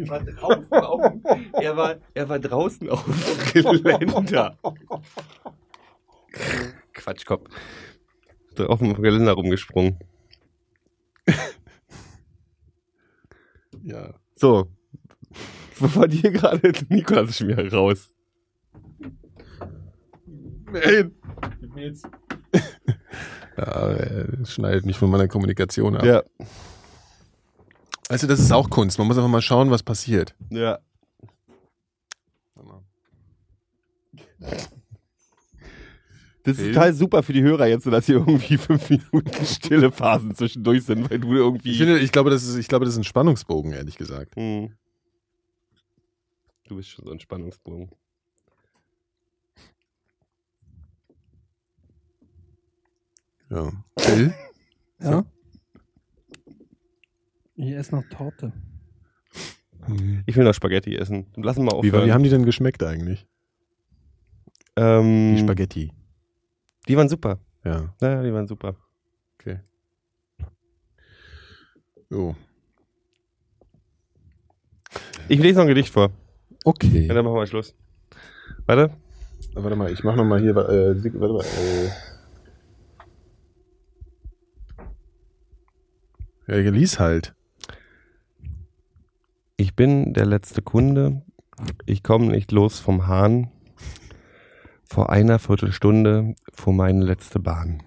Speaker 5: Er war draußen auf, er war, er war draußen auf dem Geländer. Quatschkopf. Draußen auf dem Geländer rumgesprungen.
Speaker 2: Ja.
Speaker 5: So. Wovon dir gerade Nikolas ist schon wieder raus. Nein.
Speaker 2: äh, schneidet mich von meiner Kommunikation ab.
Speaker 5: Ja,
Speaker 2: Also das ist auch Kunst. Man muss einfach mal schauen, was passiert.
Speaker 5: ja. Das ist
Speaker 2: Bild.
Speaker 5: total super für die Hörer jetzt, so dass hier irgendwie fünf Minuten stille Phasen zwischendurch sind, weil du irgendwie.
Speaker 2: Ich, finde, ich, glaube, das ist, ich glaube, das ist ein Spannungsbogen, ehrlich gesagt.
Speaker 5: Hm. Du bist schon so ein Spannungsbogen.
Speaker 2: Ja. Bill?
Speaker 1: Ja. Hier ist noch Torte.
Speaker 2: Mhm.
Speaker 5: Ich will noch Spaghetti essen. Lass mal aufhören.
Speaker 2: Wie, war, wie haben die denn geschmeckt eigentlich?
Speaker 5: ähm,
Speaker 2: Die Spaghetti.
Speaker 5: die waren super.
Speaker 2: Ja.
Speaker 5: Ja, ja, die waren super.
Speaker 2: Oh.
Speaker 5: Ich lese noch ein Gedicht vor.
Speaker 2: Okay.
Speaker 5: Ja, dann machen wir Schluss. Warte.
Speaker 2: Warte mal, ich mach nochmal hier. Äh, Sig- warte mal. Äh. Ja, ihr lies halt.
Speaker 5: Ich bin der letzte Kunde. Ich komme nicht los vom Hahn. Vor einer Viertelstunde fuhr meine letzte Bahn.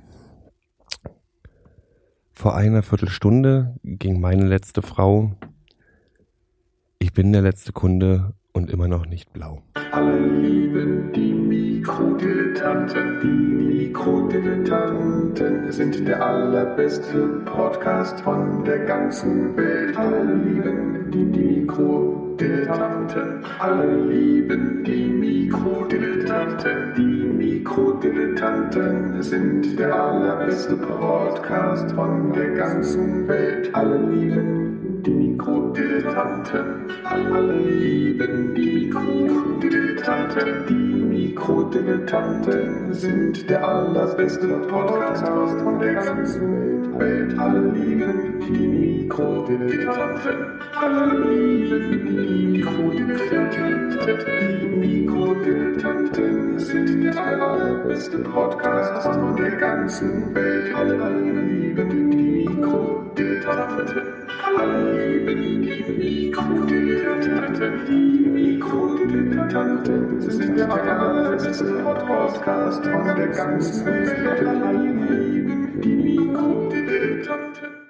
Speaker 5: Vor einer Viertelstunde ging meine letzte Frau. Ich bin der letzte Kunde und immer noch nicht blau.
Speaker 4: Alle lieben die Mikrodilettanten, die Mikrodilettanten sind der allerbeste Podcast von der ganzen Welt. Alle lieben die Mikrodilettanten, alle lieben die Mikrodilettanten, die Mikrodilettanten sind der allerbeste Podcast von der ganzen Welt. Alle lieben die Mikrodilettanten, alle lieben die Mikrodilettanten, die Mikrodilettanten sind der allerbeste Podcast von der ganzen Welt. Alle lieben die Mikrodilettanten, alle lieben die Mikrodilettanten, die Mikrodilettanten sind der allerbeste Podcast von der ganzen Welt. Alle lieben die Mikrodilettanten. Alle lieben die Mikrodilettanten, die Mikrodilettanten sind der allerbeste Podcast von der ganzen Welt. Alle lieben die Mikrodilettanten.